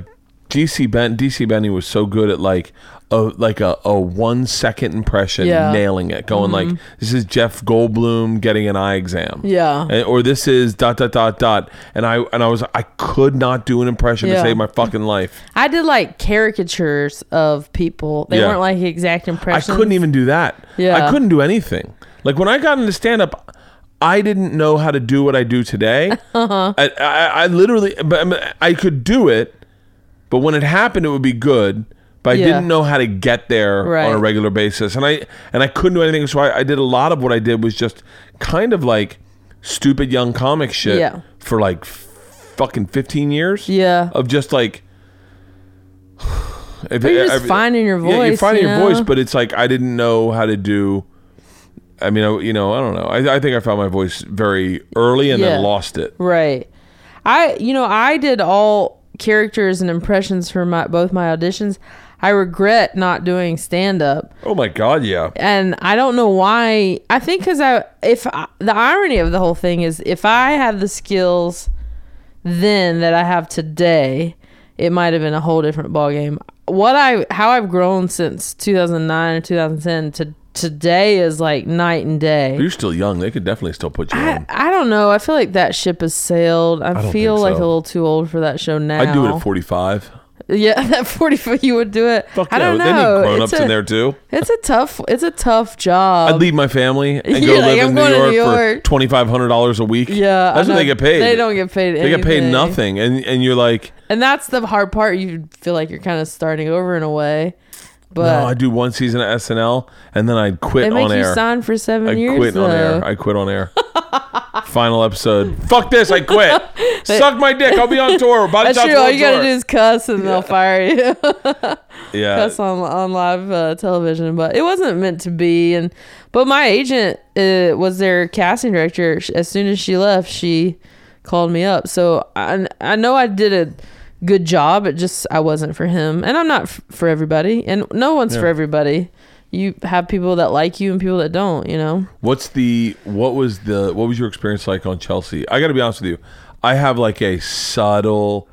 Speaker 3: GC Ben DC Benny was so good at like a like a, a one second impression
Speaker 5: Yeah. Mm-hmm.
Speaker 3: nailing it going like this is Jeff Goldblum getting an eye exam
Speaker 5: Yeah.
Speaker 3: And- or this is dot dot dot dot and I and I was I could not do an impression
Speaker 5: Yeah.
Speaker 3: to save my fucking life
Speaker 5: I did like caricatures of people. They
Speaker 3: Yeah.
Speaker 5: weren't like exact impressions.
Speaker 3: I couldn't even do that.
Speaker 5: Yeah.
Speaker 3: I couldn't do anything. Like when I got into stand up, I didn't know how to do what I do
Speaker 5: [LAUGHS]
Speaker 3: today. Uh-huh. I, I, I literally, but I'm- I could do it, but when it happened, it would be good. But I
Speaker 5: Yeah.
Speaker 3: didn't know how to get there on a
Speaker 5: Right.
Speaker 3: regular basis, and I and I couldn't do anything. So I, I did a lot of what I did was just kind of like stupid young comic shit
Speaker 5: Yeah.
Speaker 3: for like f- fucking fifteen years.
Speaker 5: Yeah.
Speaker 3: of just like. [SIGHS] If
Speaker 5: Or you're just finding your
Speaker 3: Yeah, you're
Speaker 5: voice,
Speaker 3: finding
Speaker 5: you
Speaker 3: your voice,
Speaker 5: know?
Speaker 3: but it's like I didn't know how to do. I mean, I, you know, I don't know. I, I think I found my voice very early and
Speaker 5: Yeah.
Speaker 3: then lost it.
Speaker 5: Right. I you know, I did all characters and impressions for my both my auditions. I regret not doing stand up.
Speaker 3: Oh my god, yeah.
Speaker 5: and I don't know why. I think because I, if I, the irony of the whole thing is, if I had the skills then that I have today, it might have been a whole different ballgame. What I, how I've grown since 2009 and 2010 to today is like night and day.
Speaker 3: You're still young. They could definitely still put you
Speaker 5: I,
Speaker 3: on.
Speaker 5: I don't know. I feel like that ship has sailed. I,
Speaker 3: don't
Speaker 5: feel
Speaker 3: think
Speaker 5: like
Speaker 3: so.
Speaker 5: a little too old for that show now.
Speaker 3: I'd do it at 45.
Speaker 5: [LAUGHS] Yeah, that 45, you would do it.
Speaker 3: Fuck
Speaker 5: I
Speaker 3: yeah,
Speaker 5: don't
Speaker 3: They
Speaker 5: know.
Speaker 3: need
Speaker 5: It's
Speaker 3: grown ups
Speaker 5: a-
Speaker 3: in there too.
Speaker 5: It's a tough. It's a tough job.
Speaker 3: I'd leave my
Speaker 5: [LAUGHS]
Speaker 3: family and
Speaker 5: Yeah,
Speaker 3: go
Speaker 5: like,
Speaker 3: live
Speaker 5: I'm
Speaker 3: in New
Speaker 5: going to
Speaker 3: York,
Speaker 5: New York.
Speaker 3: for twenty five hundred dollars a week.
Speaker 5: Yeah, I
Speaker 3: that's what
Speaker 5: know.
Speaker 3: they get paid.
Speaker 5: They don't get paid
Speaker 3: They get paid
Speaker 5: anything.
Speaker 3: nothing, and and you're like,
Speaker 5: And that's the hard part. You feel like you're kind of starting over in a way. But
Speaker 3: no, I do one season of SNL, and then I'd
Speaker 5: they
Speaker 3: quit
Speaker 5: make
Speaker 3: on
Speaker 5: you
Speaker 3: air.
Speaker 5: sign for seven
Speaker 3: I
Speaker 5: years.
Speaker 3: quit
Speaker 5: though.
Speaker 3: on air. I quit on air. [LAUGHS] Final episode. Fuck this. I
Speaker 5: [LAUGHS]
Speaker 3: quit. Suck my dick. I'll be on tour. By the
Speaker 5: that's
Speaker 3: time
Speaker 5: true.
Speaker 3: we're
Speaker 5: All
Speaker 3: on
Speaker 5: you gotta
Speaker 3: tour.
Speaker 5: do is cuss, and they'll fire you.
Speaker 3: yeah.
Speaker 5: cuss on on live uh, television, but it wasn't meant to be. And but my agent uh, was their casting director. Sh- As soon as she left, she called me up. So I I know I did a good job. It just I wasn't for him, and I'm not f- for everybody, and no one's for everybody. You have people that like you and people that don't. You know.
Speaker 3: What's the what was the what was your experience like on Chelsea? I got to be honest with you. I have like a subtle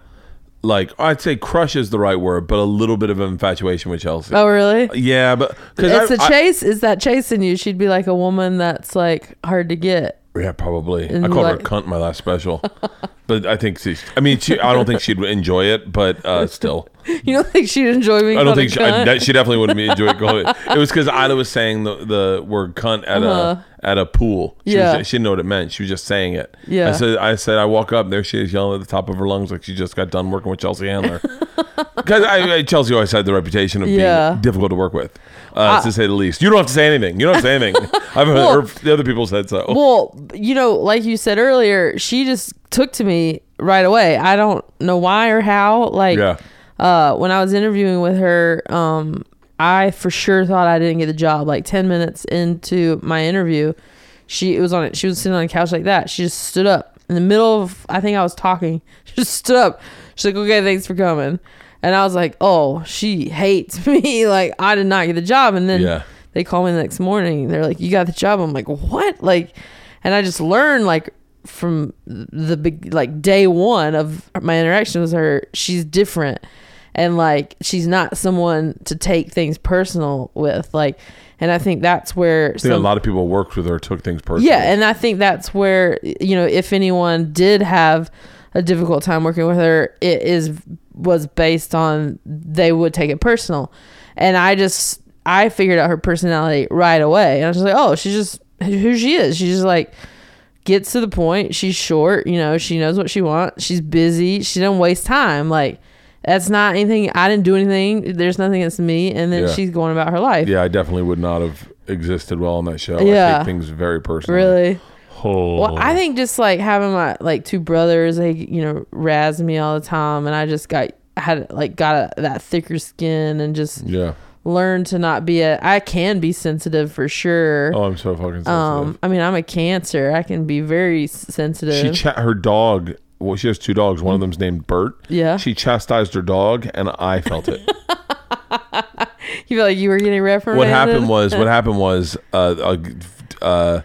Speaker 3: like I'd say crush is the right word, but a little bit of infatuation with Chelsea.
Speaker 5: Oh really?
Speaker 3: Yeah, but cuz
Speaker 5: It's
Speaker 3: Uh, I,
Speaker 5: a chase. is that chasing you? She'd be like a woman that's like hard to get, [LAUGHS]
Speaker 3: Yeah, probably.
Speaker 5: And
Speaker 3: I called her
Speaker 5: like-
Speaker 3: a cunt in my last special, [LAUGHS] but I think she. I mean, she. I don't think she'd enjoy it, but
Speaker 5: [LAUGHS]
Speaker 3: uh, still,
Speaker 5: You don't think she'd enjoy me?
Speaker 3: I don't think she, I, that, she definitely wouldn't be enjoy it.
Speaker 5: [LAUGHS]
Speaker 3: Going. It was because Ida was saying the, the word cunt at a at a pool. She
Speaker 5: Uh-huh. Yeah.
Speaker 3: was, she didn't know what it meant. She was just saying it.
Speaker 5: Yeah.
Speaker 3: I said. I said. I walk up. There she is yelling at the top of her lungs like she just got done working with Chelsea
Speaker 5: [LAUGHS]
Speaker 3: Handler. Because I, I, Chelsea always had the reputation of
Speaker 5: Yeah. Ah.
Speaker 3: being difficult to work with, uh, to say the least. You don't have to say anything. You don't have to say anything.
Speaker 5: [LAUGHS]
Speaker 3: I've heard
Speaker 5: Well-
Speaker 3: or the other people said so.
Speaker 5: Well, you know, like you said earlier, she just took to me right away. I don't know why or how. Like,
Speaker 3: Yeah.
Speaker 5: uh, when I was interviewing with her, um, I for sure thought I didn't get the job. Like ten minutes into my interview, she it was on it. She was sitting on a couch like that. She just stood up in the middle of. I think I was talking. [LAUGHS] She just stood up. She's like, "Okay, thanks for coming." And I was like, "Oh, she hates [LAUGHS] me. like, I did not get the job." And then
Speaker 3: Yeah.
Speaker 5: they call me the next morning. They're like, "You got the job." I'm like, "What?" Like, and I just learned like from the big like day one of my interaction with her, she's different, and like she's not someone to take things personal with. Like, and I think that's where
Speaker 3: I think
Speaker 5: some-
Speaker 3: a lot of people worked with her, took things personally.
Speaker 5: yeah, and I think that's where you know if anyone did have a difficult time working with her, it is was based on they would take it personal, and I just I figured out her personality right away, and I was just like, oh, she's just who she is. She's just like gets to the point. She's short, you know. She knows what she wants. She's busy. She doesn't waste time. Like that's not anything. I didn't do anything. There's nothing against me, and then
Speaker 3: Yeah.
Speaker 5: she's going about her life.
Speaker 3: yeah, I definitely would not have existed well on that show. I
Speaker 5: Yeah.
Speaker 3: take things very personally.
Speaker 5: Really.
Speaker 3: Oh.
Speaker 5: Well, I think just like having my like two brothers, they you know razz me all the time, and I just got had like got a, that thicker skin and just
Speaker 3: yeah.
Speaker 5: learned to not be a. I can be sensitive for sure.
Speaker 3: Oh, I'm so fucking sensitive.
Speaker 5: um, I mean, I'm a cancer. I can be very s-
Speaker 3: she
Speaker 5: sensitive. [LAUGHS]
Speaker 3: cha- her dog. Well, she has two dogs. One of them's named Bert.
Speaker 5: Yeah.
Speaker 3: She chastised her dog, and I felt
Speaker 5: [LAUGHS]
Speaker 3: it.
Speaker 5: you feel like you were getting reprimanded.
Speaker 3: what happened was what happened was uh, uh, uh,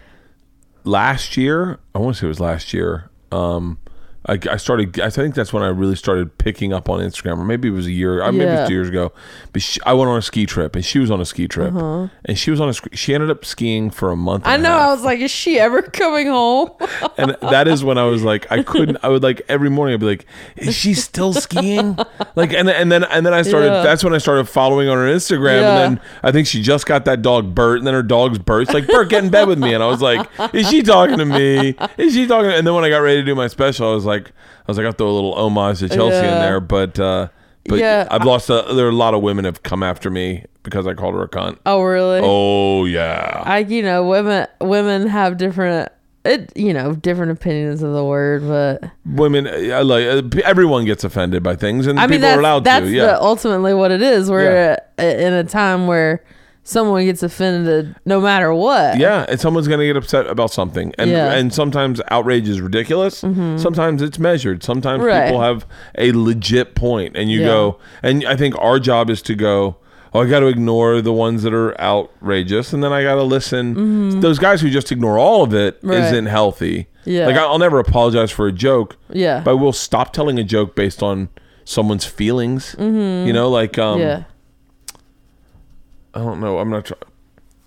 Speaker 3: last year i want to say it was last year um I, I started i think that's when i really started picking up on instagram or maybe it was a year I maybe it
Speaker 5: Yeah.
Speaker 3: was two years ago but she, i went on a ski trip and she was on a ski trip and she was on a sk- she ended up skiing for a month
Speaker 5: Uh-huh. I
Speaker 3: and a
Speaker 5: know.
Speaker 3: half
Speaker 5: I was like, is she ever coming home? [LAUGHS]
Speaker 3: and that is when I was like, I couldn't. I would like every morning. I'd be like, is she still skiing? Like, and and then and then I started.
Speaker 5: Yeah.
Speaker 3: That's when I started following on her Instagram.
Speaker 5: Yeah.
Speaker 3: And then I think she just got that dog Bert, and then her dog's Bert. It's like Bert, get in bed with me. And I was like, is she talking to me? Is she talking? And then when I got ready to do my special, I was like, I was like, I'll throw a little homage to Chelsea in
Speaker 5: Yeah.
Speaker 3: there, but. uh but
Speaker 5: Yeah.
Speaker 3: I've lost. A, there are a lot of women have come after me because I called her a cunt.
Speaker 5: oh, really?
Speaker 3: Oh yeah.
Speaker 5: I you know women women have different it you know different opinions of the word, but
Speaker 3: women uh, like uh, p- everyone gets offended by things and
Speaker 5: I mean,
Speaker 3: people
Speaker 5: that's,
Speaker 3: are allowed
Speaker 5: that's
Speaker 3: to
Speaker 5: the-
Speaker 3: yeah
Speaker 5: ultimately what it is. We're in a time where someone gets offended no matter what.
Speaker 3: yeah and someone's gonna get upset about something and
Speaker 5: Yeah. Mm-hmm.
Speaker 3: and sometimes outrage is ridiculous sometimes it's measured sometimes
Speaker 5: Right.
Speaker 3: people have a legit point and you
Speaker 5: Yeah.
Speaker 3: go and i think our job is to go oh i gotta ignore the ones that are outrageous and then i gotta listen those guys who just ignore all of it
Speaker 5: Mm-hmm. Right.
Speaker 3: not healthy
Speaker 5: Yeah.
Speaker 3: like I- i'll never apologize for a joke
Speaker 5: Yeah.
Speaker 3: but i will stop telling a joke based on someone's feelings you know like um
Speaker 5: Mm-hmm. yeah.
Speaker 3: I don't know. I'm not. Try-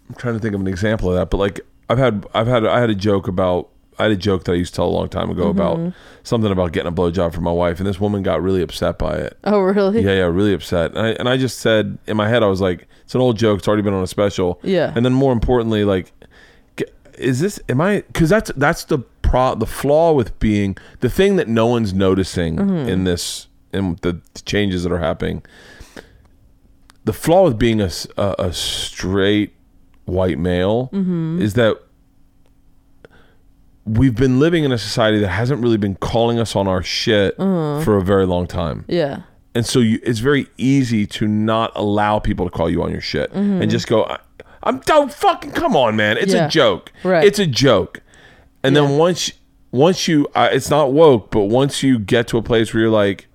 Speaker 3: I'm trying to think of an example of that, but like I've had, I've had, I had a joke about, I had a joke that I used to tell a long time ago about something about getting a blowjob from my wife, and this woman got really upset by it.
Speaker 5: Oh, really?
Speaker 3: Yeah, yeah, really upset. And I, and I just said in my head, I was like, it's an old joke. It's already been on a special.
Speaker 5: Yeah.
Speaker 3: And then more importantly, like, g- is this? Am I? Because that's that's the pro the flaw with being the thing that no one's noticing
Speaker 5: Mm-hmm.
Speaker 3: in this in the changes that are happening. The flaw with being a s- a- a straight white male
Speaker 5: Mm-hmm.
Speaker 3: is that we've been living in a society that hasn't really been calling us on our shit
Speaker 5: Uh-huh.
Speaker 3: for a very long time
Speaker 5: Yeah.
Speaker 3: and so you, it's very easy to not allow people to call you on your shit and just go I- i'm don't fucking come on man it's
Speaker 5: Mm-hmm. Yeah.
Speaker 3: a joke
Speaker 5: Right.
Speaker 3: it's a joke and then once once you I it's not woke but once you get to a place where you're like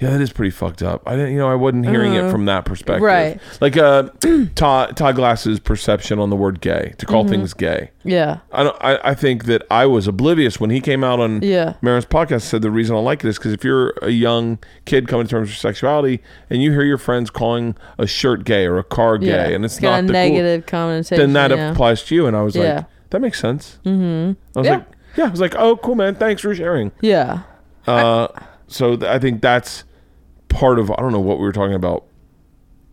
Speaker 3: yeah that is pretty fucked up i didn't you know i wasn't hearing it from that perspective
Speaker 5: Uh-huh. Right.
Speaker 3: like uh [CLEARS THROAT] todd todd glass's perception on the word gay to
Speaker 5: Mm-hmm.
Speaker 3: call things gay
Speaker 5: Yeah.
Speaker 3: I, don't, I I think that I was oblivious when he came out on
Speaker 5: Yeah.
Speaker 3: Marin's podcast. Said the reason I like it is because if you're a young kid coming to terms with sexuality and you hear your friends calling a shirt gay or a car gay
Speaker 5: Yeah.
Speaker 3: and it's
Speaker 5: got
Speaker 3: not
Speaker 5: a
Speaker 3: the
Speaker 5: negative
Speaker 3: cool,
Speaker 5: connotation.
Speaker 3: then that
Speaker 5: yeah.
Speaker 3: applies to you. And I was
Speaker 5: Yeah.
Speaker 3: like, That makes sense. Mm-hmm. I was
Speaker 5: Yeah.
Speaker 3: like, yeah, I was like, oh, cool, man. Thanks for sharing.
Speaker 5: Yeah.
Speaker 3: Uh, so th- I think that's part of. I don't know what we were talking about,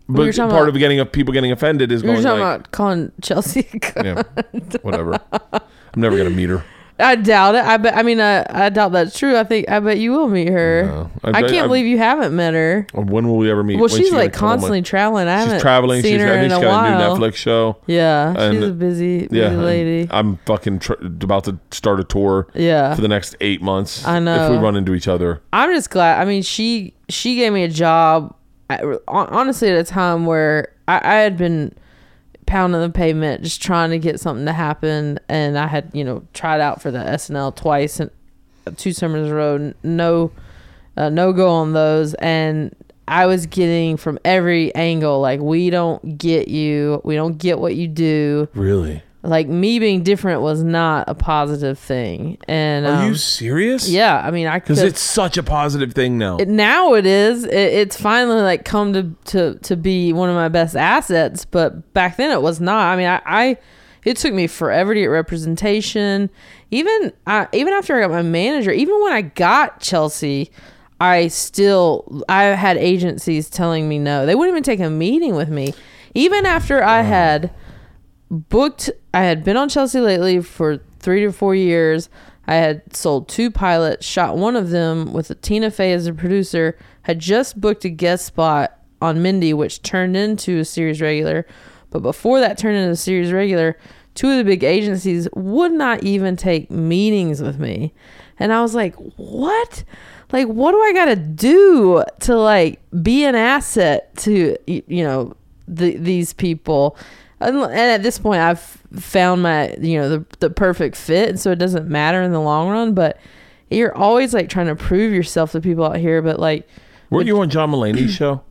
Speaker 3: but
Speaker 5: were talking
Speaker 3: part
Speaker 5: about-
Speaker 3: of getting of people getting offended is
Speaker 5: We were
Speaker 3: going
Speaker 5: talking
Speaker 3: like,
Speaker 5: about calling Chelsea. a cunt. [LAUGHS]
Speaker 3: yeah, whatever. I'm never gonna meet her.
Speaker 5: I doubt it. I bet. I mean, I, I doubt that's true. I think. I bet you will meet her.
Speaker 3: I
Speaker 5: I,
Speaker 3: bet-
Speaker 5: can't
Speaker 3: I'm-
Speaker 5: believe you haven't met her.
Speaker 3: When will we ever meet?
Speaker 5: Well,
Speaker 3: When's she
Speaker 5: she's
Speaker 3: gonna
Speaker 5: like
Speaker 3: come?
Speaker 5: constantly traveling. I haven't
Speaker 3: She's traveling.
Speaker 5: seen
Speaker 3: She's,
Speaker 5: her
Speaker 3: I
Speaker 5: in
Speaker 3: think she's
Speaker 5: a
Speaker 3: got a new
Speaker 5: while.
Speaker 3: Netflix show.
Speaker 5: Yeah,
Speaker 3: and-
Speaker 5: she's a busy, busy
Speaker 3: Yeah, and
Speaker 5: lady.
Speaker 3: I'm fucking tr- about to start a tour.
Speaker 5: Yeah.
Speaker 3: for the next eight months.
Speaker 5: I
Speaker 3: If we
Speaker 5: know.
Speaker 3: run into each other,
Speaker 5: I'm just glad. I mean, she she gave me a job. At, hon- honestly, at a time where I, I had been pounding the pavement, just trying to get something to happen, and I had you know tried out for the SNL twice and two summers in a row, n- no uh, no go on those, and I was getting from every angle like we don't get you, we don't get what you do.
Speaker 3: really?
Speaker 5: Like me being different was not a positive thing, and
Speaker 3: Are
Speaker 5: um,
Speaker 3: you serious?
Speaker 5: yeah, I mean I
Speaker 3: because
Speaker 5: could-
Speaker 3: it's such a positive thing now.
Speaker 5: it- now it is it, it's finally like come to, to to be one of my best assets but back then it was not i mean i, I it took me forever to get representation even I, even after i got my manager even when i got chelsea i still i had agencies telling me no they wouldn't even take a meeting with me even after i had booked i had been on chelsea lately for three to four years i had sold two pilots shot one of them with tina fey as a producer had just booked a guest spot on mindy which turned into a series regular but before that turned into a series regular two of the big agencies would not even take meetings with me and i was like what like what do i gotta do to like be an asset to y- you know the, these people and and at this point i've found my you know the, the perfect fit and so it doesn't matter in the long run but you're always like trying to prove yourself to people out here but like
Speaker 3: Weren't you on John
Speaker 5: [CLEARS THROAT]
Speaker 3: Mulaney's show?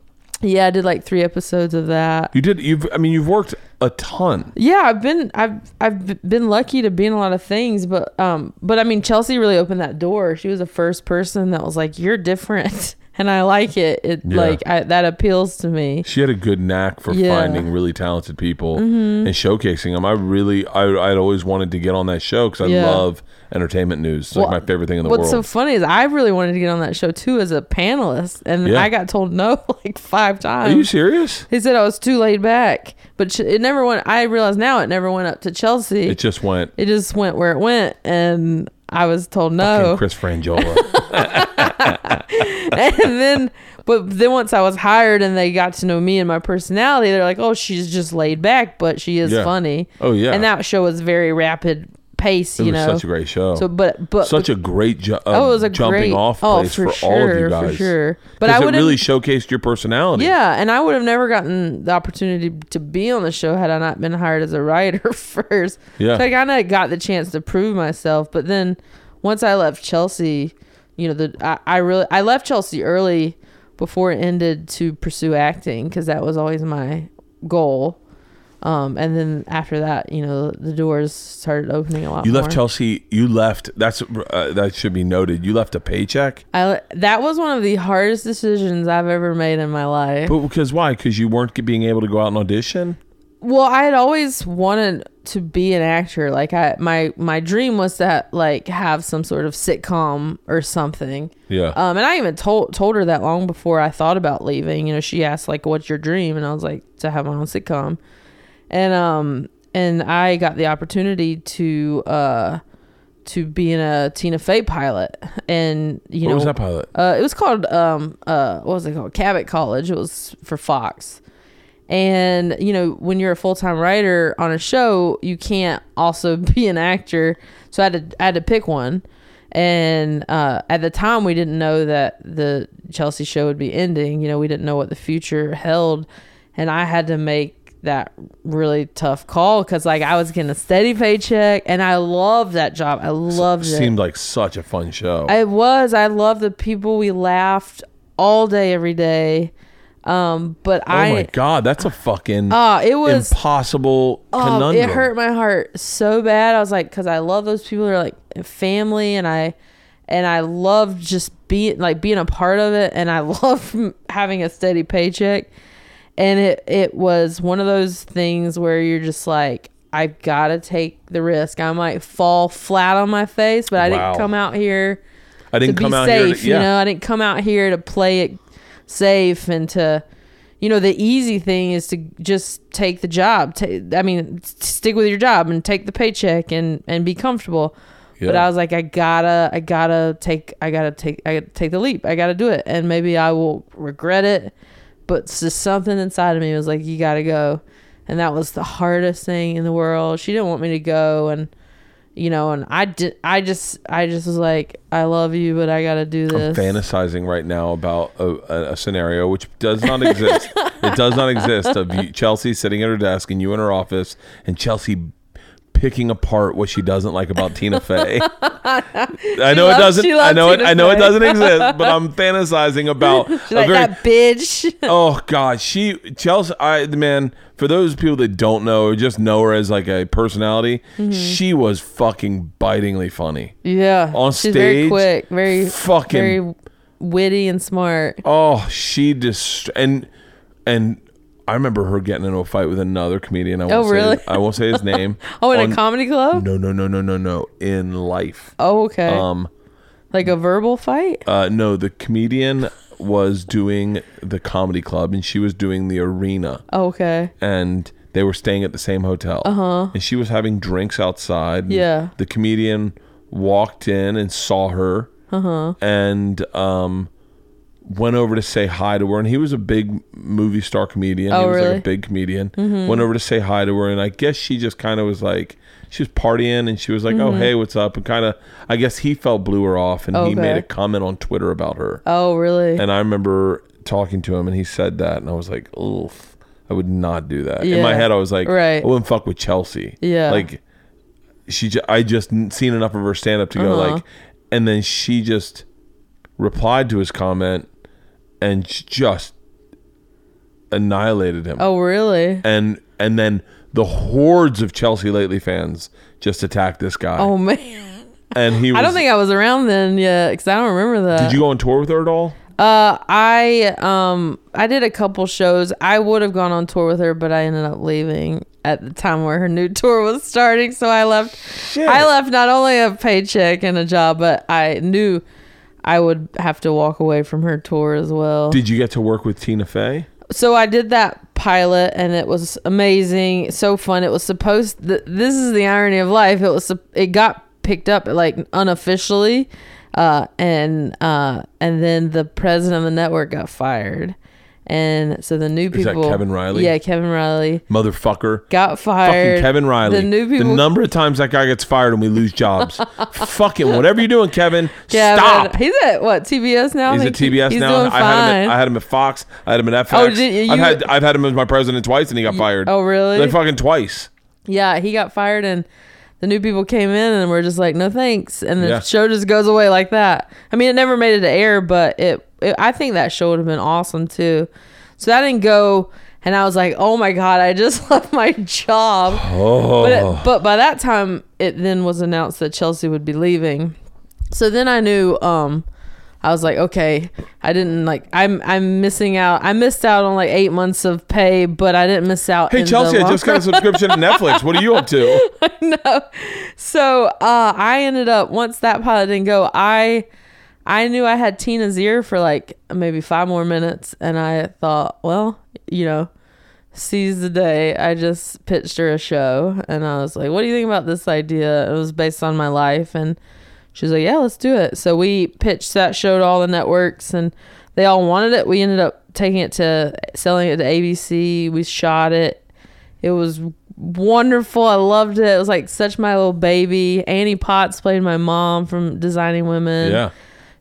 Speaker 5: yeah i did like three episodes of that
Speaker 3: You did. You've. I mean, you've worked a ton.
Speaker 5: yeah i've been i've i've b- been lucky to be in a lot of things but um but i mean chelsea really opened that door she was the first person that was like you're different [LAUGHS] and i like it it
Speaker 3: Yeah.
Speaker 5: like I, that appeals to me
Speaker 3: She had a good knack for
Speaker 5: Yeah. Mm-hmm.
Speaker 3: finding really talented people and showcasing them. I really, I, I'd always wanted to get on that show because I
Speaker 5: Yeah.
Speaker 3: love entertainment news. It's like
Speaker 5: Well,
Speaker 3: my favorite thing in the
Speaker 5: What's so
Speaker 3: world.
Speaker 5: funny is I really wanted to get on that show too as a panelist, and
Speaker 3: Yeah.
Speaker 5: I got told no [LAUGHS] like five
Speaker 3: Are you
Speaker 5: times.
Speaker 3: serious?
Speaker 5: He said I was too laid back, but sh- it never went. I realize now it never went up to Chelsea.
Speaker 3: It just went.
Speaker 5: It just went where it went, and I was told no.
Speaker 3: Chris Frangiola.
Speaker 5: [LAUGHS] and then, but then once I was hired and they got to know me and my personality, they're like, "Oh, she's just laid back, but she is
Speaker 3: Yeah.
Speaker 5: funny."
Speaker 3: Oh, yeah.
Speaker 5: And that show was very rapid pace.
Speaker 3: it
Speaker 5: you
Speaker 3: was
Speaker 5: know,
Speaker 3: such a great show.
Speaker 5: So, but but
Speaker 3: such a great ju- uh,
Speaker 5: oh, it was a
Speaker 3: jumping
Speaker 5: great,
Speaker 3: off
Speaker 5: oh,
Speaker 3: place
Speaker 5: for,
Speaker 3: for,
Speaker 5: sure,
Speaker 3: all of you guys.
Speaker 5: For sure, but I
Speaker 3: it
Speaker 5: would
Speaker 3: really
Speaker 5: really
Speaker 3: showcased your personality.
Speaker 5: yeah, and I would have never gotten the opportunity to be on the show had I not been hired as a writer [LAUGHS] first.
Speaker 3: Yeah.
Speaker 5: so I kind of got the chance to prove myself, but then once I left Chelsea, you know, the I, I really I left Chelsea early before it ended to pursue acting because that was always my goal. Um, and then after that, you know, the doors started opening a lot.
Speaker 3: You
Speaker 5: more.
Speaker 3: left Chelsea. You left. That's uh, that should be noted. You left a paycheck,
Speaker 5: I that was one of the hardest decisions I've ever made in my life.
Speaker 3: but because why? Because you weren't being able to go out and audition.
Speaker 5: Well, I had always wanted to be an actor. Like I my my dream was to like have some sort of sitcom or something.
Speaker 3: Yeah.
Speaker 5: Um, and I even told told her that long before I thought about leaving. You know, she asked like, "What's your dream?" And I was like, "To have my own sitcom." And um, and I got the opportunity to uh, to be in a Tina Fey pilot. And you
Speaker 3: what
Speaker 5: know,
Speaker 3: was that pilot?
Speaker 5: uh, it was called um uh what was it called Cabot College. It was for Fox. And you know when you're a full time writer on a show, you can't also [LAUGHS] be an actor. So I had to I had to pick one. And uh, at the time, we didn't know that the Chelsea show would be ending. You know, we didn't know what the future held, and I had to make that really tough call because like I was getting a steady paycheck, and I loved that job. I loved it.
Speaker 3: Seemed like such a fun show.
Speaker 5: It was. I love the people. We laughed all day, every day. Um, but
Speaker 3: oh
Speaker 5: I,
Speaker 3: my god, that's a fucking
Speaker 5: uh, it was.
Speaker 3: impossible
Speaker 5: Oh,
Speaker 3: conundrum.
Speaker 5: it hurt my heart so bad. I was like, because I love those people. They're like family, and I, and I love just being like being a part of it, and I [LAUGHS] love having a steady paycheck. And it it was one of those things where you're just like, I've got to take the risk. I might fall flat on my face, but I
Speaker 3: Wow.
Speaker 5: didn't come out here
Speaker 3: I
Speaker 5: to
Speaker 3: didn't
Speaker 5: be
Speaker 3: come out
Speaker 5: safe.
Speaker 3: here. To, yeah.
Speaker 5: You know, I didn't come out here to play it safe and to, you know, the easy thing is to just take the job. Ta- I mean, s- stick with your job and take the paycheck and and be comfortable. But
Speaker 3: Yeah.
Speaker 5: I was like, I gotta, I gotta take, I gotta take, I gotta take the leap. I gotta do it, and maybe I will regret it. But it's just something inside of me was like, you gotta go, and that was the hardest thing in the world. She didn't want me to go, and you know, and I did, I just, I just was like, I love you, but I gotta do
Speaker 3: I'm
Speaker 5: this.
Speaker 3: fantasizing right now about a, a, a scenario which does not exist. it does not exist of you, Chelsea sitting at her desk and you in her office and Chelsea picking apart what she doesn't like about Tina
Speaker 5: [LAUGHS]
Speaker 3: Fey. I know it
Speaker 5: loves-
Speaker 3: doesn't.
Speaker 5: she
Speaker 3: I
Speaker 5: loves
Speaker 3: know it.
Speaker 5: Tina
Speaker 3: I know it
Speaker 5: Fey. [LAUGHS]
Speaker 3: doesn't exist. But I'm fantasizing about a
Speaker 5: Like
Speaker 3: very
Speaker 5: that bitch. [LAUGHS]
Speaker 3: oh god she chelsea i man for those people that don't know or just know her as like a personality
Speaker 5: Mm-hmm.
Speaker 3: she was fucking bitingly funny
Speaker 5: yeah,
Speaker 3: on
Speaker 5: she's
Speaker 3: stage,
Speaker 5: very quick, very
Speaker 3: fucking-
Speaker 5: very witty and smart.
Speaker 3: oh she just and and i remember her getting into a fight with another comedian i won't,
Speaker 5: Oh,
Speaker 3: say,
Speaker 5: really?
Speaker 3: I won't
Speaker 5: [LAUGHS]
Speaker 3: say his name
Speaker 5: Oh, in
Speaker 3: on-
Speaker 5: a comedy club.
Speaker 3: no no no no no no in life
Speaker 5: Oh, okay.
Speaker 3: um
Speaker 5: like a verbal fight.
Speaker 3: Uh, no, the comedian was doing the comedy club, and she was doing the arena,
Speaker 5: Oh, Okay.
Speaker 3: and they were staying at the same hotel. Uh huh. And she was having drinks outside. and
Speaker 5: Uh-huh. Yeah.
Speaker 3: The comedian walked in and saw her. Uh huh.
Speaker 5: Uh-huh.
Speaker 3: And um, went over to say hi to her, and he was a big movie star comedian.
Speaker 5: Oh,
Speaker 3: he was like
Speaker 5: really? Mm-hmm.
Speaker 3: a big comedian. Went over to say hi to her, and I guess she just kind of was like. She was partying and she was like, "Oh hey, what's up?" And kind of, I guess he felt blew her off, and he
Speaker 5: Mm-hmm. Okay.
Speaker 3: made a comment on Twitter about her.
Speaker 5: Oh, really?
Speaker 3: [LAUGHS] And I remember talking to him, and he said that, and I was like, "Oof, I would not do that." In my
Speaker 5: Yeah.
Speaker 3: head, I was like,
Speaker 5: Right.
Speaker 3: I wouldn't fuck with Chelsea."
Speaker 5: Yeah.
Speaker 3: like she, j- I just n- seen enough of her stand up to go
Speaker 5: Uh-huh.
Speaker 3: like, and then she just replied to his comment and j- just annihilated him.
Speaker 5: oh, really?
Speaker 3: and and then the hordes of Chelsea lately fans just attacked this guy,
Speaker 5: Oh [LAUGHS] man,
Speaker 3: and he. Was,
Speaker 5: I don't think I was around then yet because I don't remember that.
Speaker 3: did you go on tour with her at all?
Speaker 5: Uh, I um, I did a couple shows. I would have gone on tour with her, but I ended up leaving at the time where her [LAUGHS] new tour was starting. So I left. I left not only a paycheck and a job, but I knew I would have to walk away from her tour as well.
Speaker 3: Did you get to work with Tina Fey?
Speaker 5: so I did that pilot and it was amazing, so fun. It was supposed th- this is the irony of life. It was sup- it got picked up like unofficially uh and uh and then the president of the network got fired. And so the new
Speaker 3: Is that
Speaker 5: people
Speaker 3: Kevin Riley?
Speaker 5: Yeah, Kevin Riley
Speaker 3: Motherfucker.
Speaker 5: got fired.
Speaker 3: Fucking Kevin Riley.
Speaker 5: The new people
Speaker 3: number of times that guy gets fired and we lose
Speaker 5: [LAUGHS]
Speaker 3: jobs. Fucking whatever you're doing, Kevin.
Speaker 5: Kevin-
Speaker 3: stop.
Speaker 5: He's at what, TBS now? I
Speaker 3: He's at
Speaker 5: think he-
Speaker 3: TBS
Speaker 5: he's
Speaker 3: now.
Speaker 5: Doing
Speaker 3: I
Speaker 5: fine.
Speaker 3: had him. At, I had him at Fox. I had him at FX.
Speaker 5: Oh, did you-
Speaker 3: I've had I've had him as my president twice, and he got fired.
Speaker 5: oh, really?
Speaker 3: Like fucking twice.
Speaker 5: Yeah, he got fired and the new people came in and were just like, no thanks. And the
Speaker 3: Yeah.
Speaker 5: show just goes away like that. I mean, it never made it to air, but it, it I think that show would have been awesome too. So that didn't go. And I was like, oh my God, I just [LAUGHS] left my job.
Speaker 3: Oh,
Speaker 5: But, it, but by that time, it then was announced that Chelsea would be leaving. So then I knew. Um, I was like, okay, I didn't like. I'm I'm missing out. I missed out on like eight months of pay, but I didn't miss out.
Speaker 3: hey
Speaker 5: in the
Speaker 3: Chelsea, I
Speaker 5: long
Speaker 3: just got a
Speaker 5: [LAUGHS]
Speaker 3: subscription to Netflix. What are you up to?
Speaker 5: so uh, I ended up once that pilot didn't go, I I knew I had Tina's ear for like maybe five more minutes, and I thought, well, you know, seize the day. I just pitched her a show, and I was like, what do you think about this idea? It was based on my life, and she was like, yeah, let's do it. So we pitched that show to all the networks, and they all wanted it. We ended up taking it to selling it to ABC. We shot it. It was wonderful. I loved it. It was like such my little baby. Annie Potts played my mom from Designing Women.
Speaker 3: yeah.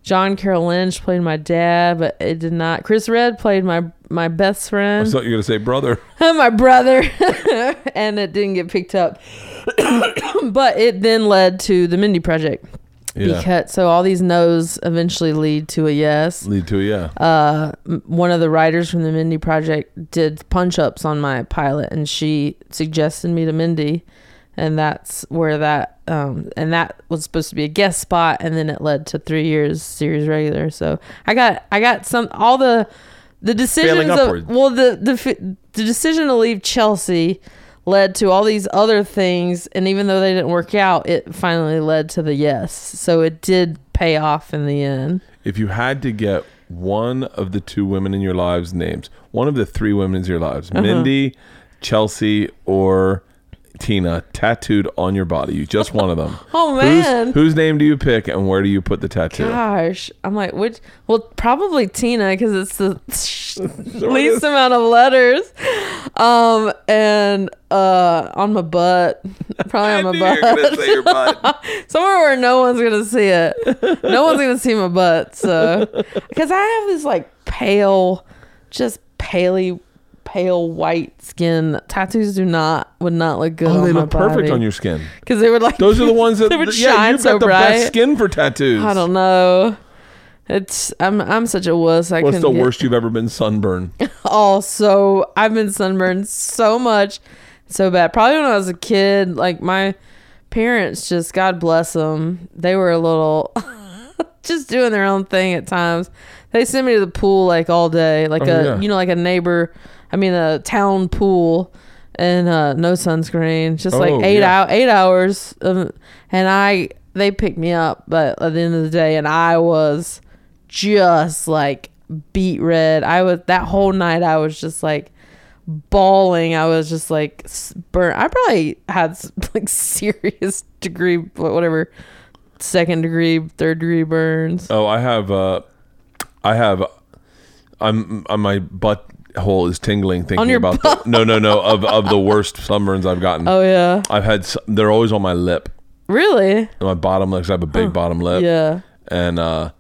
Speaker 5: John Carroll Lynch played my dad, but it did not. Chris Red played my my best
Speaker 3: I
Speaker 5: friend,
Speaker 3: thought you were gonna say brother.
Speaker 5: [LAUGHS] my brother, and it didn't get picked up. [COUGHS] but it then led to the Mindy Project.
Speaker 3: Yeah.
Speaker 5: Because so all these no's eventually lead to a yes.
Speaker 3: Lead to yeah.
Speaker 5: One of the writers from the Mindy Project did punch ups on my pilot, and she suggested me to Mindy, and that's where that um, and that was supposed to be a guest spot, and then it led to three years series regular. So I got I got some all the the decisions of
Speaker 3: upward.
Speaker 5: well the the fi- the decision to leave Chelsea led to all these other things. And even though they didn't work out, it finally led to the yes. So it did pay off in the end.
Speaker 3: If you had to get one of the two women in your lives' names, one of the three women in your lives,
Speaker 5: Uh-huh.
Speaker 3: Mindy, Chelsea, or Tina, tattooed on your body, you just one of them.
Speaker 5: [LAUGHS] Oh,
Speaker 3: Whose-
Speaker 5: man.
Speaker 3: whose name do you pick, and where do you put the tattoo?
Speaker 5: Gosh, I'm like, which? Well, probably Tina because it's
Speaker 3: [LAUGHS]
Speaker 5: the [LAUGHS] least amount of letters. Um, and uh, on my butt,
Speaker 3: [LAUGHS]
Speaker 5: probably on my butt, [LAUGHS]
Speaker 3: say your butt.
Speaker 5: somewhere where no one's gonna see it. No one's gonna see my butt.
Speaker 3: [LAUGHS]
Speaker 5: So, because I have this like pale, just paley, pale white skin. Tattoos do not would not look good.
Speaker 3: Oh,
Speaker 5: on
Speaker 3: they
Speaker 5: my
Speaker 3: look perfect
Speaker 5: body.
Speaker 3: on your skin.
Speaker 5: because they would like
Speaker 3: Those
Speaker 5: [LAUGHS]
Speaker 3: are the ones that
Speaker 5: they would
Speaker 3: yeah,
Speaker 5: shine
Speaker 3: you've
Speaker 5: so
Speaker 3: got the
Speaker 5: bright.
Speaker 3: best skin for tattoos.
Speaker 5: I don't know. It's I'm I'm such a wuss. I
Speaker 3: What's
Speaker 5: couldn't
Speaker 3: the
Speaker 5: get-
Speaker 3: worst you've ever been sunburned?
Speaker 5: Oh, so I've been sunburned so much, so bad. Probably when I was a kid. Like my parents, just God bless them. They were a little [LAUGHS] just doing their own thing at times. They sent me to the pool like all day, like a
Speaker 3: Oh, yeah.
Speaker 5: you know like a neighbor. I mean a town pool. And uh, no sunscreen, just
Speaker 3: Oh,
Speaker 5: like eight
Speaker 3: yeah.
Speaker 5: out eight hours, of, and I they picked me up, but at the end of the day, and I was just like beat red. I was that whole night. I was just like bawling. I was just like s- burnt. I probably had s- [LAUGHS] like serious degree, whatever, second degree, third degree burns.
Speaker 3: Oh, I have. Uh, I have. I'm. Uh, my butt hole is tingling thinking
Speaker 5: your
Speaker 3: about. The, no, no, no. Of of the
Speaker 5: [LAUGHS]
Speaker 3: worst sunburns I've gotten.
Speaker 5: Oh yeah,
Speaker 3: I've had. s- They're always on my lip,
Speaker 5: really?
Speaker 3: on my bottom lip. 'cause I have a big bottom lip.
Speaker 5: Oh, Yeah.
Speaker 3: And uh,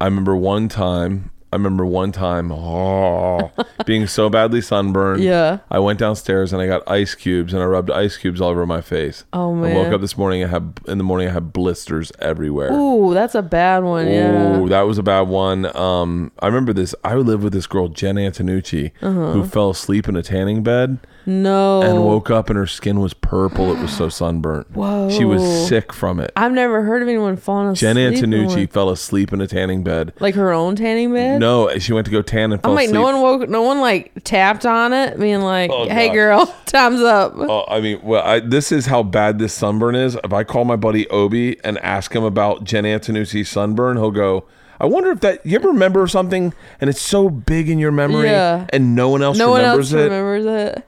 Speaker 3: I remember one time. I remember one time [LAUGHS] oh, being so badly sunburned.
Speaker 5: Yeah.
Speaker 3: I went downstairs and I got ice cubes and I rubbed ice cubes all over my face.
Speaker 5: Oh,
Speaker 3: I woke
Speaker 5: man.
Speaker 3: up this morning. I had in the morning. I had blisters everywhere.
Speaker 5: Ooh, that's a bad one.
Speaker 3: Ooh,
Speaker 5: Yeah.
Speaker 3: that was a bad one. Um, I remember this. I lived with this girl, Jen Antonucci,
Speaker 5: Uh-huh.
Speaker 3: who fell asleep in a tanning bed
Speaker 5: No.
Speaker 3: and woke up, and her skin was purple. It was
Speaker 5: [GASPS]
Speaker 3: so sunburnt. Whoa! She was sick from it.
Speaker 5: I've never heard of anyone falling asleep.
Speaker 3: Jen
Speaker 5: in
Speaker 3: Antonucci
Speaker 5: one.
Speaker 3: fell asleep in a tanning bed.
Speaker 5: like her own tanning bed.
Speaker 3: No, she went to go tan and fell
Speaker 5: I'm like,
Speaker 3: asleep.
Speaker 5: no one woke, no one like tapped on it, being like,
Speaker 3: Oh,
Speaker 5: "Hey,
Speaker 3: God.
Speaker 5: girl, [LAUGHS] time's up."
Speaker 3: Oh, I mean, well, I, this is how bad this sunburn is. If I call my buddy Obi and ask him about Jen Antonucci's sunburn, he'll go, I wonder if that you ever remember something and it's so big in your memory
Speaker 5: Yeah.
Speaker 3: and no one else
Speaker 5: no one
Speaker 3: remembers
Speaker 5: else
Speaker 3: it.
Speaker 5: remembers it.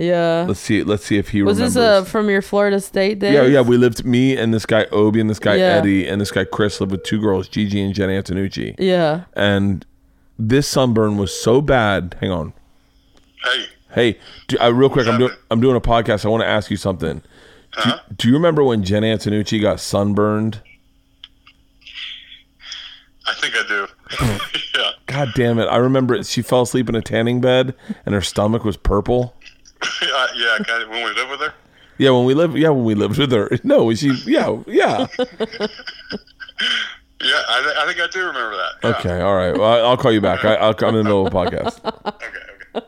Speaker 5: Yeah.
Speaker 3: Let's see. Let's see if he
Speaker 5: was
Speaker 3: remembers.
Speaker 5: this uh, from your Florida State day?
Speaker 3: yeah, yeah. We lived. Me and this guy Obi and this guy
Speaker 5: Yeah.
Speaker 3: Eddie and this guy Chris lived with two girls, Gigi and Jen Antonucci.
Speaker 5: Yeah.
Speaker 3: And this sunburn was so bad. Hang on.
Speaker 7: Hey,
Speaker 3: Hey, do, uh, real quick. I'm doing. I'm doing a podcast. I want to ask you something. Do, do you remember when Jen Antonucci got sunburned?
Speaker 7: I think I do. [LAUGHS] yeah. [LAUGHS]
Speaker 3: God damn it! I remember it. She fell asleep in a tanning bed and her stomach was purple.
Speaker 7: yeah, yeah. Kind of, when we lived with her,
Speaker 3: Yeah, when we lived. Yeah, when we lived with her. [LAUGHS] No, she. Yeah, yeah.
Speaker 7: yeah, I, th- I think I do remember that. Yeah.
Speaker 3: Okay, all right. Well, I- I'll call you back. I, I'll, I'm in the middle of a
Speaker 5: [LAUGHS]
Speaker 3: podcast.
Speaker 7: Okay, okay.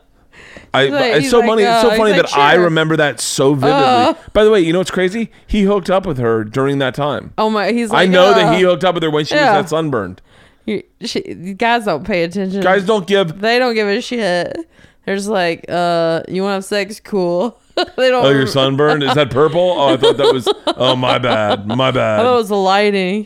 Speaker 3: I,
Speaker 5: He's like-
Speaker 3: it's
Speaker 5: he's
Speaker 3: so
Speaker 5: like,
Speaker 3: funny. It's so
Speaker 5: uh, he's
Speaker 3: funny
Speaker 5: like,
Speaker 3: that I
Speaker 5: "Sure."
Speaker 3: remember that so vividly.
Speaker 5: Uh.
Speaker 3: By the way, you know what's crazy? He hooked up with her during that time.
Speaker 5: Oh my, he's.
Speaker 3: I
Speaker 5: Like,
Speaker 3: know
Speaker 5: uh,
Speaker 3: that he hooked up with her when she
Speaker 5: yeah.
Speaker 3: was that sunburned.
Speaker 5: You, she, you guys don't pay attention.
Speaker 3: Guys, don't give.
Speaker 5: They don't give a shit. They're just like, uh, you want to have sex? Cool. [LAUGHS] they don't.
Speaker 3: Oh, you're sunburned. Is that purple? Oh, I thought that was. Oh, my bad. My
Speaker 5: I thought it
Speaker 3: bad.
Speaker 5: was the lighting.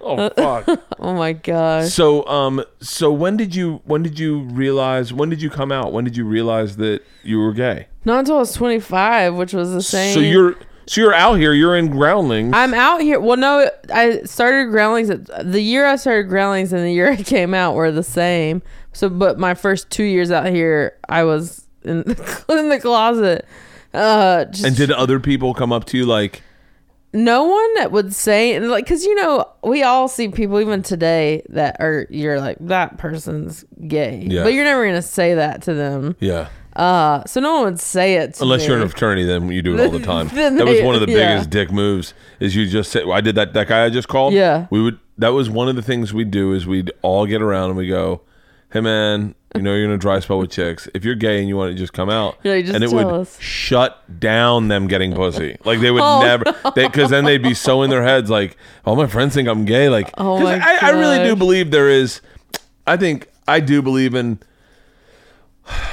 Speaker 3: Oh,
Speaker 5: [LAUGHS]
Speaker 3: fuck.
Speaker 5: Oh my gosh.
Speaker 3: So, um, so when did you when did you realize when did you come out? When did you realize that you were gay?
Speaker 5: Not until I was 25, which was the same.
Speaker 3: So you're so you're out here. You're in Groundlings.
Speaker 5: I'm out here. Well, no, I started Groundlings. At, the year I started Groundlings and the year I came out were the same. So, but my first two years out here, I was in [LAUGHS] in the closet. Uh, just
Speaker 3: and did other people come up to you like?
Speaker 5: no one that would say and like because you know we all see people even today that are you're like that person's gay,
Speaker 3: Yeah.
Speaker 5: but you're never gonna say that to them.
Speaker 3: Yeah.
Speaker 5: Uh, so no one would say it to
Speaker 3: Unless
Speaker 5: me.
Speaker 3: you're in a fraternity, then you do it all the
Speaker 5: [LAUGHS]
Speaker 3: time.
Speaker 5: Then
Speaker 3: that was
Speaker 5: they-
Speaker 3: one of the
Speaker 5: yeah.
Speaker 3: biggest dick moves. Is you just say, "I did that." That guy I just called.
Speaker 5: Yeah.
Speaker 3: we would. That was one of the things we'd do is we'd all get around and we go, "Hey man, you know you're in a dry spell with chicks. If you're gay and you want to just come out,
Speaker 5: You're like, "Just
Speaker 3: and it
Speaker 5: tell
Speaker 3: would
Speaker 5: us."
Speaker 3: shut down them getting pussy. Like they would
Speaker 5: Oh,
Speaker 3: never, because then they'd be so in their heads like, "All my friends think I'm gay." Like,
Speaker 5: Oh
Speaker 3: 'cause
Speaker 5: my
Speaker 3: I, I really do
Speaker 5: gosh.
Speaker 3: believe there is. I think I do believe in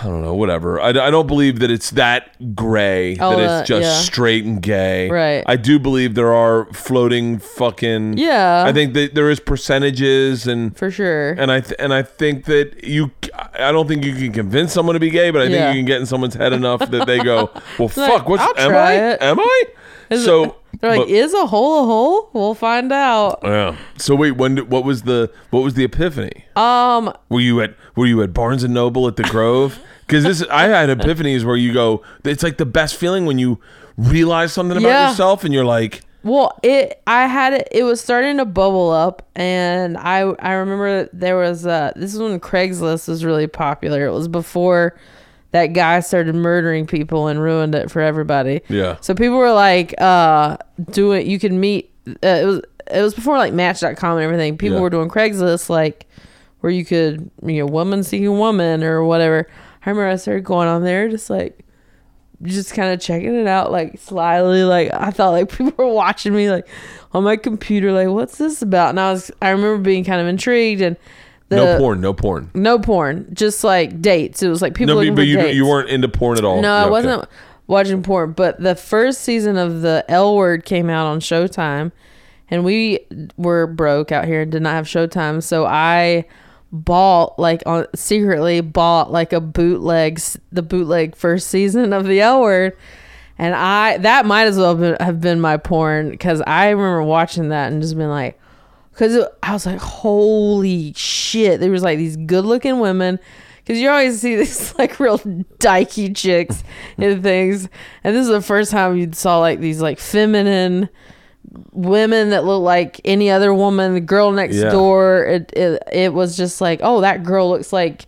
Speaker 3: I don't know, Uh, whatever. I, I don't believe that it's that gray,
Speaker 5: Oh,
Speaker 3: that it's
Speaker 5: uh,
Speaker 3: just
Speaker 5: yeah.
Speaker 3: straight and gay.
Speaker 5: Right.
Speaker 3: I do believe there are floating fucking.
Speaker 5: Yeah.
Speaker 3: I think that there is percentages and.
Speaker 5: for sure.
Speaker 3: and I th- and I think that you, I don't think you can convince someone to be gay, but I think
Speaker 5: Yeah.
Speaker 3: you can get in someone's head enough that they
Speaker 5: [LAUGHS]
Speaker 3: go, "Well, fuck, what's
Speaker 5: I'll
Speaker 3: am
Speaker 5: try
Speaker 3: I?
Speaker 5: it."
Speaker 3: Am I?"
Speaker 5: Is it-
Speaker 3: so
Speaker 5: [LAUGHS] They're like,
Speaker 3: but-
Speaker 5: is a hole a hole? We'll find out.
Speaker 3: yeah. So wait, when did- what was the what was the epiphany?
Speaker 5: Um,
Speaker 3: Were you at Were you at Barnes and Noble at the
Speaker 5: [LAUGHS]
Speaker 3: Grove? Because this, I had epiphanies where you go, it's like the best feeling when you realize something about
Speaker 5: Yeah.
Speaker 3: yourself, and you're like,
Speaker 5: well, it I had it. It was starting to bubble up, and I I remember there was uh this is when Craigslist was really popular. It was before that guy started murdering people and ruined it for everybody.
Speaker 3: Yeah.
Speaker 5: So people were like, uh, doing you could meet. Uh, it was it was before like Match.com and everything. People
Speaker 3: Yeah.
Speaker 5: were doing Craigslist like where you could you know woman seeking woman or whatever. I remember I started going on there just like just kind of checking it out like slyly like i thought like [LAUGHS] people were watching me like on my computer like what's this about and i was i remember being kind of intrigued and the,
Speaker 3: "No porn, no porn."
Speaker 5: no porn just like dates it was like people
Speaker 3: No,
Speaker 5: looking
Speaker 3: but
Speaker 5: for
Speaker 3: you
Speaker 5: dates.
Speaker 3: you weren't into porn at all.
Speaker 5: no i
Speaker 3: Okay.
Speaker 5: wasn't watching porn but the first season of the l word came out on showtime and we were broke out here and did not have showtime so i bought like on secretly bought like a bootleg s- the bootleg first season of the l word and i that might as well been, have been my porn because i remember watching that and just being like because i was like holy shit there was like these good looking women because you always see [LAUGHS] these like real dykey chicks and things and this is the first time you saw like these like feminine women that look like any other woman the girl next
Speaker 3: Yeah.
Speaker 5: door it, it it was just like oh that girl looks like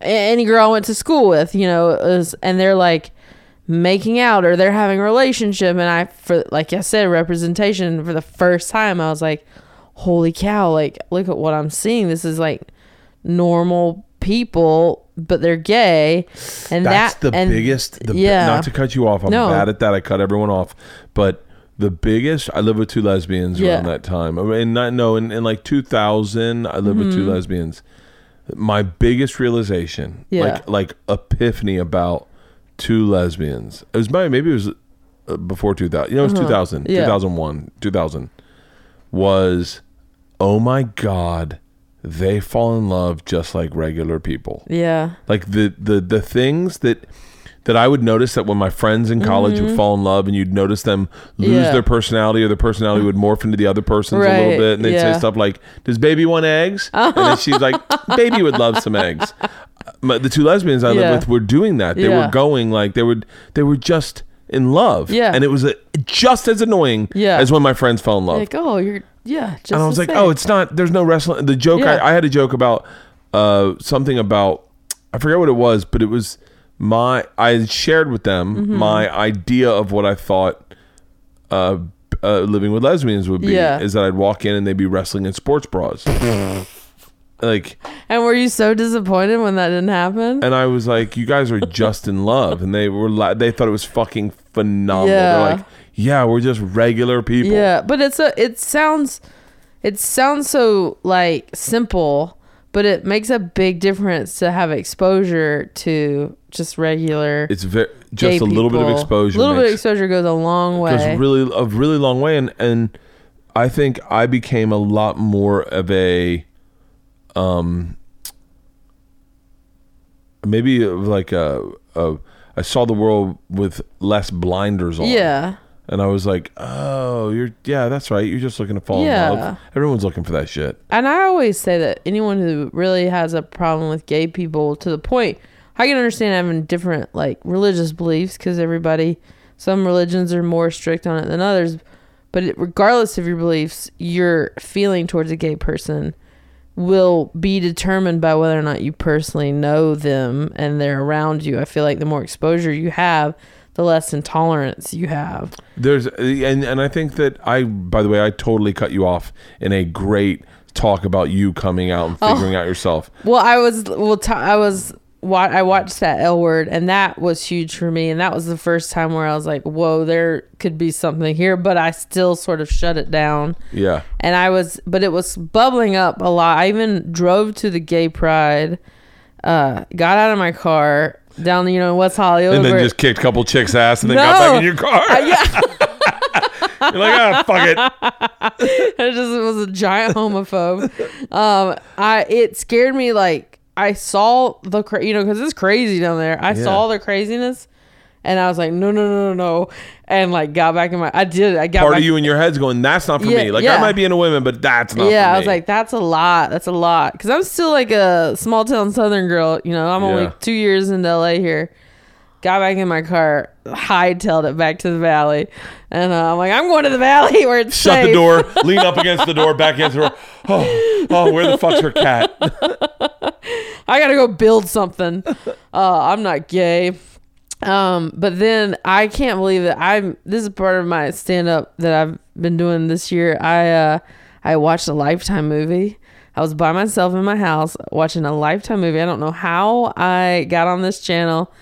Speaker 5: a- any girl i went to school with you know it was, and they're like making out or they're having a relationship and i for like i said representation for the first time i was like holy cow like look at what i'm seeing this is like normal people but they're gay and
Speaker 3: That's
Speaker 5: that
Speaker 3: the
Speaker 5: and-
Speaker 3: biggest. The,
Speaker 5: yeah
Speaker 3: yeah. Not to cut you off. I'm
Speaker 5: No.
Speaker 3: bad at that. I cut everyone off. But the biggest. I lived with two lesbians
Speaker 5: Yeah.
Speaker 3: around that time. I mean, not no. In, in like 2000, I lived with
Speaker 5: Mm-hmm.
Speaker 3: two lesbians. My biggest realization,
Speaker 5: Yeah.
Speaker 3: like like epiphany about two lesbians. It was my maybe it was uh, before 2000. You know, it was 2000,
Speaker 5: Uh-huh. Yeah.
Speaker 3: 2001, 2000. Was oh my god, they fall in love just like regular people
Speaker 5: yeah
Speaker 3: like the the the things that that I would notice that when my friends in college would fall in love and you'd notice them lose
Speaker 5: Mm-hmm. Yeah.
Speaker 3: their personality or their personality would morph into the other person's a
Speaker 5: Right,
Speaker 3: little bit and they'd
Speaker 5: yeah.
Speaker 3: say stuff like, Does baby want
Speaker 5: [LAUGHS]
Speaker 3: eggs? And then she's like, Baby would love some eggs. My, the two lesbians I
Speaker 5: Yeah.
Speaker 3: lived with were doing that. They
Speaker 5: Yeah.
Speaker 3: were going like they would they were just in love.
Speaker 5: Yeah.
Speaker 3: And it was a, just as annoying
Speaker 5: Yeah.
Speaker 3: as when my friends fell in love
Speaker 5: like oh you're yeah just
Speaker 3: and I
Speaker 5: the
Speaker 3: was like,
Speaker 5: same.
Speaker 3: oh, it's not. There's no wrestling. The joke
Speaker 5: Yeah.
Speaker 3: I, I had a joke about uh, something about I forget what it was, but it was my I shared with them
Speaker 5: Mm-hmm.
Speaker 3: my idea of what I thought uh, uh, living with lesbians would be.
Speaker 5: Yeah.
Speaker 3: Is that I'd walk in and they'd be wrestling in sports
Speaker 5: [LAUGHS]
Speaker 3: bras. like,
Speaker 5: and were you so disappointed when that didn't happen
Speaker 3: and I was like, you guys are just in love, and they were la- they thought it was fucking phenomenal.
Speaker 5: Yeah.
Speaker 3: They're like, yeah, we're just regular people.
Speaker 5: Yeah, but it's a it sounds it sounds so like simple, but it makes a big difference to have exposure to just regular
Speaker 3: It's ve- just
Speaker 5: gay
Speaker 3: a little bit of
Speaker 5: people.
Speaker 3: exposure.
Speaker 5: A little bit of
Speaker 3: makes-
Speaker 5: exposure goes a long way.
Speaker 3: goes really a really long way and and I think I became a lot more of a um maybe of like a, a I saw the world with less blinders on.
Speaker 5: yeah.
Speaker 3: And I was like, "Oh, you're yeah, that's right. You're just looking to fall
Speaker 5: Yeah.
Speaker 3: in love. Everyone's looking for that shit."
Speaker 5: And I always say that anyone who really has a problem with gay people to the point, I can understand having different like religious beliefs because everybody, some religions are more strict on it than others. But it, regardless of your beliefs, your feeling towards a gay person will be determined by whether or not you personally know them and they're around you. I feel like the more exposure you have, the less intolerance you have.
Speaker 3: There's and and I think that I by the way I totally cut you off in a great talk about you coming out
Speaker 5: Oh.
Speaker 3: and figuring out yourself.
Speaker 5: Well, I was well, t- I was wa- I watched that L word, and that was huge for me. And that was the first time where I was like, "Whoa, there could be something here," but I still sort of shut it down.
Speaker 3: Yeah.
Speaker 5: And I was, but it was bubbling up a lot. I even drove to the gay pride uh, got out of my car down, you know, West Hollywood.
Speaker 3: and then
Speaker 5: where-
Speaker 3: just kicked a couple chicks' ass and then
Speaker 5: no.
Speaker 3: got back in your car.
Speaker 5: Uh, yeah.
Speaker 3: [LAUGHS]
Speaker 5: [LAUGHS]
Speaker 3: You're like, ah, fuck it.
Speaker 5: I just was a giant homophobe. um, I it scared me like I saw the cra- you know because it's crazy down there. I saw the craziness, and I was like, no, no, no, no, no, and like got back in my. I did. I got
Speaker 3: Part
Speaker 5: back,
Speaker 3: of you in your head's going, that's not for
Speaker 5: Yeah,
Speaker 3: me. Like, I
Speaker 5: yeah.
Speaker 3: might be into women, but that's not
Speaker 5: Yeah,
Speaker 3: for
Speaker 5: I was
Speaker 3: me.
Speaker 5: like, that's a lot. That's a lot because I'm still like a small town Southern girl. You know, I'm
Speaker 3: Yeah.
Speaker 5: only two years into LA here. Got back in my car, hightailed it back to the valley, and uh, I'm like, I'm going to the valley [LAUGHS] where it's
Speaker 3: Shut the
Speaker 5: safe. [LAUGHS]
Speaker 3: door, lean up against the door, back against the door. Oh, oh, where the fuck's her cat?
Speaker 5: I gotta go build something. [LAUGHS] Uh, I'm not gay. Um, but then I can't believe that I'm. This is part of my stand up that I've been doing this year. I uh, I watched a Lifetime movie. I was by myself in my house watching a Lifetime movie. I don't know how I got on this channel.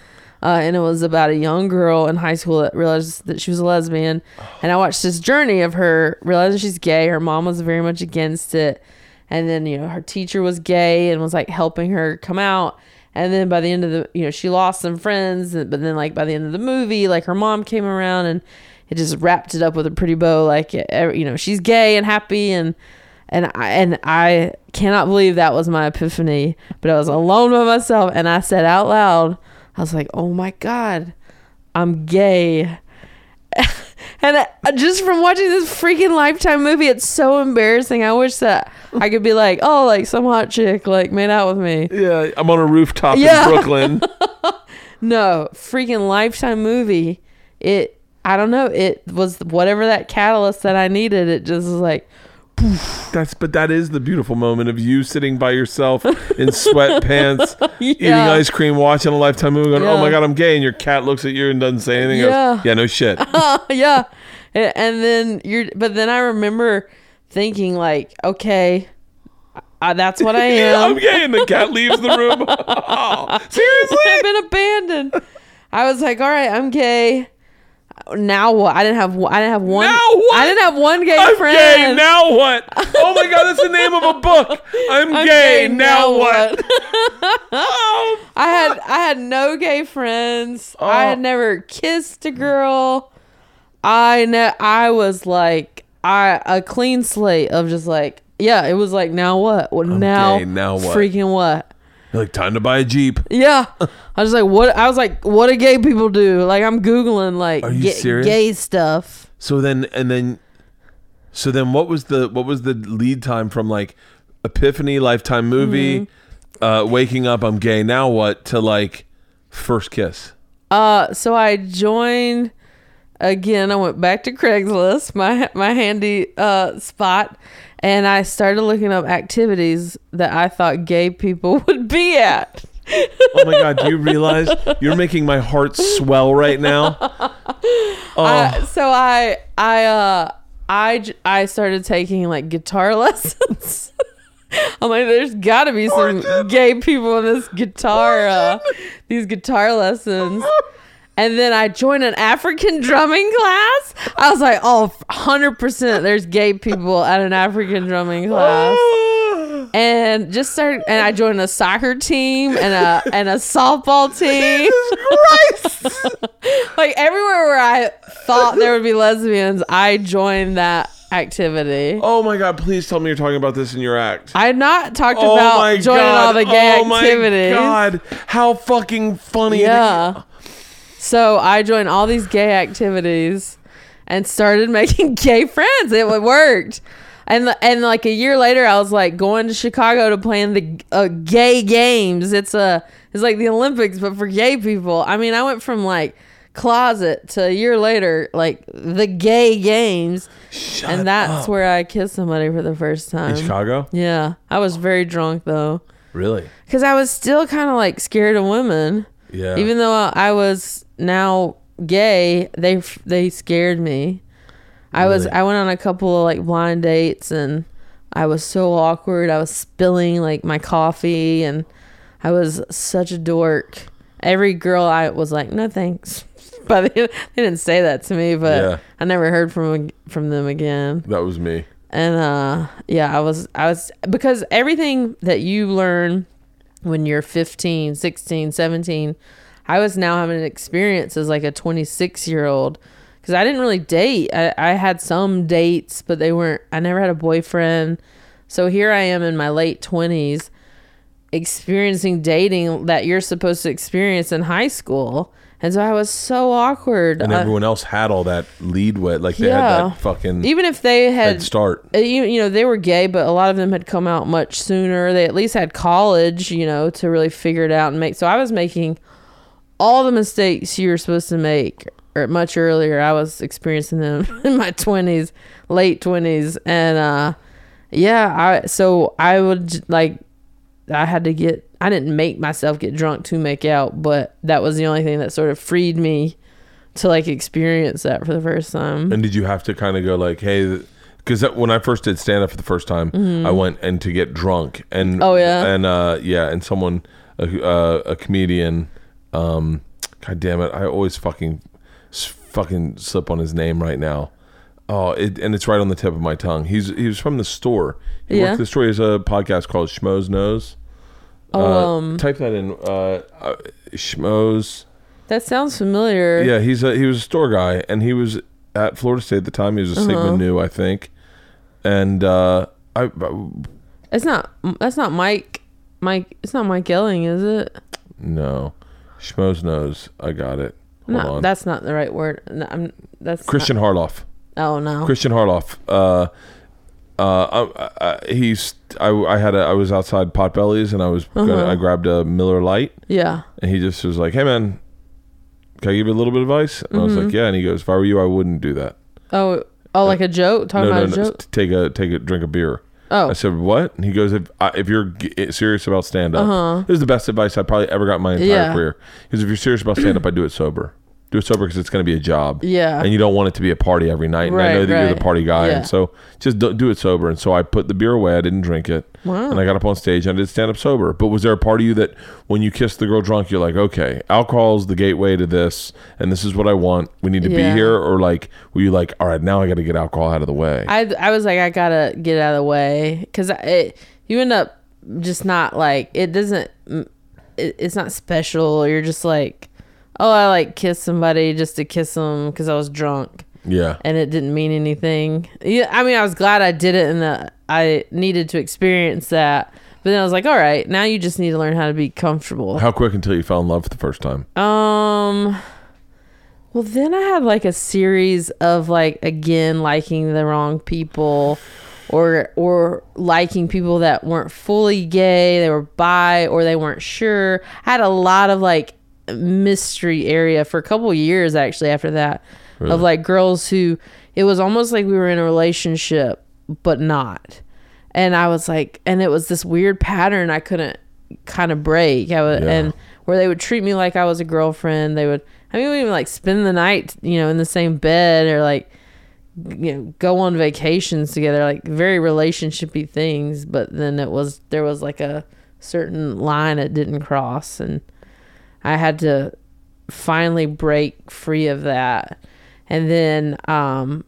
Speaker 5: Uh, and it was about a young girl in high school that realized that she was a lesbian. And I watched this journey of her realizing she's gay. Her mom was very much against it and then you know her teacher was gay and was like helping her come out and then by the end of the you know she lost some friends and- but then like by the end of the movie like her mom came around and it just wrapped it up with a pretty bow like e- e- you know she's gay and happy and and I, and I cannot believe that was my epiphany but I was alone by myself and I said out loud I was like oh my god I'm gay and I, just from watching this freaking Lifetime movie, it's so embarrassing. I wish that I could be like, oh, like some hot chick like made out with me.
Speaker 3: [LAUGHS] Yeah, I'm on a rooftop
Speaker 5: Yeah.
Speaker 3: in Brooklyn.
Speaker 5: [LAUGHS] No, freaking Lifetime movie. It, I don't know. It was whatever that catalyst that I needed. It just was like, [LAUGHS]
Speaker 3: That's but that is the beautiful moment of you sitting by yourself
Speaker 5: [LAUGHS]
Speaker 3: in sweatpants, eating
Speaker 5: Yeah.
Speaker 3: ice cream, watching a lifetime movie, going, Oh
Speaker 5: Yeah.
Speaker 3: my god, I'm gay, and your cat looks at you and doesn't say anything. Goes,
Speaker 5: Yeah.
Speaker 3: yeah, no shit.
Speaker 5: "Oh, yeah. And, and then you're, but then I remember thinking like, okay, I, that's what I am.
Speaker 3: [LAUGHS] I'm gay, and the cat leaves the room. [LAUGHS] Oh, seriously?
Speaker 5: I've been abandoned. I was like, all right, I'm gay. Now what? I didn't have one- I didn't have one.
Speaker 3: Now what?
Speaker 5: I didn't have one gay
Speaker 3: I'm
Speaker 5: friend.
Speaker 3: gay. Now what? Oh my god, that's the name of a book. I'm,
Speaker 5: I'm
Speaker 3: gay, Now, what?
Speaker 5: [LAUGHS] what? I had I had no gay friends. I had
Speaker 3: Oh.
Speaker 5: never kissed a girl. I ne- I was like I a clean slate of just like yeah. It was like now what? Well, now
Speaker 3: gay. Now what?
Speaker 5: Freaking what?
Speaker 3: You're like time to buy a jeep.
Speaker 5: Yeah. I was like, what? I was like, what do gay people do? Like, I'm Googling, like,
Speaker 3: Are you
Speaker 5: ga-
Speaker 3: serious?
Speaker 5: gay stuff.
Speaker 3: So then, and then, so then, what was the what was the lead time from like Epiphany, Lifetime movie,
Speaker 5: Mm-hmm.
Speaker 3: uh, waking up, I'm gay now, what to like first kiss?
Speaker 5: Uh, so I joined again. I went back to Craigslist, my my handy uh, spot, and I started looking up activities that I thought gay people [LAUGHS] would be at.
Speaker 3: Oh my god, do you realize you're making my heart swell right now? Oh,
Speaker 5: Uh, so I I uh I j- I started taking like guitar [LAUGHS] lessons. I'm like, there's got to be some gay people in this guitar, uh, these guitar lessons. And then I joined an African drumming class. I was like, oh, 100% there's gay people at an African drumming class and just started and I joined a soccer team and a and
Speaker 3: [LAUGHS]
Speaker 5: a softball team. [LAUGHS] like everywhere where I thought there would be lesbians, I joined that activity.
Speaker 3: oh my god, please tell me you're talking about this in your act.
Speaker 5: I had not talked
Speaker 3: oh my
Speaker 5: about joining
Speaker 3: god.
Speaker 5: all the gay
Speaker 3: oh
Speaker 5: activities.
Speaker 3: my god, how fucking funny!
Speaker 5: Yeah. [LAUGHS] So I joined all these gay activities and started [LAUGHS] making gay friends. It worked. And, and like a year later, I was like going to Chicago to play in the uh, gay games. It's a it's like the Olympics, but for gay people. I mean, I went from like closet to a year later, like the gay games, and that's where I kissed somebody for the first time.
Speaker 3: Chicago,
Speaker 5: Yeah, I was very drunk though,
Speaker 3: really?
Speaker 5: because I was still kind of like scared of women.
Speaker 3: Yeah.
Speaker 5: Even though I was now gay, they they scared me. I was I went on a couple of like blind dates and I was so awkward. I was spilling like my coffee and I was such a dork. Every girl I was like, "No thanks." [LAUGHS] But they, they didn't say that to me, but
Speaker 3: Yeah.
Speaker 5: I never heard from from them again
Speaker 3: that was me.
Speaker 5: uh, and uh yeah i was i was because everything that you learn when you're 15, 16, 17. I was now having an experience as like a 26 year old because I didn't really date. I, I had some dates, but they weren't, I never had a boyfriend. So here I am in my late 20s experiencing dating that you're supposed to experience in high school. And so I was so awkward.
Speaker 3: and
Speaker 5: Uh,
Speaker 3: everyone else had all that lead wet, like they had
Speaker 5: Yeah.
Speaker 3: that fucking
Speaker 5: even if they had
Speaker 3: head start.
Speaker 5: Uh, you, you know they were gay but a lot of them had come out much sooner they at least had college you know to really figure it out and make so i was making all the mistakes you were supposed to make or much earlier i was experiencing them [LAUGHS] in my 20s late 20s and uh yeah i so i would like i had to get i didn't make myself get drunk to make out but that was the only thing that sort of freed me to like experience that for the first time
Speaker 3: And did you have to kind of go like, hey? Because when I first did stand up for the first time, I went and to get drunk, and
Speaker 5: Mm-hmm. Oh, yeah?
Speaker 3: and uh, yeah, and someone, a, uh, a comedian, um, god damn it, I always fucking s- fucking slip on his name right now. Oh, it, and it's right on the tip of my tongue. He's he was from the store. He worked
Speaker 5: Yeah.
Speaker 3: at the store. He has a podcast called Schmoes Knows. Uh,
Speaker 5: Um.
Speaker 3: type that in. Uh, uh, Schmoes.
Speaker 5: that sounds familiar
Speaker 3: Yeah, he's a he was a store guy, and he was at Florida State at the time. He was a
Speaker 5: Uh-huh.
Speaker 3: Sigma Nu, I think. And uh, I, I-
Speaker 5: It's not. That's not Mike. Mike. It's not Mike Elling, is it?
Speaker 3: no, Schmoes knows. I got it. Hold
Speaker 5: no,
Speaker 3: on.
Speaker 5: that's not the right word. No, I'm. That's not-
Speaker 3: Christian Harloff.
Speaker 5: oh no.
Speaker 3: Christian Harloff. Uh, uh, I, I, he's. I, I had. A, I was outside Potbellies, and I was.
Speaker 5: Uh-huh.
Speaker 3: Gonna, I grabbed a Miller Light,
Speaker 5: yeah.
Speaker 3: and he just was like, "Hey, man, can I give you a little bit of advice?" And I was
Speaker 5: Mm-hmm.
Speaker 3: like, "Yeah." And he goes, "If I were you, I wouldn't do that."
Speaker 5: Oh. Oh, like a joke. Talking
Speaker 3: Uh, no, no,
Speaker 5: about
Speaker 3: no.
Speaker 5: a
Speaker 3: s-
Speaker 5: joke.
Speaker 3: Take a take a drink of beer.
Speaker 5: Oh.
Speaker 3: I said what? And he goes, if I, if you're g- eh, serious about stand up, this is the best advice I probably ever got in my entire
Speaker 5: Uh-huh. Yeah.
Speaker 3: career. Because if you're serious about stand up, I do it sober. Do it sober because it's going to be a job.
Speaker 5: Yeah.
Speaker 3: and you don't want it to be a party every night. and I
Speaker 5: Right,
Speaker 3: know that you're the
Speaker 5: right.
Speaker 3: party guy,
Speaker 5: Yeah.
Speaker 3: and so just do, do it sober. And so I put the beer away. I didn't drink it.
Speaker 5: Wow.
Speaker 3: And I got up on stage and I did stand up sober. But was there a part of you that when you kissed the girl drunk, you're like, okay, alcohol's the gateway to this, and this is what I want. We need to
Speaker 5: Yeah.
Speaker 3: be here, or like, were you like, all right, now I got to get alcohol out of the way?
Speaker 5: I I was like I gotta get out of the way because it you end up just not like it doesn't it, it's not special. You're just like oh I like kiss somebody just to kiss them because I was drunk.
Speaker 3: yeah.
Speaker 5: and it didn't mean anything. Yeah, I mean, I was glad I did it and that I needed to experience that. But then I was like, all right, now you just need to learn how to be comfortable.
Speaker 3: How quick until you fell in love for the first time?
Speaker 5: Um, well, then I had like a series of like again liking the wrong people, or or liking people that weren't fully gay, they were bi, or they weren't sure. I had a lot of like mystery area for a couple years actually after that of like girls who it was almost like we were in a relationship but not and I was like, and it was this weird pattern I couldn't kind of break. I would,
Speaker 3: Yeah.
Speaker 5: and where they would treat me like I was a girlfriend. They would, I mean, we would like spend the night, you know, in the same bed or like, you know, go on vacations together, like very relationshipy things. But then it was there was like a certain line it didn't cross, and I had to finally break free of that. And then, um,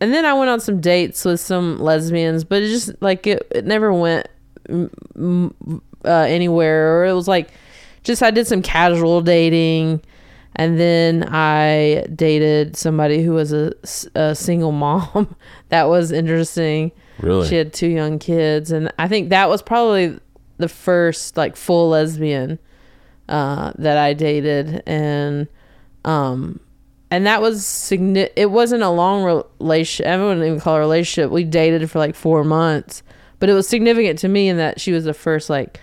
Speaker 5: and then I went on some dates with some lesbians, but it just like it, it never went mm, mm, uh, anywhere. Or it was like just I did some casual dating, and then I dated somebody who was a, s- a single mom. [LAUGHS] that was interesting.
Speaker 3: Really?
Speaker 5: she had two young kids, and I think that was probably the first like full lesbian uh, that I dated, and um, and that was signi- It wasn't a long relationship. I wouldn't even call it a relationship. We dated for like four months, but it was significant to me in that she was the first like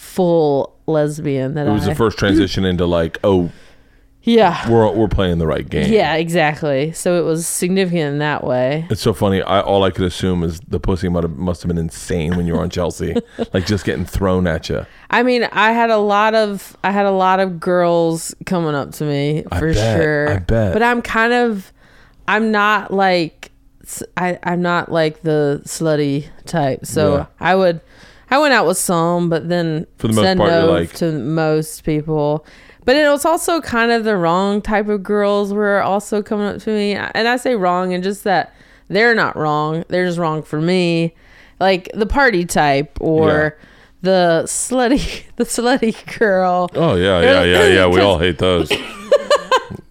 Speaker 5: full lesbian that
Speaker 3: It was
Speaker 5: I.
Speaker 3: the first
Speaker 5: [LAUGHS]
Speaker 3: transition into like, oh,
Speaker 5: yeah.
Speaker 3: we're we're playing the right game.
Speaker 5: Yeah, exactly. So it was significant in that way.
Speaker 3: It's so funny. I all I could assume is the pussy must have, must have been insane when you were on Chelsea,
Speaker 5: [LAUGHS]
Speaker 3: like just getting thrown at you.
Speaker 5: I mean, I had a lot of I had a lot of girls coming up to me for
Speaker 3: bet,
Speaker 5: sure.
Speaker 3: I bet.
Speaker 5: But I'm kind of I'm not like s- I am not like the slutty type. So
Speaker 3: Yeah.
Speaker 5: I would I went out with some, but then
Speaker 3: For the most
Speaker 5: said
Speaker 3: part, you're
Speaker 5: no
Speaker 3: like-
Speaker 5: to most people. But it was also kind of the wrong type of girls were also coming up to me, and I say wrong, and just that they're not wrong; they're just wrong for me, like the party type or the slutty [LAUGHS] the slutty girl.
Speaker 3: Oh yeah,
Speaker 5: [LAUGHS]
Speaker 3: yeah, yeah, yeah. We all hate those.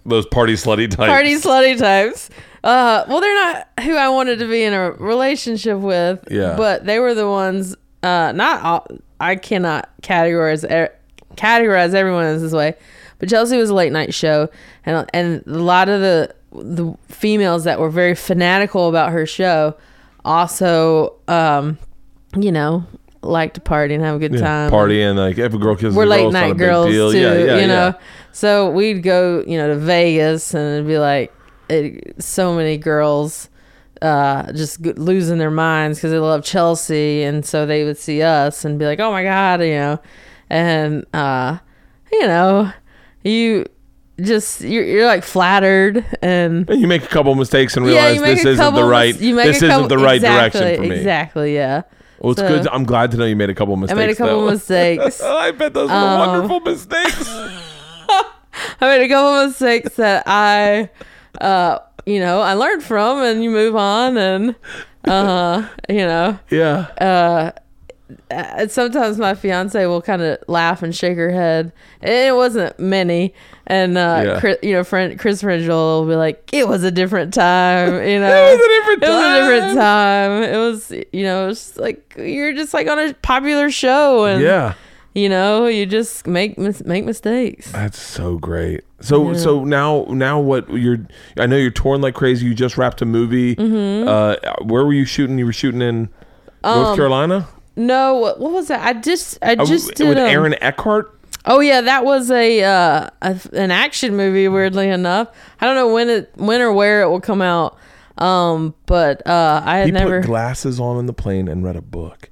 Speaker 3: those party slutty types.
Speaker 5: Party slutty types. Uh, well, they're not who I wanted to be in a relationship with.
Speaker 3: Yeah.
Speaker 5: But they were the ones. Uh, not all. I cannot categorize er, categorize everyone as this way, but Chelsea was a late night show, and and a lot of the the females that were very fanatical about her show, also, um, you know, like to party and have a good time.
Speaker 3: Party and like if a girl kisses
Speaker 5: we're
Speaker 3: a girl,
Speaker 5: late
Speaker 3: it's not a
Speaker 5: night
Speaker 3: big
Speaker 5: girls
Speaker 3: deal.
Speaker 5: too,
Speaker 3: yeah, yeah,
Speaker 5: you know.
Speaker 3: yeah.
Speaker 5: So we'd go, you know, to Vegas and it'd be like it, so many girls uh, just g- losing their minds because they love Chelsea, and so they would see us and be like, "Oh my god," you know, and uh, you know, you just you're, you're like flattered and.
Speaker 3: And you make a couple mistakes and realize this isn't the
Speaker 5: mis-
Speaker 3: right. This
Speaker 5: a
Speaker 3: isn't the right
Speaker 5: exactly,
Speaker 3: direction for me.
Speaker 5: Exactly, yeah.
Speaker 3: Well, it's
Speaker 5: So,
Speaker 3: good. I'm glad to know you made a couple
Speaker 5: I
Speaker 3: mistakes.
Speaker 5: made a couple
Speaker 3: though.
Speaker 5: mistakes.
Speaker 3: [LAUGHS] I bet those were
Speaker 5: Um,
Speaker 3: wonderful mistakes.
Speaker 5: [LAUGHS] I made a couple mistakes that I, uh, you know, I learned from, and you move on, and uh, you know,
Speaker 3: yeah.
Speaker 5: and sometimes my fiance will kind of laugh and shake her head. And it wasn't many, and uh,
Speaker 3: Yeah.
Speaker 5: Chris, you know, friend Chris Fringel will be like, "It was a
Speaker 3: [LAUGHS]
Speaker 5: different time," you know,
Speaker 3: was a different
Speaker 5: It was a different time. It was, you know, it's like you're just like on a popular show, and
Speaker 3: yeah.
Speaker 5: you know, you just make mis- make mistakes.
Speaker 3: That's so great. So so now now what you're I know you're torn like crazy. You just wrapped a movie.
Speaker 5: Mm-hmm.
Speaker 3: Uh, where were you shooting? You were shooting in North Carolina
Speaker 5: No, what, what was that? I just Um, I
Speaker 3: Uh,
Speaker 5: just did
Speaker 3: with
Speaker 5: um,
Speaker 3: Aaron Eckhart.
Speaker 5: Oh yeah, that was a, uh, a an action movie. Weirdly enough, I don't know when it when or where it will come out. Um, but uh, I had
Speaker 3: He
Speaker 5: never.
Speaker 3: put glasses on in the plane and read a book.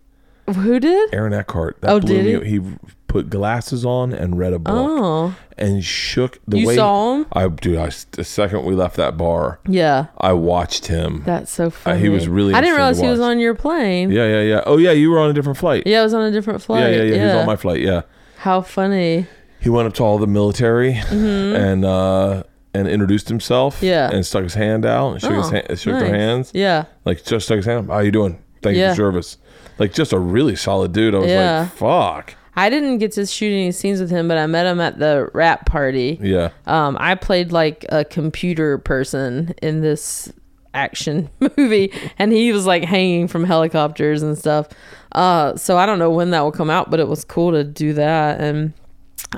Speaker 5: who did?
Speaker 3: Aaron Eckhart. That
Speaker 5: Oh,
Speaker 3: blew
Speaker 5: did
Speaker 3: me- he? put glasses on and read a book.
Speaker 5: Oh.
Speaker 3: And shook the
Speaker 5: You
Speaker 3: way
Speaker 5: saw him?
Speaker 3: I dude. I, the second we left that bar,
Speaker 5: Yeah,
Speaker 3: I watched him.
Speaker 5: that's so funny.
Speaker 3: Uh, he was really
Speaker 5: I didn't realize
Speaker 3: interesting to
Speaker 5: he was
Speaker 3: watch.
Speaker 5: on your plane. Yeah.
Speaker 3: yeah, yeah, yeah. Oh yeah, you were on a different flight.
Speaker 5: I was on a different flight.
Speaker 3: yeah, yeah, yeah. He was on my flight. Yeah.
Speaker 5: How funny.
Speaker 3: he went up to all the military and uh, and introduced himself.
Speaker 5: Mm-hmm. Yeah.
Speaker 3: and stuck his hand out and shook his
Speaker 5: Oh,
Speaker 3: hand, shook their
Speaker 5: nice.
Speaker 3: hands.
Speaker 5: Yeah.
Speaker 3: like just stuck his hand. How you doing? Thank you
Speaker 5: Yeah.
Speaker 3: for service. Like just a really solid dude. I was
Speaker 5: Yeah.
Speaker 3: like, fuck.
Speaker 5: I didn't get to shoot any scenes with him, but I met him at the rap party.
Speaker 3: Yeah,
Speaker 5: Um, I played like a computer person in this action [LAUGHS] movie, and he was like hanging from helicopters and stuff. Uh, so I don't know when that will come out, but it was cool to do that. And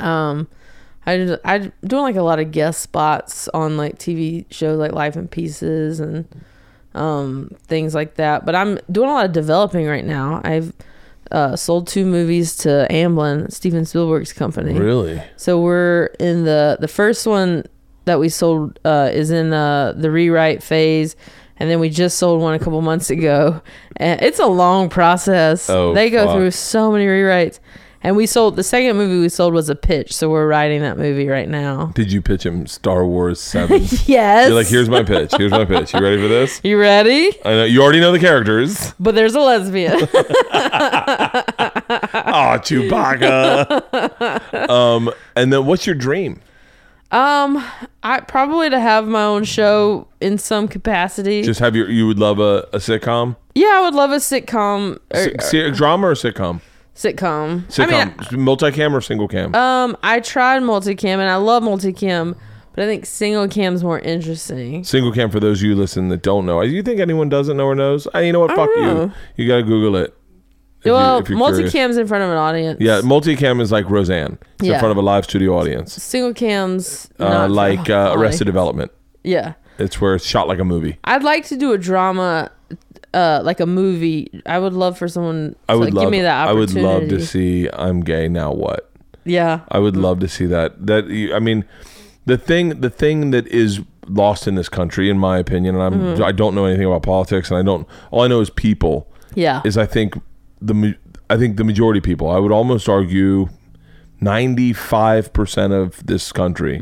Speaker 5: um, I just, I doing like a lot of guest spots on like TV shows like Life in Pieces and um, things like that. But I'm doing a lot of developing right now. I've uh, sold two movies to Amblin, Steven Spielberg's company.
Speaker 3: really.
Speaker 5: So we're in the the first one that we sold uh, is in the the rewrite phase, and then we just sold one a couple months ago. And it's a long process.
Speaker 3: Oh,
Speaker 5: they go
Speaker 3: fuck.
Speaker 5: through so many rewrites, and we sold the second movie we sold was a pitch. So we're writing that movie right now.
Speaker 3: Did you pitch him Star Wars
Speaker 5: [LAUGHS]
Speaker 3: Seven?
Speaker 5: Yes.
Speaker 3: You're like, here's my pitch. Here's my pitch. You ready for this?
Speaker 5: you ready?
Speaker 3: I know you already know the
Speaker 5: [LAUGHS]
Speaker 3: characters.
Speaker 5: But there's
Speaker 3: [LAUGHS]
Speaker 5: a lesbian.
Speaker 3: Oh,
Speaker 5: [LAUGHS]
Speaker 3: Chewbacca. um, and then what's your dream?
Speaker 5: um, I probably to have my own show in some capacity.
Speaker 3: Just have your. You would love a, a sitcom,
Speaker 5: yeah, I would love a sitcom. Or,
Speaker 3: Si- si- drama or sitcom,
Speaker 5: sitcom. uh, I mean,
Speaker 3: sitcom, multi-cam or single cam.
Speaker 5: Um, I tried multicam and I love multicam, but I think single cam's more interesting.
Speaker 3: Single cam for those of you listen that don't know. Do you think anyone doesn't know or knows? I, you know what? Fuck
Speaker 5: know.
Speaker 3: you. You gotta Google it. If you-
Speaker 5: well,
Speaker 3: if you're
Speaker 5: multicam's
Speaker 3: curious.
Speaker 5: in front of an audience.
Speaker 3: Yeah, multicam is like Roseanne. It's in
Speaker 5: Yeah.
Speaker 3: front of a live studio audience,
Speaker 5: Single cam's
Speaker 3: uh,
Speaker 5: not
Speaker 3: like
Speaker 5: for
Speaker 3: uh,
Speaker 5: audience.
Speaker 3: Arrested Development.
Speaker 5: Yeah,
Speaker 3: It's where it's shot like a movie.
Speaker 5: I'd like to do a drama, uh, like a movie. I would love for someone. To,
Speaker 3: I would
Speaker 5: like,
Speaker 3: love.
Speaker 5: give me that
Speaker 3: I would
Speaker 5: opportunity.
Speaker 3: love to see I'm gay now. What?
Speaker 5: Yeah,
Speaker 3: I would love to see that. That you- I mean, the thing the thing that is lost in this country, in my opinion, and I'm
Speaker 5: Mm-hmm.
Speaker 3: I don't know anything about politics, and I don't. All I know is people.
Speaker 5: yeah,
Speaker 3: is I think the ma- I think the majority of people. I would almost argue ninety five percent of this country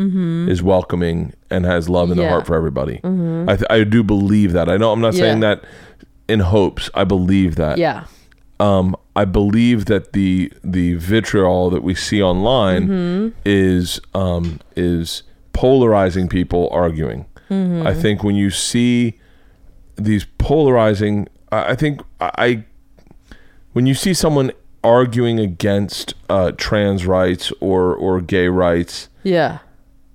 Speaker 3: is welcoming and has love in their
Speaker 5: Mm-hmm. Yeah. Mm-hmm.
Speaker 3: heart for everybody. I th- I do believe that. I know I'm not saying
Speaker 5: Yeah.
Speaker 3: that in hopes. I believe that.
Speaker 5: yeah,
Speaker 3: Um. I believe that the the vitriol that we see online is um is polarizing people arguing. I think when you see these polarizing, I I think I when you see someone arguing against uh, trans rights or or gay rights,
Speaker 5: Yeah.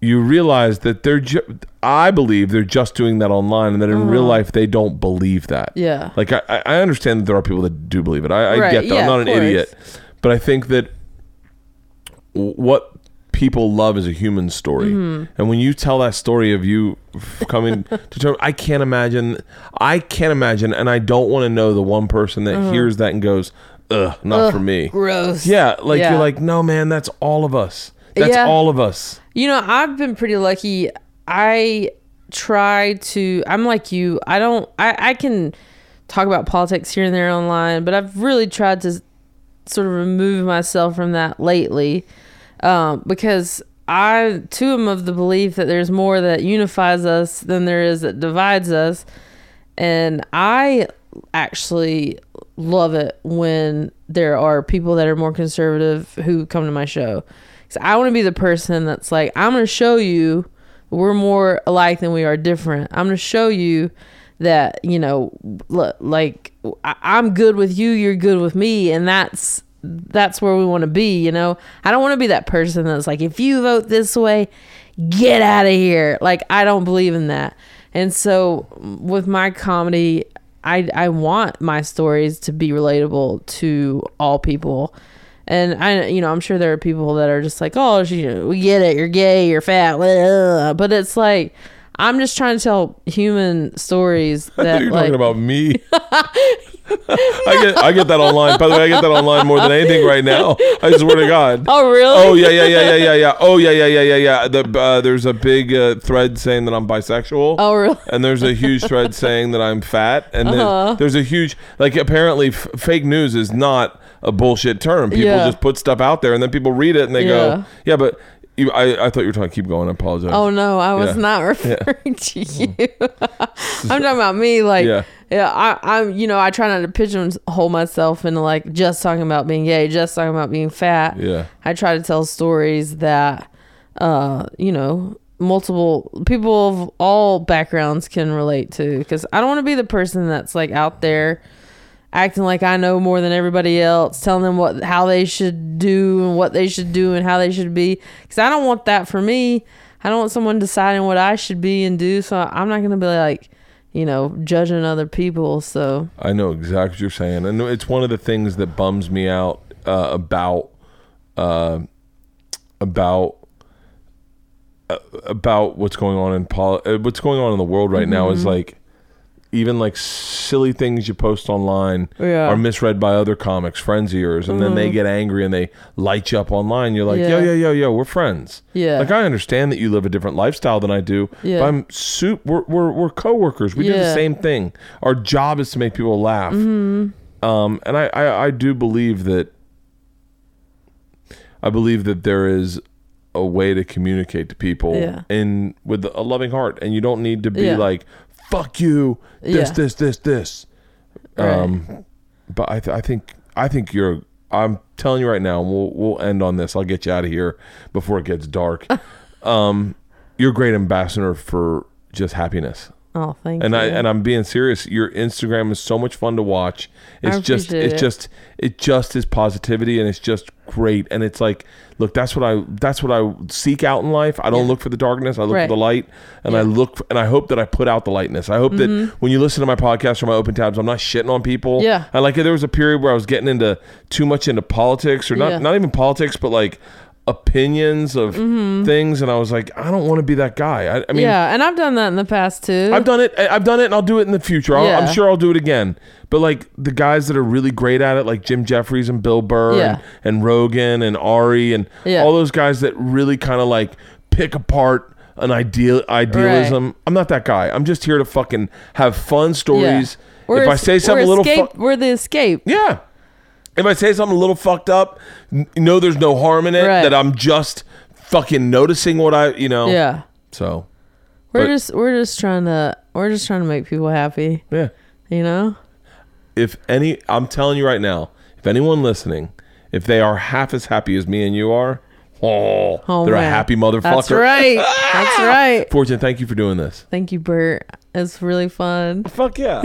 Speaker 3: you realize that they're ju- I believe they're just doing that online, and that in real life they don't believe that.
Speaker 5: Uh-huh. Yeah.
Speaker 3: like I, I I understand that there are people that do believe it. I, I
Speaker 5: Right,
Speaker 3: get that.
Speaker 5: yeah,
Speaker 3: I'm not
Speaker 5: of
Speaker 3: an idiot, but I think that w- what people love is a human story,
Speaker 5: Mm-hmm.
Speaker 3: and when you tell that story of you f-
Speaker 5: [LAUGHS]
Speaker 3: coming to terms, I can't imagine. I can't imagine, and I don't want to know the one person that
Speaker 5: Uh-huh.
Speaker 3: hears that and goes, "Ugh, not for me."
Speaker 5: Gross.
Speaker 3: Yeah, like
Speaker 5: Yeah.
Speaker 3: you're like, no, man, that's all of us. That's
Speaker 5: Yeah.
Speaker 3: all of us.
Speaker 5: You know, I've been pretty lucky. I try to I'm like you. I don't I I can talk about politics here and there online, but I've really tried to sort of remove myself from that lately. Um because I too am of the belief that there's more that unifies us than there is that divides us. And I actually love it when there are people that are more conservative who come to my show. Because I want to be the person that's like, I'm going to show you we're more alike than we are different. I'm going to show you that, you know, look, like I- I'm good with you, you're good with me. And that's that's where we want to be you know i don't want to be that person that's like if you vote this way get out of here like i don't believe in that and so with my comedy i i want my stories to be relatable to all people and i you know i'm sure there are people that are just like oh she, we get it you're gay you're fat blah." but it's like i'm just trying to tell human
Speaker 3: [LAUGHS]
Speaker 5: stories that
Speaker 3: You're
Speaker 5: like
Speaker 3: talking about
Speaker 5: [LAUGHS]
Speaker 3: me. I get I get that online. By the way, I get that online more than anything right now. I swear to God.
Speaker 5: oh really
Speaker 3: Oh yeah, yeah, yeah, yeah, yeah, yeah. Oh yeah, yeah, yeah, yeah, yeah. The, uh, there's a big uh, thread saying that I'm bisexual.
Speaker 5: Oh, really?
Speaker 3: And there's a huge thread saying that I'm fat. And then
Speaker 5: Uh-huh.
Speaker 3: there's a huge like apparently f- fake news is not a bullshit term. People
Speaker 5: Yeah.
Speaker 3: just put stuff out there, and then people read it and they
Speaker 5: Yeah.
Speaker 3: go, yeah, but you, I I thought you were talking. Keep going. I apologize.
Speaker 5: Oh no, I
Speaker 3: [LAUGHS]
Speaker 5: was
Speaker 3: Yeah. Mm-hmm.
Speaker 5: not referring to you. [LAUGHS] I'm talking about me. Like,
Speaker 3: Yeah.
Speaker 5: yeah, I, I'm. You know, I try not to pigeonhole myself into like just talking about being gay, just talking about being fat.
Speaker 3: Yeah.
Speaker 5: I try to tell stories that, uh, you know, multiple people of all backgrounds can relate to. Because I don't want to be the person that's like out there acting like I know more than everybody else, telling them what how they should do and what they should do and how they should be. Because I don't want that for me. I don't want someone deciding what I should be and do. So I'm not gonna be like, you know, judging other people. So
Speaker 3: I know exactly what you're saying, and it's one of the things that bums me out uh, about uh, about uh, about what's going on in poli- uh, what's going on in the world right now
Speaker 5: Mm-hmm.
Speaker 3: is like even like silly things you post online
Speaker 5: Yeah. Mm-hmm.
Speaker 3: are misread by other comics friends of yours and then they get angry and they light you up online you're like yo
Speaker 5: Yeah.
Speaker 3: yo yo yo we're friends
Speaker 5: Yeah.
Speaker 3: like i understand that you live a different lifestyle than i do
Speaker 5: Yeah.
Speaker 3: but i'm soup we're, we're, we're co-workers we do the
Speaker 5: Yeah.
Speaker 3: same thing our job is to make people laugh
Speaker 5: Mm-hmm.
Speaker 3: um, and I, I, I do believe that I believe that there is a way to communicate to people
Speaker 5: Yeah.
Speaker 3: in with a loving heart, and you don't need to be
Speaker 5: Yeah.
Speaker 3: like "fuck you," this,
Speaker 5: Yeah.
Speaker 3: this, this, this. Um, But I, th- I think I think you're. I'm telling you right now. and We'll we'll end on this. I'll get you out of here before it gets
Speaker 5: [LAUGHS]
Speaker 3: dark. um, you're a great ambassador for just happiness
Speaker 5: oh, thank
Speaker 3: and
Speaker 5: you.
Speaker 3: I and I'm being serious. Your Instagram is so much fun to watch. It's just
Speaker 5: appreciate
Speaker 3: it's
Speaker 5: it.
Speaker 3: just it just is positivity and it's just great. And it's like, look, that's what I that's what I seek out in life. I don't look for the darkness. I look
Speaker 5: Right.
Speaker 3: for the light, and I look and I hope that I put out the lightness. I hope that when you listen to my podcast or my open tabs, I'm not shitting on people.
Speaker 5: Mm-hmm. Yeah.
Speaker 3: I like there was a period where I was getting into too much into politics or not
Speaker 5: Yeah.
Speaker 3: not even politics, but like opinions of
Speaker 5: Mm-hmm.
Speaker 3: things and i was like i don't want to be that guy i, I mean
Speaker 5: yeah, and I've done that in the past too.
Speaker 3: I've done it. I- I've done it, and I'll do it in the future. I'll,
Speaker 5: Mm. Yeah.
Speaker 3: I'm sure I'll do it again. But like the guys that are really great at it, like Jim Jeffries and Bill Burr
Speaker 5: Yeah.
Speaker 3: and, and Rogan and Ari and
Speaker 5: Yeah.
Speaker 3: all those guys that really kind of like pick apart an ideal idealism. I'm not that guy. I'm just here to fucking have fun
Speaker 5: Yeah.
Speaker 3: stories.
Speaker 5: We're
Speaker 3: if I
Speaker 5: es-
Speaker 3: say something a
Speaker 5: we're
Speaker 3: little,
Speaker 5: escape,
Speaker 3: fu-
Speaker 5: we're the escape.
Speaker 3: yeah. If I say something a little fucked up, n- know there's no harm in it.
Speaker 5: Right.
Speaker 3: That I'm just fucking noticing what I, you know.
Speaker 5: Yeah,
Speaker 3: So
Speaker 5: we're
Speaker 3: But-
Speaker 5: just we're just trying to we're just trying to make people happy.
Speaker 3: yeah.
Speaker 5: You know.
Speaker 3: if any I'm telling you right now, if anyone listening, if they are half as happy as me and you are, oh,
Speaker 5: Oh,
Speaker 3: they're a
Speaker 5: man.
Speaker 3: happy motherfucker.
Speaker 5: That's right.
Speaker 3: [LAUGHS]
Speaker 5: That's right.
Speaker 3: Fortune, thank you for doing this.
Speaker 5: Thank you, Bert. It's really fun.
Speaker 3: Fuck yeah.